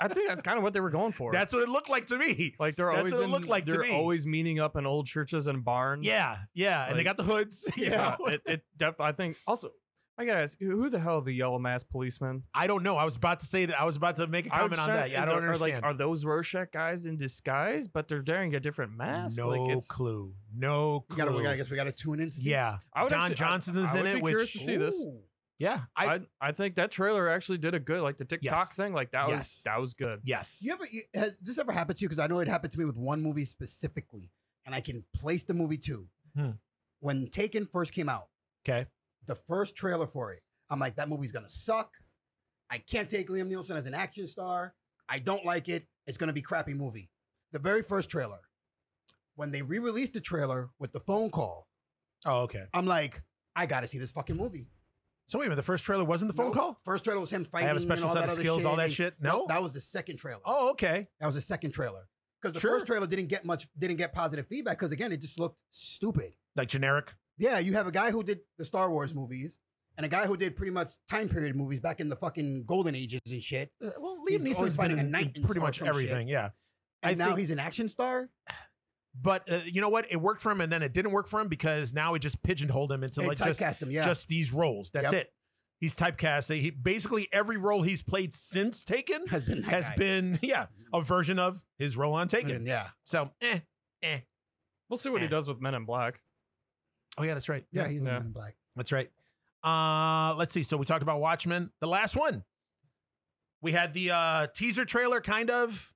Speaker 1: I think that's kind of what they were going for.
Speaker 2: That's what it looked like to me.
Speaker 1: like they're
Speaker 2: that's
Speaker 1: always
Speaker 2: what it
Speaker 1: in,
Speaker 2: looked like to
Speaker 1: they're
Speaker 2: me.
Speaker 1: always meeting up in old churches and barns.
Speaker 2: Yeah, yeah, and they
Speaker 1: Like-
Speaker 2: got the hoods. you
Speaker 1: yeah.
Speaker 2: know?
Speaker 1: it it def- I think also I gotta ask who the hell are the yellow mask policemen?
Speaker 2: I don't know. I was about to say that. I was about to make a
Speaker 1: I was
Speaker 2: comment on
Speaker 1: trying-
Speaker 2: that. Yeah, I don't
Speaker 1: are,
Speaker 2: understand.
Speaker 1: Like, are those Rorschach guys in disguise, but they're wearing a different mask?
Speaker 2: no
Speaker 1: like it's,
Speaker 2: clue. No
Speaker 3: We
Speaker 2: clue.
Speaker 3: gotta. We gotta. I guess we gotta tune in to see.
Speaker 2: yeah,
Speaker 1: I would
Speaker 2: Don
Speaker 1: actually- I-
Speaker 2: Johnson is
Speaker 1: I
Speaker 2: in
Speaker 1: would
Speaker 2: it.
Speaker 1: be
Speaker 2: which
Speaker 1: curious to see this.
Speaker 3: Ooh.
Speaker 2: yeah, I,
Speaker 1: I I think that trailer actually did a good like the TikTok
Speaker 2: Yes.
Speaker 1: thing. Like that
Speaker 2: Yes.
Speaker 1: was that was good.
Speaker 2: yes,
Speaker 3: You ever you- has this ever happened to you? Because I know it happened to me with one movie specifically, and I can place the movie too.
Speaker 2: Hmm.
Speaker 3: When Taken first came out,
Speaker 2: okay,
Speaker 3: the first trailer for it, I'm like, that movie's gonna suck. I can't take Liam Nielsen as an action star. I don't like it. It's gonna be crappy movie. The very first trailer, when they re-released the trailer with the phone call,
Speaker 2: oh okay.
Speaker 3: I'm like, I gotta see this fucking movie.
Speaker 2: So wait a minute, the first trailer wasn't the phone
Speaker 3: Nope.
Speaker 2: call.
Speaker 3: First trailer was him
Speaker 2: I
Speaker 3: fighting.
Speaker 2: have a
Speaker 3: and
Speaker 2: special
Speaker 3: all
Speaker 2: set
Speaker 3: that
Speaker 2: of
Speaker 3: other
Speaker 2: skills, all that
Speaker 3: and-
Speaker 2: shit. No,
Speaker 3: that was the second trailer.
Speaker 2: oh okay,
Speaker 3: That was the second trailer. Because the
Speaker 2: Sure.
Speaker 3: first trailer didn't get much, didn't get positive feedback. Because again, it just looked stupid.
Speaker 2: like generic.
Speaker 3: Yeah, you have a guy who did the Star Wars movies and a guy who did pretty much time period movies back in the fucking golden ages and shit.
Speaker 2: Uh, well,
Speaker 3: He's
Speaker 2: Liam Neeson's
Speaker 3: always
Speaker 2: been
Speaker 3: fighting
Speaker 2: in,
Speaker 3: a knight
Speaker 2: in
Speaker 3: and
Speaker 2: pretty
Speaker 3: or
Speaker 2: much
Speaker 3: some shit.
Speaker 2: everything. Yeah,
Speaker 3: And
Speaker 2: I
Speaker 3: now
Speaker 2: think-
Speaker 3: he's an action star.
Speaker 2: but uh, you know what? It worked for him, and then it didn't work for him because now it just pigeonholed him into
Speaker 3: They
Speaker 2: like just
Speaker 3: typecast him, yeah.
Speaker 2: just these roles. That's
Speaker 3: Yep.
Speaker 2: it. He's typecast. He basically every role he's played since Taken
Speaker 3: has been that
Speaker 2: has
Speaker 3: guy.
Speaker 2: been yeah a version of his role on Taken.
Speaker 3: Yeah.
Speaker 2: So eh, eh.
Speaker 1: We'll see what he
Speaker 2: Eh.
Speaker 1: does with Men in Black.
Speaker 2: Oh yeah, that's right.
Speaker 3: Yeah, he's in
Speaker 1: Yeah.
Speaker 3: Men in black.
Speaker 2: That's right. Uh let's see. So we talked about Watchmen. The last one. We had the uh teaser trailer kind of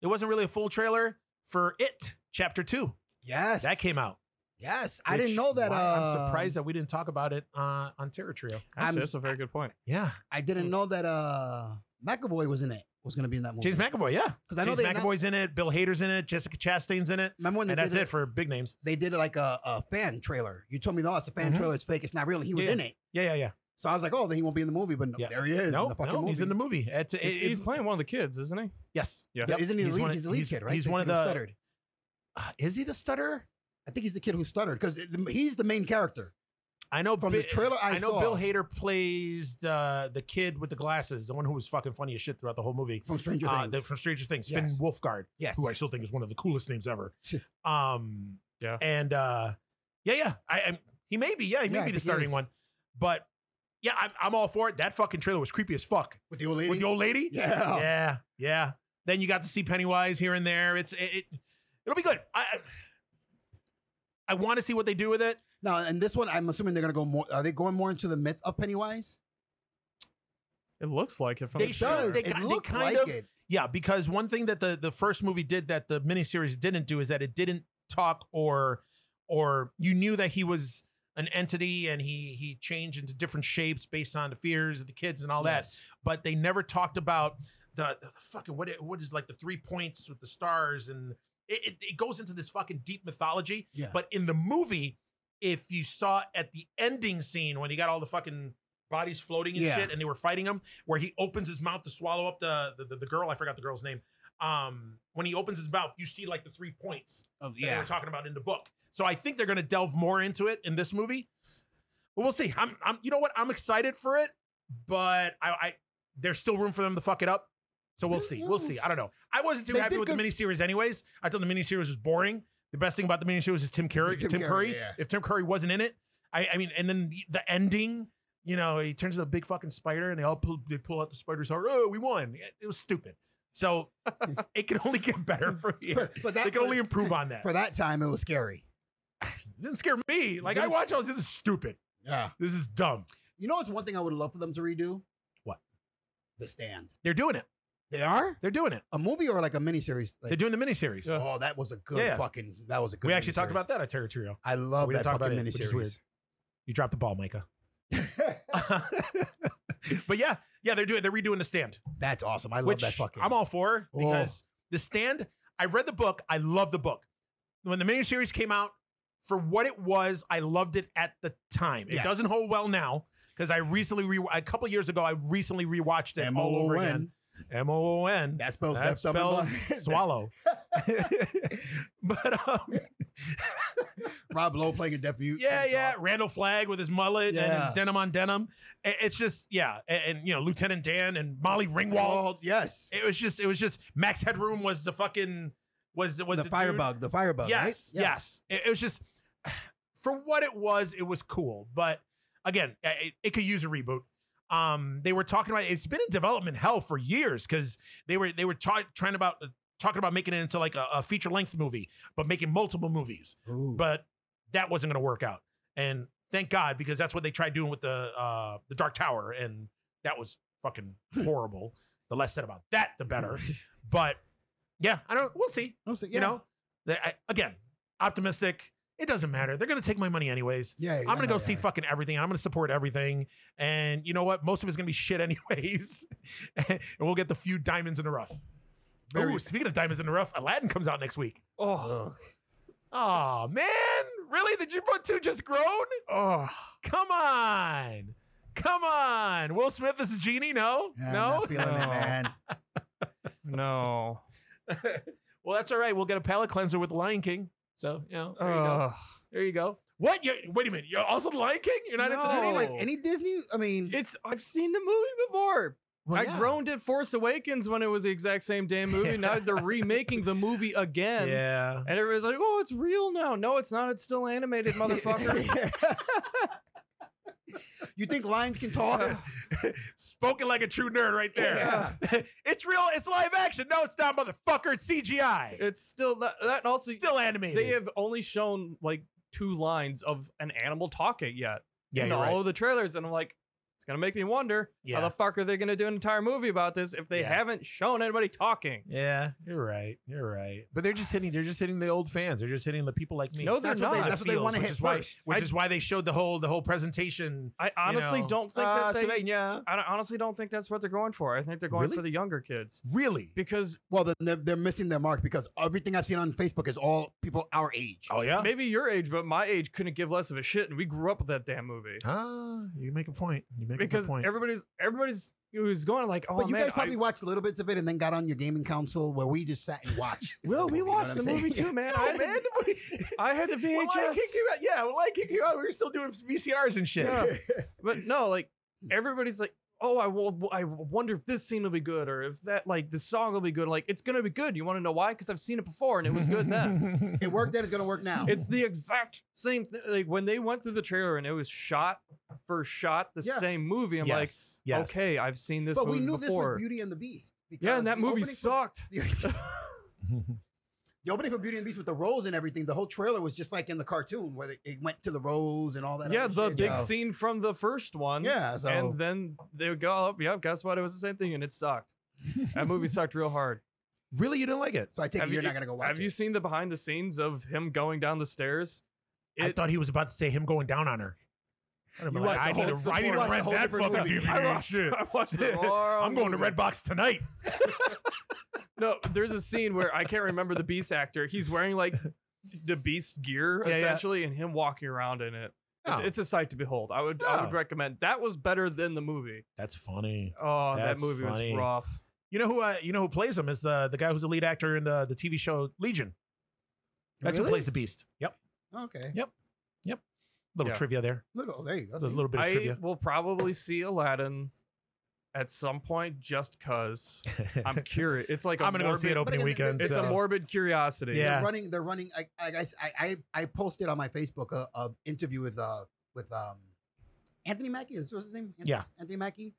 Speaker 2: It wasn't really a full trailer for It Chapter Two
Speaker 3: Yes,
Speaker 2: that came out.
Speaker 3: Yes, I didn't
Speaker 2: which-
Speaker 3: know that.
Speaker 2: why
Speaker 3: um,
Speaker 2: I'm surprised that we didn't talk about it uh, on Terror Trail.
Speaker 1: That's,
Speaker 3: I'm-
Speaker 1: that's a very good point.
Speaker 2: Yeah,
Speaker 3: I didn't know that uh McAvoy was in it. Was going to be in that movie.
Speaker 2: James McAvoy. Yeah,
Speaker 3: 'Cause I know
Speaker 2: James
Speaker 3: they annou-
Speaker 2: McAvoy's in it. Bill Hader's in it. Jessica Chastain's in it.
Speaker 3: Remember when they
Speaker 2: And that's
Speaker 3: did
Speaker 2: it for big names.
Speaker 3: They did like a, a fan trailer. You told me no, it's a fan
Speaker 2: Mhm.
Speaker 3: trailer. It's fake. It's not real. and He was
Speaker 2: Yeah.
Speaker 3: in it,
Speaker 2: Yeah, yeah, yeah.
Speaker 3: so I was like, oh, then he won't be in the movie. But no,
Speaker 2: Yeah.
Speaker 3: there he is.
Speaker 2: No,
Speaker 3: in the fucking
Speaker 2: no,
Speaker 3: movie.
Speaker 2: he's in the movie. It's, it-
Speaker 1: He's, he's
Speaker 2: it's-
Speaker 1: playing one of the kids, isn't he?
Speaker 2: yes.
Speaker 1: Yeah.
Speaker 2: Yep.
Speaker 3: Isn't he the lead?
Speaker 2: one of-
Speaker 3: he's the lead
Speaker 2: he's-
Speaker 3: kid, right?
Speaker 2: He's
Speaker 3: The
Speaker 2: one
Speaker 3: kid
Speaker 2: of
Speaker 3: who
Speaker 2: the.
Speaker 3: stuttered.
Speaker 2: Uh, is he the stutter?
Speaker 3: I think he's the kid who stuttered because he's the main character.
Speaker 2: I know
Speaker 3: From the
Speaker 2: Bi-
Speaker 3: trailer I
Speaker 2: know
Speaker 3: saw.
Speaker 2: Bill Hader plays the the kid with the glasses, the one who was fucking funny as shit throughout the whole movie.
Speaker 3: From Stranger
Speaker 2: Uh,
Speaker 3: Things.
Speaker 2: the, from Stranger Things, Finn
Speaker 3: Yes.
Speaker 2: Wolfgard,
Speaker 3: yes.
Speaker 2: who I still think is one of the coolest names ever. Um,
Speaker 1: Yeah.
Speaker 2: and uh, yeah, yeah, I, I'm, he may be, yeah, he may
Speaker 3: Yeah, I
Speaker 2: be the
Speaker 3: think he
Speaker 2: starting
Speaker 3: is.
Speaker 2: one, but yeah, I'm, I'm all for it. That fucking trailer was creepy as fuck
Speaker 3: with the old lady.
Speaker 2: with the old lady.
Speaker 3: yeah. Oh.
Speaker 2: yeah, yeah. Then you got to see Pennywise here and there. It's it, it it'll be good. I I- I want to see what they do with it.
Speaker 3: Now, and this one, I'm assuming they're gonna go more. Are they going more into the myth of Pennywise?
Speaker 1: It looks like it from
Speaker 2: They
Speaker 1: the
Speaker 2: should.
Speaker 1: trailer.
Speaker 2: They-
Speaker 3: it
Speaker 2: ki-
Speaker 3: looked
Speaker 2: kind
Speaker 3: like
Speaker 2: of-
Speaker 3: it.
Speaker 2: Yeah, because one thing that the the first movie did that the miniseries didn't do is that it didn't talk or or you knew that he was an entity and he he changed into different shapes based on the fears of the kids and all that.
Speaker 3: Yes.
Speaker 2: But they never talked about the, the fucking what it, what is like the three points with the stars and it, it, it goes into this fucking deep mythology.
Speaker 3: Yeah.
Speaker 2: But in the movie, if you saw at the ending scene when he got all the fucking bodies floating and
Speaker 3: Yeah.
Speaker 2: shit, and they were fighting him, where he opens his mouth to swallow up the the, the, the girl, I forgot the girl's name. Um, when he opens his mouth, you see like the three points
Speaker 3: Of-
Speaker 2: that they
Speaker 3: yeah.
Speaker 2: were talking about in the book. So I think they're gonna delve more into it in this movie. But we'll see. I'm, I'm you know what? I'm excited for it, but I, I there's still room for them to fuck it up. So we'll see. We'll see. I don't know. I wasn't too
Speaker 3: They
Speaker 2: happy
Speaker 3: did
Speaker 2: with the
Speaker 3: good-
Speaker 2: miniseries, anyways. I thought the miniseries was boring. The best thing about the miniseries is Tim Curry.
Speaker 3: Tim
Speaker 2: Tim,
Speaker 3: Curry,
Speaker 2: Curry.
Speaker 3: yeah.
Speaker 2: If Tim Curry wasn't in it, I, I mean, and then the, the ending. You know, he turns into a big fucking spider, and they all pull, they pull out the spider's heart. Oh, we won! It, it was stupid. So it can only get better from here.
Speaker 3: But, but that
Speaker 2: they can only improve on that.
Speaker 3: for that time, it was scary.
Speaker 2: It didn't scare me. Like I
Speaker 3: This-
Speaker 2: watch, I was this is stupid.
Speaker 3: Yeah.
Speaker 2: This is dumb.
Speaker 3: You know, what's one thing I would love for them to redo.
Speaker 2: What?
Speaker 3: The Stand.
Speaker 2: They're doing it.
Speaker 3: They are
Speaker 2: They're doing it.
Speaker 3: a movie or like a miniseries. Like,
Speaker 2: They're doing the miniseries.
Speaker 1: Yeah.
Speaker 3: oh, that was a good
Speaker 2: uh, Yeah.
Speaker 3: fucking. That was a good.
Speaker 2: we actually talked
Speaker 3: miniseries.
Speaker 2: about that at Territorial.
Speaker 3: I love
Speaker 2: We
Speaker 3: that
Speaker 2: didn't talk
Speaker 3: fucking
Speaker 2: about it, which is weird.
Speaker 3: miniseries.
Speaker 2: You dropped the ball, Micah. but yeah, yeah, they're doing they're redoing the stand.
Speaker 3: That's awesome. I love
Speaker 2: which
Speaker 3: that fucking.
Speaker 2: I'm all for
Speaker 3: Oh.
Speaker 2: because the stand. I read the book. I love the book. When the miniseries came out, for what it was, I loved it at the time. It
Speaker 3: Yes.
Speaker 2: doesn't hold well now because I recently re- a couple years ago I recently rewatched it all over
Speaker 3: M.O.O.N..
Speaker 2: again. M O O N.
Speaker 3: That spells
Speaker 2: That
Speaker 3: that spells
Speaker 2: spells swallow. but um,
Speaker 3: Rob Lowe playing a deaf mute.
Speaker 2: yeah,
Speaker 3: That's
Speaker 2: yeah,
Speaker 3: awesome.
Speaker 2: Randall Flagg with his mullet and
Speaker 3: Yeah.
Speaker 2: his denim on denim. I- It's just yeah, A- and, you know Lieutenant Dan and Molly Ringwald.
Speaker 3: Wald, yes.
Speaker 2: It was just it was just Max Headroom was the fucking was was
Speaker 3: the
Speaker 2: dude-
Speaker 3: firebug, the firebug. right?
Speaker 2: Yes, yes. It, it was just for what it was. It was cool, but again, i- it, it could use a reboot. Um, they were talking about it's been in development hell for years because they were they were ta- trying about uh, talking about making it into like a, a feature length movie, but making multiple movies.
Speaker 3: Ooh.
Speaker 2: But that wasn't going to work out, and thank God because that's what they tried doing with the uh, the Dark Tower, and that was fucking horrible. the less said about that, the better. But yeah, I don't. We'll see.
Speaker 3: Oh, so- yeah.
Speaker 2: You know, They- I, again, optimistic. It doesn't matter. They're gonna take my money anyways.
Speaker 3: Yeah, yeah,
Speaker 2: I'm gonna
Speaker 3: no,
Speaker 2: go
Speaker 3: yeah.
Speaker 2: see fucking everything. and I'm gonna support everything. And you know what? Most of it's gonna be shit anyways. and we'll get the few diamonds in the rough.
Speaker 3: Very-
Speaker 2: Ooh, speaking of diamonds in the rough, Aladdin comes out next week.
Speaker 1: Oh,
Speaker 3: Ugh.
Speaker 2: Oh man, really? The Jibba two just grown?
Speaker 1: oh,
Speaker 2: Come on, come on. Will Smith is a genie? No,
Speaker 3: Yeah, I'm
Speaker 2: no.
Speaker 3: not feeling it,
Speaker 1: No.
Speaker 3: man.
Speaker 1: no.
Speaker 2: well, that's all right. We'll get a palate cleanser with Lion King. So you know, there you go.
Speaker 1: Ugh.
Speaker 2: There you go. What? You're, wait a minute. You're also the Lion King? You're not into
Speaker 1: No.
Speaker 2: that
Speaker 3: You don't
Speaker 2: either?
Speaker 3: like any Disney? I mean,
Speaker 1: It's I've seen the movie before. I groaned at Force Awakens when it was the exact same damn movie. Now they're remaking the movie again.
Speaker 2: Yeah.
Speaker 1: And everybody's like, oh, it's real now. No, it's not. It's still animated, motherfucker.
Speaker 3: you think lions can talk?
Speaker 2: Spoken like a true nerd right there. it's real. It's live action. No, it's not, motherfucker. It's CGI.
Speaker 1: it's still that, that and also
Speaker 2: Still animated.
Speaker 1: they have only shown like two lines of an animal talking yet
Speaker 2: yeah,
Speaker 1: in
Speaker 2: you're
Speaker 1: all
Speaker 2: right.
Speaker 1: of the trailers. And I'm like, it's gonna make me wonder
Speaker 2: Yeah.
Speaker 1: how the fuck are they gonna do an entire movie about this if they
Speaker 2: Yeah.
Speaker 1: haven't shown anybody talking?
Speaker 2: Yeah, you're right. You're right. But they're just hitting. They're just hitting the old fans. They're just hitting the people like me.
Speaker 1: No, they're
Speaker 3: That's what they-
Speaker 1: not.
Speaker 3: that's what they
Speaker 2: feels,
Speaker 3: want to
Speaker 2: which
Speaker 3: hit
Speaker 2: is why-
Speaker 3: first.
Speaker 2: which
Speaker 1: I-
Speaker 2: is why they showed the whole the whole presentation.
Speaker 1: I honestly
Speaker 2: know.
Speaker 1: don't think
Speaker 2: Uh,
Speaker 1: that they.
Speaker 2: Slovenia.
Speaker 1: I honestly don't think that's what they're going for. I think they're going
Speaker 2: Really?
Speaker 1: for the younger kids
Speaker 2: Really?
Speaker 1: because
Speaker 3: Well, then they're, they're missing their mark because everything I've seen on Facebook is all people our age.
Speaker 2: Oh yeah.
Speaker 1: maybe your age, but my age couldn't give less of a shit, and we grew up with that damn movie.
Speaker 2: Ah, you make a point. You make a
Speaker 1: because
Speaker 2: good point.
Speaker 1: everybody's everybody's who's going like, oh
Speaker 3: but you
Speaker 1: man,
Speaker 3: guys probably watched little bits of it and then got on your gaming console where we just sat and watched.
Speaker 1: I, well, we
Speaker 3: You know what
Speaker 1: watched
Speaker 3: I'm
Speaker 1: the
Speaker 3: saying?
Speaker 1: movie too, man. I,
Speaker 2: Oh,
Speaker 1: had,
Speaker 2: man, the way-
Speaker 1: I had the
Speaker 2: Well, I
Speaker 1: VHS.
Speaker 2: kicked you out. Yeah, well, I kicked you out. We were still doing VCRs and shit.
Speaker 1: Yeah. But no, like everybody's like, oh, I will. I wonder if this scene will be good, or if that like the song will be good. Like it's gonna be good. You want to know why? Because I've seen it before and it was good then.
Speaker 3: it worked then, it's going to work now.
Speaker 1: It's the exact same thing. Like when they went through the trailer and it was shot for shot the
Speaker 3: Yeah.
Speaker 1: same movie. I'm
Speaker 2: Yes,
Speaker 1: like,
Speaker 2: yes.
Speaker 1: okay, I've seen this
Speaker 3: but we
Speaker 1: movie
Speaker 3: knew this
Speaker 1: before.
Speaker 3: with Beauty and the Beast.
Speaker 1: yeah,
Speaker 3: because
Speaker 1: and that
Speaker 3: the
Speaker 1: movie
Speaker 3: opening for-
Speaker 1: sucked.
Speaker 3: the opening for Beauty and the Beast with the rose and everything, the whole trailer was just like in the cartoon where they, it went to the rose and all that.
Speaker 1: yeah,
Speaker 3: other
Speaker 1: the
Speaker 3: shit.
Speaker 1: big
Speaker 3: So-
Speaker 1: scene from the first one.
Speaker 3: Yeah, so
Speaker 1: And then they would go, oh, yeah, guess what? It was the same thing and it sucked. that movie sucked real hard.
Speaker 2: really, you didn't like it?
Speaker 3: so I take
Speaker 1: have
Speaker 3: it you're
Speaker 1: you-
Speaker 3: not gonna go watch
Speaker 1: Have
Speaker 3: it.
Speaker 1: you seen the behind the scenes of him going down the stairs?
Speaker 2: I
Speaker 1: It-
Speaker 2: thought he was about to say him going down on her. I don't
Speaker 3: You
Speaker 2: know, like,
Speaker 3: watched
Speaker 2: I
Speaker 3: the whole-
Speaker 2: need to, I need
Speaker 3: you
Speaker 2: to
Speaker 3: watched the
Speaker 2: rent
Speaker 3: whole
Speaker 2: that
Speaker 3: different
Speaker 2: fucking
Speaker 3: movie.
Speaker 2: DVD.
Speaker 1: I watched,
Speaker 2: Shit.
Speaker 1: I watched the wrong
Speaker 2: I'm going to
Speaker 1: movie.
Speaker 2: Redbox tonight.
Speaker 1: No, there's a scene where I can't remember the Beast actor. He's wearing like the Beast gear
Speaker 2: Yeah, yeah.
Speaker 1: essentially, and him walking around in it. It's,
Speaker 2: Oh.
Speaker 1: it's a sight to behold. I would I would
Speaker 2: Oh.
Speaker 1: recommend. That was better than the movie.
Speaker 2: That's funny.
Speaker 1: Oh,
Speaker 2: That's
Speaker 1: that movie
Speaker 2: funny.
Speaker 1: was rough.
Speaker 2: You know who? Uh, you know who plays him is the the guy who's the lead actor in the the TV show Legion. That's who
Speaker 3: Really?
Speaker 2: plays the Beast. Yep.
Speaker 3: Okay.
Speaker 2: Yeah. Little
Speaker 1: Yeah.
Speaker 2: trivia there.
Speaker 3: Little, there you
Speaker 2: A
Speaker 3: go.
Speaker 2: little bit of
Speaker 1: I
Speaker 2: trivia.
Speaker 1: will probably see Aladdin at some point just cause I'm curious. It's like a
Speaker 2: I'm gonna go see it
Speaker 1: morbid-
Speaker 2: opening
Speaker 3: But again,
Speaker 2: weekend.
Speaker 1: It's
Speaker 2: so.
Speaker 1: a morbid curiosity.
Speaker 2: Yeah.
Speaker 3: They're running. They're running. I, I guess I, I I posted on my Facebook a, a interview with uh with um Anthony Mackie. Is that what's his name? Anthony-
Speaker 2: Yeah.
Speaker 3: Anthony Mackie.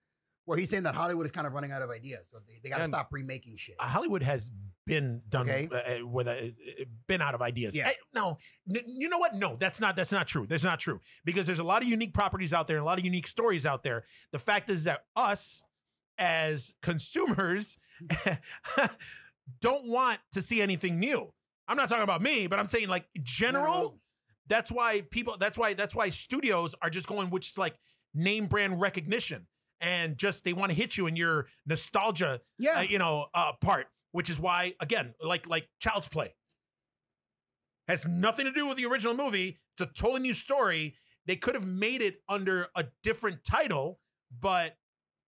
Speaker 3: Where he's saying that Hollywood is kind of running out of ideas, so they, they got to
Speaker 1: And-
Speaker 3: stop remaking shit.
Speaker 2: Hollywood has been done
Speaker 3: Okay.
Speaker 2: uh, with a, uh, been out of ideas.
Speaker 3: Yeah.
Speaker 2: I- no, n- you know what? No, that's not that's not true. That's not true because there's a lot of unique properties out there and a lot of unique stories out there. The fact is that us as consumers don't want to see anything new. I'm not talking about me, but I'm saying like general. That's why people. That's why. That's why studios are just going, which is like name brand recognition, and just they want to hit you in your nostalgia
Speaker 3: yeah.
Speaker 2: uh, you know, uh, part, which is why, again, like like Child's Play has nothing to do with the original movie. It's a totally new story. They could have made it under a different title, but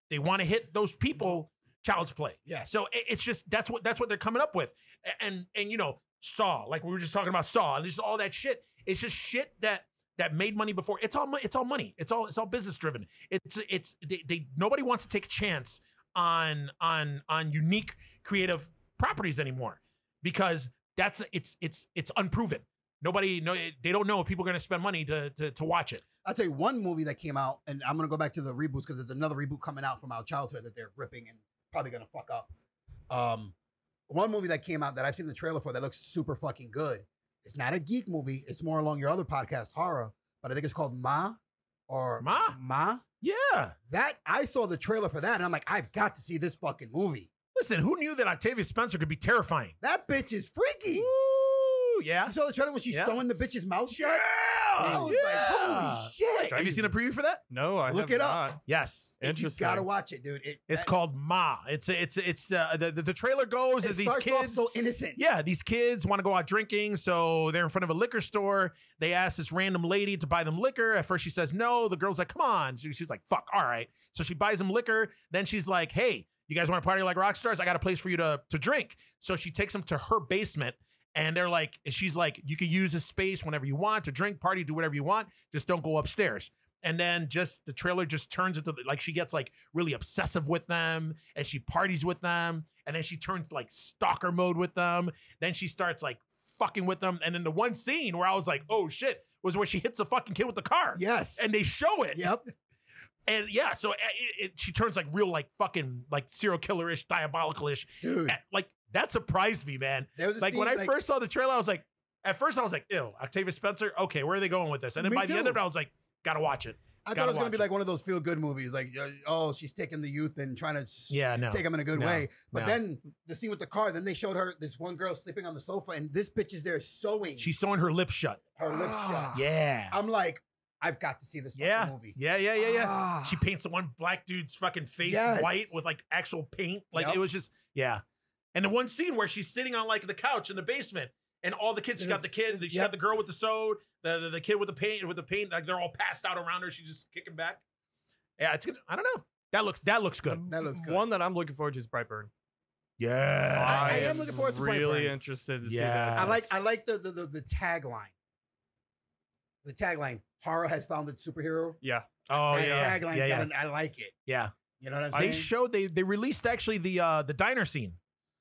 Speaker 2: they want to hit those people. Child's Play.
Speaker 3: Yes.
Speaker 2: So it- it's just that's what that's what they're coming up with, A- and and you know, Saw, like we were just talking about Saw, and just all that shit. It's just shit that that made money before. It's all mo- it's all money. It's all it's all business driven. It's it's they, they nobody wants to take a chance on on on unique creative properties anymore because that's it's it's it's unproven. Nobody no they don't know if people are going to spend money to to to watch it.
Speaker 3: I'll tell you one movie that came out, and I'm gonna go back to the reboots because there's another reboot coming out from our childhood that they're ripping and probably gonna fuck up. Um, one movie that came out that I've seen the trailer for that looks super fucking good. It's not a geek movie. It's more along your other podcast horror, but I think it's called Ma or
Speaker 2: Ma?
Speaker 3: Ma.
Speaker 2: Yeah.
Speaker 3: That I saw the trailer for that, and I'm like, I've got to see this fucking movie.
Speaker 2: Listen, who knew that Octavia Spencer could be terrifying?
Speaker 3: That bitch is freaky.
Speaker 2: Ooh, yeah.
Speaker 3: I saw the trailer when she's
Speaker 2: Yeah.
Speaker 3: sewing the bitch's mouth shut. I was like,
Speaker 2: Yeah.
Speaker 3: holy shit.
Speaker 2: Have you seen a preview for that?
Speaker 1: No, I
Speaker 3: Look
Speaker 1: have
Speaker 3: it up.
Speaker 1: not.
Speaker 2: Yes.
Speaker 3: You
Speaker 1: Interesting.
Speaker 3: gotta watch it, dude. It,
Speaker 2: It's
Speaker 3: that-
Speaker 2: called Ma. It's it's it's uh, the the the trailer goes
Speaker 3: it
Speaker 2: as these
Speaker 3: starts off
Speaker 2: kids.
Speaker 3: so innocent.
Speaker 2: Yeah, these kids want to go out drinking, so they're in front of a liquor store. They ask this random lady to buy them liquor. At first, she says no. The girl's like, "Come on!" She- she's like, "Fuck, all right." So she buys them liquor. Then she's like, "Hey, you guys want to party like rock stars? I got a place for you to to drink." So she takes them to her basement, and they're like, "She's like, you can use this space whenever you want to drink, party, do whatever you want. Just don't go upstairs." And then just the trailer just turns into like she gets like really obsessive with them, and she parties with them, and then she turns like stalker mode with them, then she starts like fucking with them. And then the one scene where I was like, oh shit, was where she hits a fucking kid with the car.
Speaker 3: Yes.
Speaker 2: And they show it.
Speaker 3: yep.
Speaker 2: And yeah, so it, it, she turns like real, like fucking, like serial killer ish, diabolical ish.
Speaker 3: Dude,
Speaker 2: Like that surprised me, man.
Speaker 3: there was a
Speaker 2: Like when I
Speaker 3: scene,
Speaker 2: first saw the trailer, I was like, at first I was like, ew, Octavia Spencer, okay, where are they going with this? And then
Speaker 3: Me
Speaker 2: by the end
Speaker 3: too.
Speaker 2: of it, I was like, gotta watch it.
Speaker 3: I thought
Speaker 2: Gotta
Speaker 3: it was gonna
Speaker 2: watch
Speaker 3: be
Speaker 2: it.
Speaker 3: like one of those feel good movies, like uh, oh, she's taking the youth and trying to s-
Speaker 2: Yeah, no.
Speaker 3: take them in a good
Speaker 2: No.
Speaker 3: way. But
Speaker 2: No.
Speaker 3: then the scene with the car, then they showed her this one girl sleeping on the sofa, and this bitch is there sewing
Speaker 2: She's sewing her lips shut.
Speaker 3: her lips shut.
Speaker 2: Yeah.
Speaker 3: I'm like, I've got to see this fucking
Speaker 2: Yeah.
Speaker 3: movie.
Speaker 2: Yeah, yeah, yeah, yeah.
Speaker 3: Ah.
Speaker 2: She paints the one black dude's fucking face
Speaker 3: Yes.
Speaker 2: white with like actual paint. Like
Speaker 3: Yep.
Speaker 2: it was just yeah. And the one scene where she's sitting on like the couch in the basement, and all the kids. She got the kid. She
Speaker 3: Yep.
Speaker 2: got the girl with the sewed. The, the the kid with the paint with the paint. Like they're all passed out around her. She's just kicking back. Yeah, it's good. I don't know. That looks that looks good.
Speaker 3: That looks good.
Speaker 1: One that I'm looking forward to is Brightburn.
Speaker 2: Yeah,
Speaker 3: I- I am looking forward to
Speaker 1: really
Speaker 3: Brightburn.
Speaker 1: interested to
Speaker 2: Uh, Yeah.
Speaker 3: I like I
Speaker 2: Yes.
Speaker 3: like the the, the the tagline. The tagline: horror has found its superhero.
Speaker 1: see that.
Speaker 2: Oh
Speaker 3: that
Speaker 2: yeah,
Speaker 3: tagline's
Speaker 2: yeah,
Speaker 3: got
Speaker 2: yeah.
Speaker 3: an- I like it.
Speaker 2: yeah.
Speaker 3: You know what I'm
Speaker 1: I-
Speaker 2: They
Speaker 3: saying?
Speaker 2: showed they they released actually the uh the diner scene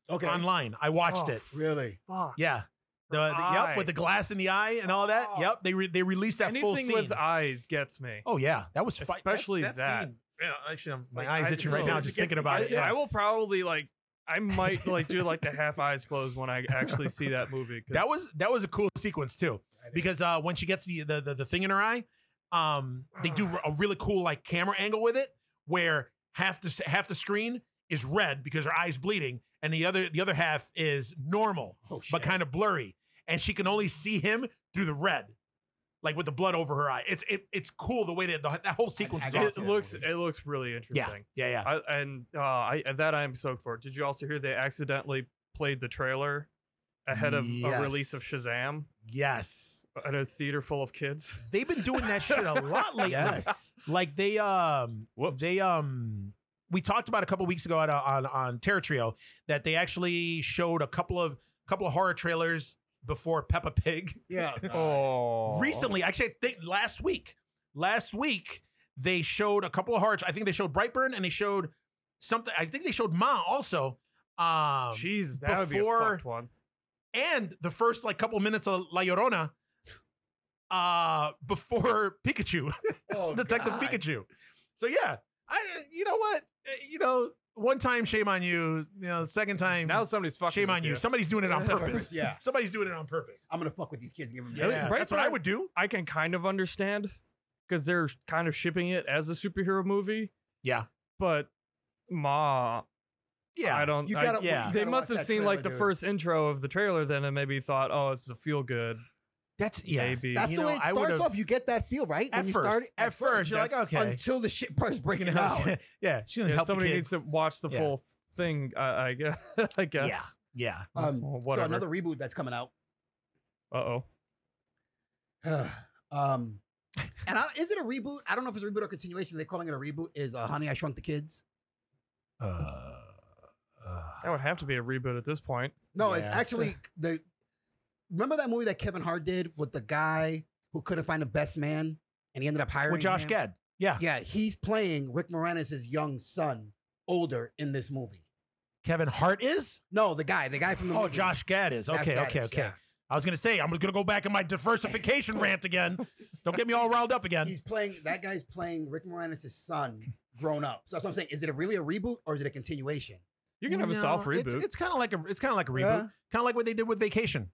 Speaker 3: okay.
Speaker 2: online. I watched
Speaker 1: Oh,
Speaker 2: it.
Speaker 3: Really?
Speaker 1: Yeah. Fuck.
Speaker 2: Yeah. The, the- yep
Speaker 1: eye.
Speaker 2: with the glass in the eye and all that.
Speaker 1: Oh.
Speaker 2: Yep, they re- they released that full
Speaker 1: Anything
Speaker 2: scene.
Speaker 1: with eyes gets me.
Speaker 2: oh yeah, that was fi-
Speaker 1: Especially that.
Speaker 2: scene. Yeah, actually, I'm, my
Speaker 1: Like,
Speaker 2: eyes
Speaker 1: I
Speaker 2: itching
Speaker 1: just-
Speaker 2: right now
Speaker 1: it's
Speaker 2: just
Speaker 3: against
Speaker 2: thinking
Speaker 3: the
Speaker 2: about
Speaker 1: I,
Speaker 2: it.
Speaker 3: eyes,
Speaker 2: Yeah.
Speaker 1: I will probably like. I might like do like the half eyes closed when I actually see that movie. 'cause
Speaker 2: That was that was a cool sequence too because uh, when she gets the, the the the thing in her eye, um, they do a really cool like camera angle with it where half the s- half the screen is red because her eye's bleeding and the other the other half is normal
Speaker 3: Oh, shit.
Speaker 2: but kind of blurry, and she can only see him through the red, like with the blood over her eye. It's it, it's cool the way that the, that whole sequence
Speaker 3: I
Speaker 2: is
Speaker 3: got
Speaker 2: awesome.
Speaker 1: It
Speaker 3: that
Speaker 1: looks.
Speaker 3: movie.
Speaker 1: It looks really interesting.
Speaker 2: Yeah, yeah.
Speaker 1: I, and uh, I that I'm stoked for. Did you also hear they accidentally played the trailer ahead of a release of
Speaker 2: Yes.
Speaker 1: Shazam
Speaker 2: Yes,
Speaker 1: at a theater full of kids?
Speaker 2: they've been doing that shit a lot lately.
Speaker 3: Yes.
Speaker 2: Like they um
Speaker 1: Whoops.
Speaker 2: they um we talked about a couple weeks ago on on on Terror Trio that they actually showed a couple of couple of horror trailers before Peppa Pig
Speaker 3: Yeah.
Speaker 1: oh,
Speaker 2: recently. Actually, I think last week. Last week they showed a couple of horror. I think they showed Brightburn and they showed something. I think they showed Ma also. Um,
Speaker 1: Jeez, that would be a
Speaker 2: before-
Speaker 1: fucked one.
Speaker 2: and the first like couple minutes of La Llorona, uh, before Pikachu.
Speaker 3: Oh,
Speaker 2: Detective
Speaker 3: God.
Speaker 2: Pikachu. So yeah, I you know what Uh, you know one time shame on you, you know second time
Speaker 1: Now somebody's fucking.
Speaker 2: shame
Speaker 1: with
Speaker 2: on you. Somebody's doing it on purpose.
Speaker 3: Yeah.
Speaker 2: Somebody's doing it on purpose.
Speaker 3: I'm gonna fuck with these kids and give them.
Speaker 2: Yeah,
Speaker 1: Right
Speaker 2: that's what I
Speaker 1: from-
Speaker 2: would do.
Speaker 1: I can kind of understand because they're kind of shipping it as a superhero movie,
Speaker 2: Yeah,
Speaker 1: but ma,
Speaker 2: yeah.
Speaker 1: I don't.
Speaker 3: You
Speaker 1: I-
Speaker 3: gotta.
Speaker 2: yeah.
Speaker 3: you
Speaker 1: they
Speaker 3: gotta
Speaker 1: must
Speaker 3: watch
Speaker 1: have
Speaker 3: that
Speaker 1: seen like
Speaker 3: trailer,
Speaker 1: the
Speaker 3: dude.
Speaker 1: first intro of the trailer, then and maybe thought, oh, it's a feel good.
Speaker 2: that's yeah.
Speaker 1: Maybe
Speaker 3: That's
Speaker 2: You
Speaker 3: the
Speaker 2: know,
Speaker 3: way it
Speaker 2: I
Speaker 3: starts
Speaker 2: would've-
Speaker 3: off. You get that feel right
Speaker 2: At
Speaker 3: you
Speaker 2: first,
Speaker 3: start it
Speaker 2: at first, you're like,
Speaker 3: that's-
Speaker 2: okay.
Speaker 3: until the shit starts breaking
Speaker 2: You know,
Speaker 3: out.
Speaker 2: yeah, she doesn't
Speaker 1: Yeah,
Speaker 2: help the
Speaker 1: somebody needs
Speaker 2: kids.
Speaker 1: to watch the
Speaker 2: Yeah.
Speaker 1: full thing. I, I guess. I guess.
Speaker 2: yeah,
Speaker 3: Um,
Speaker 1: Well,
Speaker 3: so
Speaker 1: whatever.
Speaker 3: another reboot that's coming out.
Speaker 1: Uh oh.
Speaker 3: um, and I, is it a reboot? I don't know if it's a reboot or continuation. They're calling it a reboot. Is uh, Honey I Shrunk the Kids?
Speaker 2: yeah. Uh,
Speaker 1: That
Speaker 2: uh,
Speaker 1: would have to be a reboot at this point.
Speaker 3: No, it's
Speaker 2: Yeah.
Speaker 3: actually the. Remember that movie that Kevin Hart did with the guy who couldn't find the best man, and he ended up hiring
Speaker 2: with Josh
Speaker 3: him?
Speaker 2: Gad. Yeah,
Speaker 3: Yeah, he's playing Rick Moranis' young son, older in this movie.
Speaker 2: Kevin Hart is.
Speaker 3: No, the guy, the guy from the
Speaker 2: Oh,
Speaker 3: movie.
Speaker 2: Josh Gad is.
Speaker 3: Josh
Speaker 2: Okay,
Speaker 3: Gad
Speaker 2: okay,
Speaker 3: is,
Speaker 2: okay.
Speaker 3: yeah.
Speaker 2: I was gonna say I'm gonna go back in my diversification rant again. Don't get me all riled up again.
Speaker 3: He's playing that guy's playing Rick Moranis' son grown up. So that's what I'm saying. Is it a, really a reboot or is it a continuation?
Speaker 1: You can have a
Speaker 2: No,
Speaker 1: soft reboot.
Speaker 2: It's, it's kind of like a it's kind of like a reboot,
Speaker 3: Yeah.
Speaker 2: kind of like what they did with Vacation,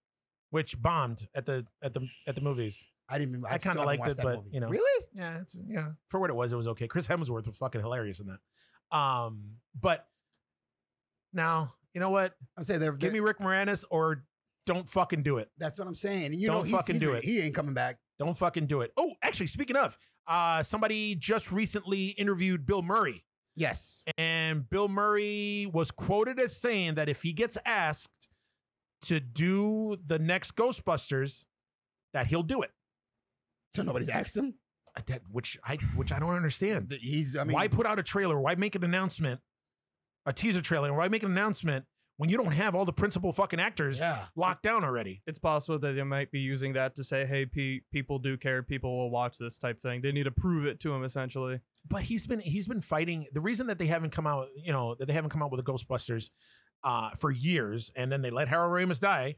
Speaker 2: which bombed at the at the at the movies.
Speaker 3: I didn't even
Speaker 2: I kinda
Speaker 3: still haven't
Speaker 2: liked
Speaker 3: watched
Speaker 2: it,
Speaker 3: that
Speaker 2: but, you know.
Speaker 3: Really?
Speaker 2: Yeah, it's, yeah. For what it was, it was okay. Chris Hemsworth was fucking hilarious in that. Um, but now you know what?
Speaker 3: I'm saying they're,
Speaker 2: Give me Rick Moranis or don't fucking do it.
Speaker 3: that's what I'm saying. And you
Speaker 2: Don't
Speaker 3: know, he's,
Speaker 2: fucking
Speaker 3: he's-
Speaker 2: do it.
Speaker 3: He ain't coming back.
Speaker 2: Don't fucking do it. Oh, actually, speaking of, uh, somebody just recently interviewed Bill Murray.
Speaker 3: Yes.
Speaker 2: And Bill Murray was quoted as saying that if he gets asked to do the next Ghostbusters, that he'll do it. Uh,
Speaker 3: So nobody's asked him.
Speaker 2: That, which I which I don't understand.
Speaker 3: Th- He's I mean
Speaker 2: why put out a trailer? Why make an announcement? A teaser trailer? Why make an announcement when you don't have all the principal fucking actors
Speaker 3: Yeah.
Speaker 2: locked down already?
Speaker 1: it's possible that they might be using that to say, "Hey, pe- people do care. People will watch this type thing." They need to prove it to him, essentially.
Speaker 2: But he's been he's been fighting. The reason that they haven't come out, you know, that they haven't come out with the Ghostbusters uh, for years, and then they let Harold Ramis die.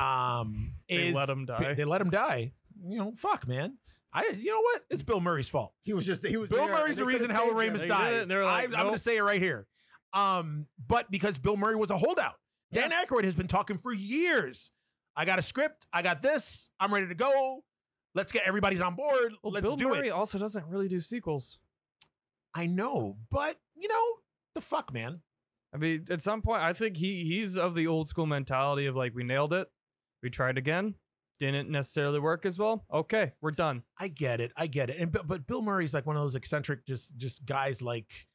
Speaker 2: Um,
Speaker 1: They
Speaker 2: is
Speaker 1: let him
Speaker 2: Bi-
Speaker 1: die.
Speaker 2: They let him die. You know, fuck, man. I, you know what? It's Bill Murray's fault.
Speaker 3: he was just he was
Speaker 2: Bill
Speaker 3: there,
Speaker 2: Murray's
Speaker 3: and
Speaker 2: the
Speaker 3: they
Speaker 2: reason
Speaker 3: could've
Speaker 2: Howell
Speaker 3: saved him.
Speaker 2: Ramis
Speaker 1: They
Speaker 2: died.
Speaker 1: didn't. They were like,
Speaker 2: I, I'm going to
Speaker 1: nope.
Speaker 2: say it right here. Um, but because Bill Murray was a holdout, Dan Aykroyd has been talking for years. I got a script. I got this. I'm ready to go. Let's get everybody's on board.
Speaker 1: Well,
Speaker 2: Let's
Speaker 1: Bill
Speaker 2: do
Speaker 1: Murray
Speaker 2: it.
Speaker 1: also doesn't really do sequels.
Speaker 2: I know, but you know, the fuck, man.
Speaker 1: I mean, at some point, I think he he's of the old school mentality of like, we nailed it, we tried again, didn't necessarily work as well. Okay, we're done.
Speaker 2: I get it. I get it. And but, but Bill Murray's like one of those eccentric just just guys like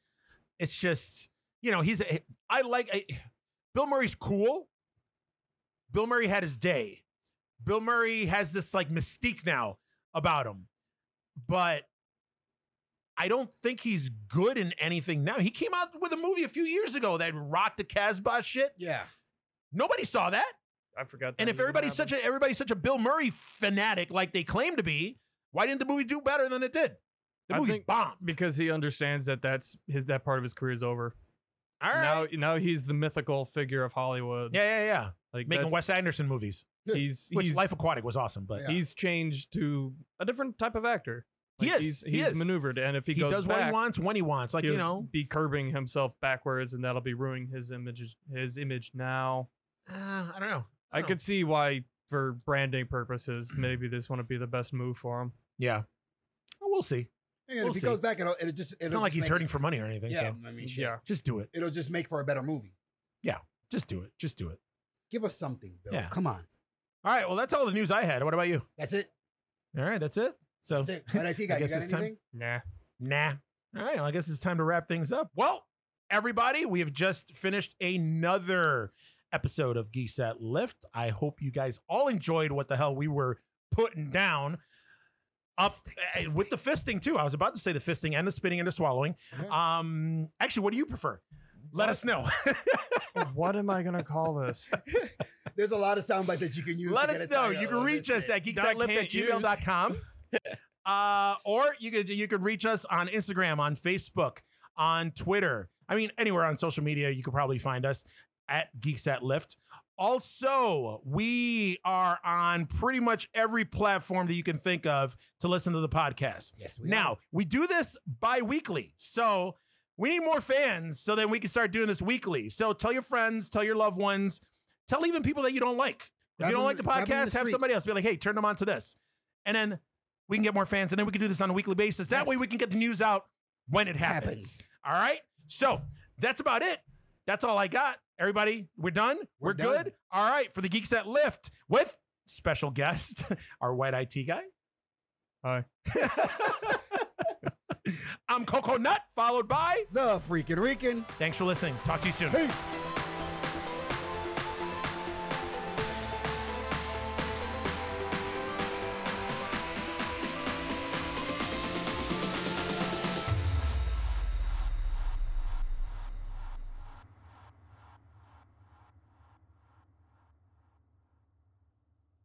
Speaker 2: it's just, you know, he's a, I like I, Bill Murray's cool. Bill Murray had his day. Bill Murray has this like mystique now about him. But I don't think he's good in anything now. He came out with a movie a few years ago that rocked the Casbah shit.
Speaker 3: Yeah.
Speaker 2: Nobody saw that.
Speaker 1: I forgot. That
Speaker 2: And if
Speaker 1: even
Speaker 2: everybody's
Speaker 1: happened.
Speaker 2: such a everybody's such a Bill Murray fanatic like they claim to be, why didn't the movie do better than it did? The
Speaker 1: I
Speaker 2: movie
Speaker 1: think
Speaker 2: bombed.
Speaker 1: because he understands that that's his that part of his career is over.
Speaker 2: All right.
Speaker 1: Now now he's the mythical figure of Hollywood.
Speaker 2: yeah, yeah, yeah.
Speaker 1: like
Speaker 2: Making
Speaker 1: that's-
Speaker 2: Wes Anderson movies,
Speaker 1: He's
Speaker 2: which
Speaker 1: he's
Speaker 2: Life Aquatic was awesome, but
Speaker 3: Yeah.
Speaker 1: he's changed to a different type of actor.
Speaker 2: He
Speaker 1: Like,
Speaker 2: is,
Speaker 1: He's, he's
Speaker 2: he is.
Speaker 1: maneuvered, and if he,
Speaker 2: he,
Speaker 1: goes
Speaker 2: does
Speaker 1: back,
Speaker 2: what he wants when he wants. Like you
Speaker 1: he'll
Speaker 2: know,
Speaker 1: be curbing himself backwards, and that'll be ruining his image. His image now.
Speaker 2: uh, I don't know.
Speaker 1: I
Speaker 2: Oh.
Speaker 1: could see why, for branding purposes, maybe this wouldn't be the best move for him.
Speaker 2: Yeah, Well, we'll see.
Speaker 3: And
Speaker 2: We'll
Speaker 3: if he
Speaker 2: see.
Speaker 3: goes back, it'll, it'll just. It'll
Speaker 2: It's not like
Speaker 3: just
Speaker 2: he's
Speaker 3: make-
Speaker 2: hurting for money or anything.
Speaker 3: Yeah.
Speaker 2: So
Speaker 3: I mean, shit.
Speaker 1: Yeah,
Speaker 2: just do it.
Speaker 3: It'll just make for a better movie.
Speaker 2: Just do it. Just do it.
Speaker 3: Give us something, Bill.
Speaker 2: Yeah.
Speaker 3: Come on.
Speaker 2: All right. Well, that's all the news I had. What about you?
Speaker 3: That's it.
Speaker 2: All right. That's it. So
Speaker 3: That's it. NIT guy, you
Speaker 2: guess
Speaker 3: got
Speaker 2: it's time-
Speaker 3: anything?
Speaker 1: nah.
Speaker 2: Nah. All right. Well, I guess it's time to wrap things up. Well, everybody, we have just finished another episode of Geeks at Lift. I hope you guys all enjoyed what the hell we were putting down. Up eh, with the fisting too. I was about to say the fisting and the spinning and the swallowing. Um, actually, what do you prefer? Let us know.
Speaker 1: what am I gonna call this?
Speaker 3: There's a lot of sound bites that you can use.
Speaker 2: Let
Speaker 3: to get
Speaker 2: us
Speaker 3: a
Speaker 2: know.
Speaker 3: title
Speaker 2: You can
Speaker 3: of
Speaker 2: reach
Speaker 3: this
Speaker 2: us
Speaker 3: shit.
Speaker 2: at geeks
Speaker 1: That I
Speaker 2: at lift at
Speaker 1: can't use.
Speaker 2: gmail.com. uh, or you could you could reach us on Instagram, on Facebook, on Twitter. I mean, anywhere on social media, you could probably find us at Geeks at Lift. Also, we are on pretty much every platform that you can think of to listen to the podcast.
Speaker 3: Yes, we
Speaker 2: Now, we do this bi weekly. So we need more fans so then we can start doing this weekly. So tell your friends, tell your loved ones, tell even people that you don't like. If
Speaker 3: Grab
Speaker 2: you don't
Speaker 3: them-
Speaker 2: like the
Speaker 3: grab them in
Speaker 2: podcast,
Speaker 3: the
Speaker 2: have
Speaker 3: street.
Speaker 2: somebody else be like, hey, turn them on to this. And then we can get more fans. And then we can do this on a weekly basis. That
Speaker 3: Yes.
Speaker 2: way we can get the news out when it happens.
Speaker 3: Happens.
Speaker 2: All right. So that's about it. That's all I got. Everybody, we're done. We're,
Speaker 3: We're
Speaker 2: good.
Speaker 3: done.
Speaker 2: All right. For the Geeks at Lift with special guest, our white IT guy.
Speaker 1: Hi.
Speaker 2: I'm Coco Nut, followed by.
Speaker 3: the freaking Rican.
Speaker 2: Thanks for listening. Talk to you soon.
Speaker 3: Peace.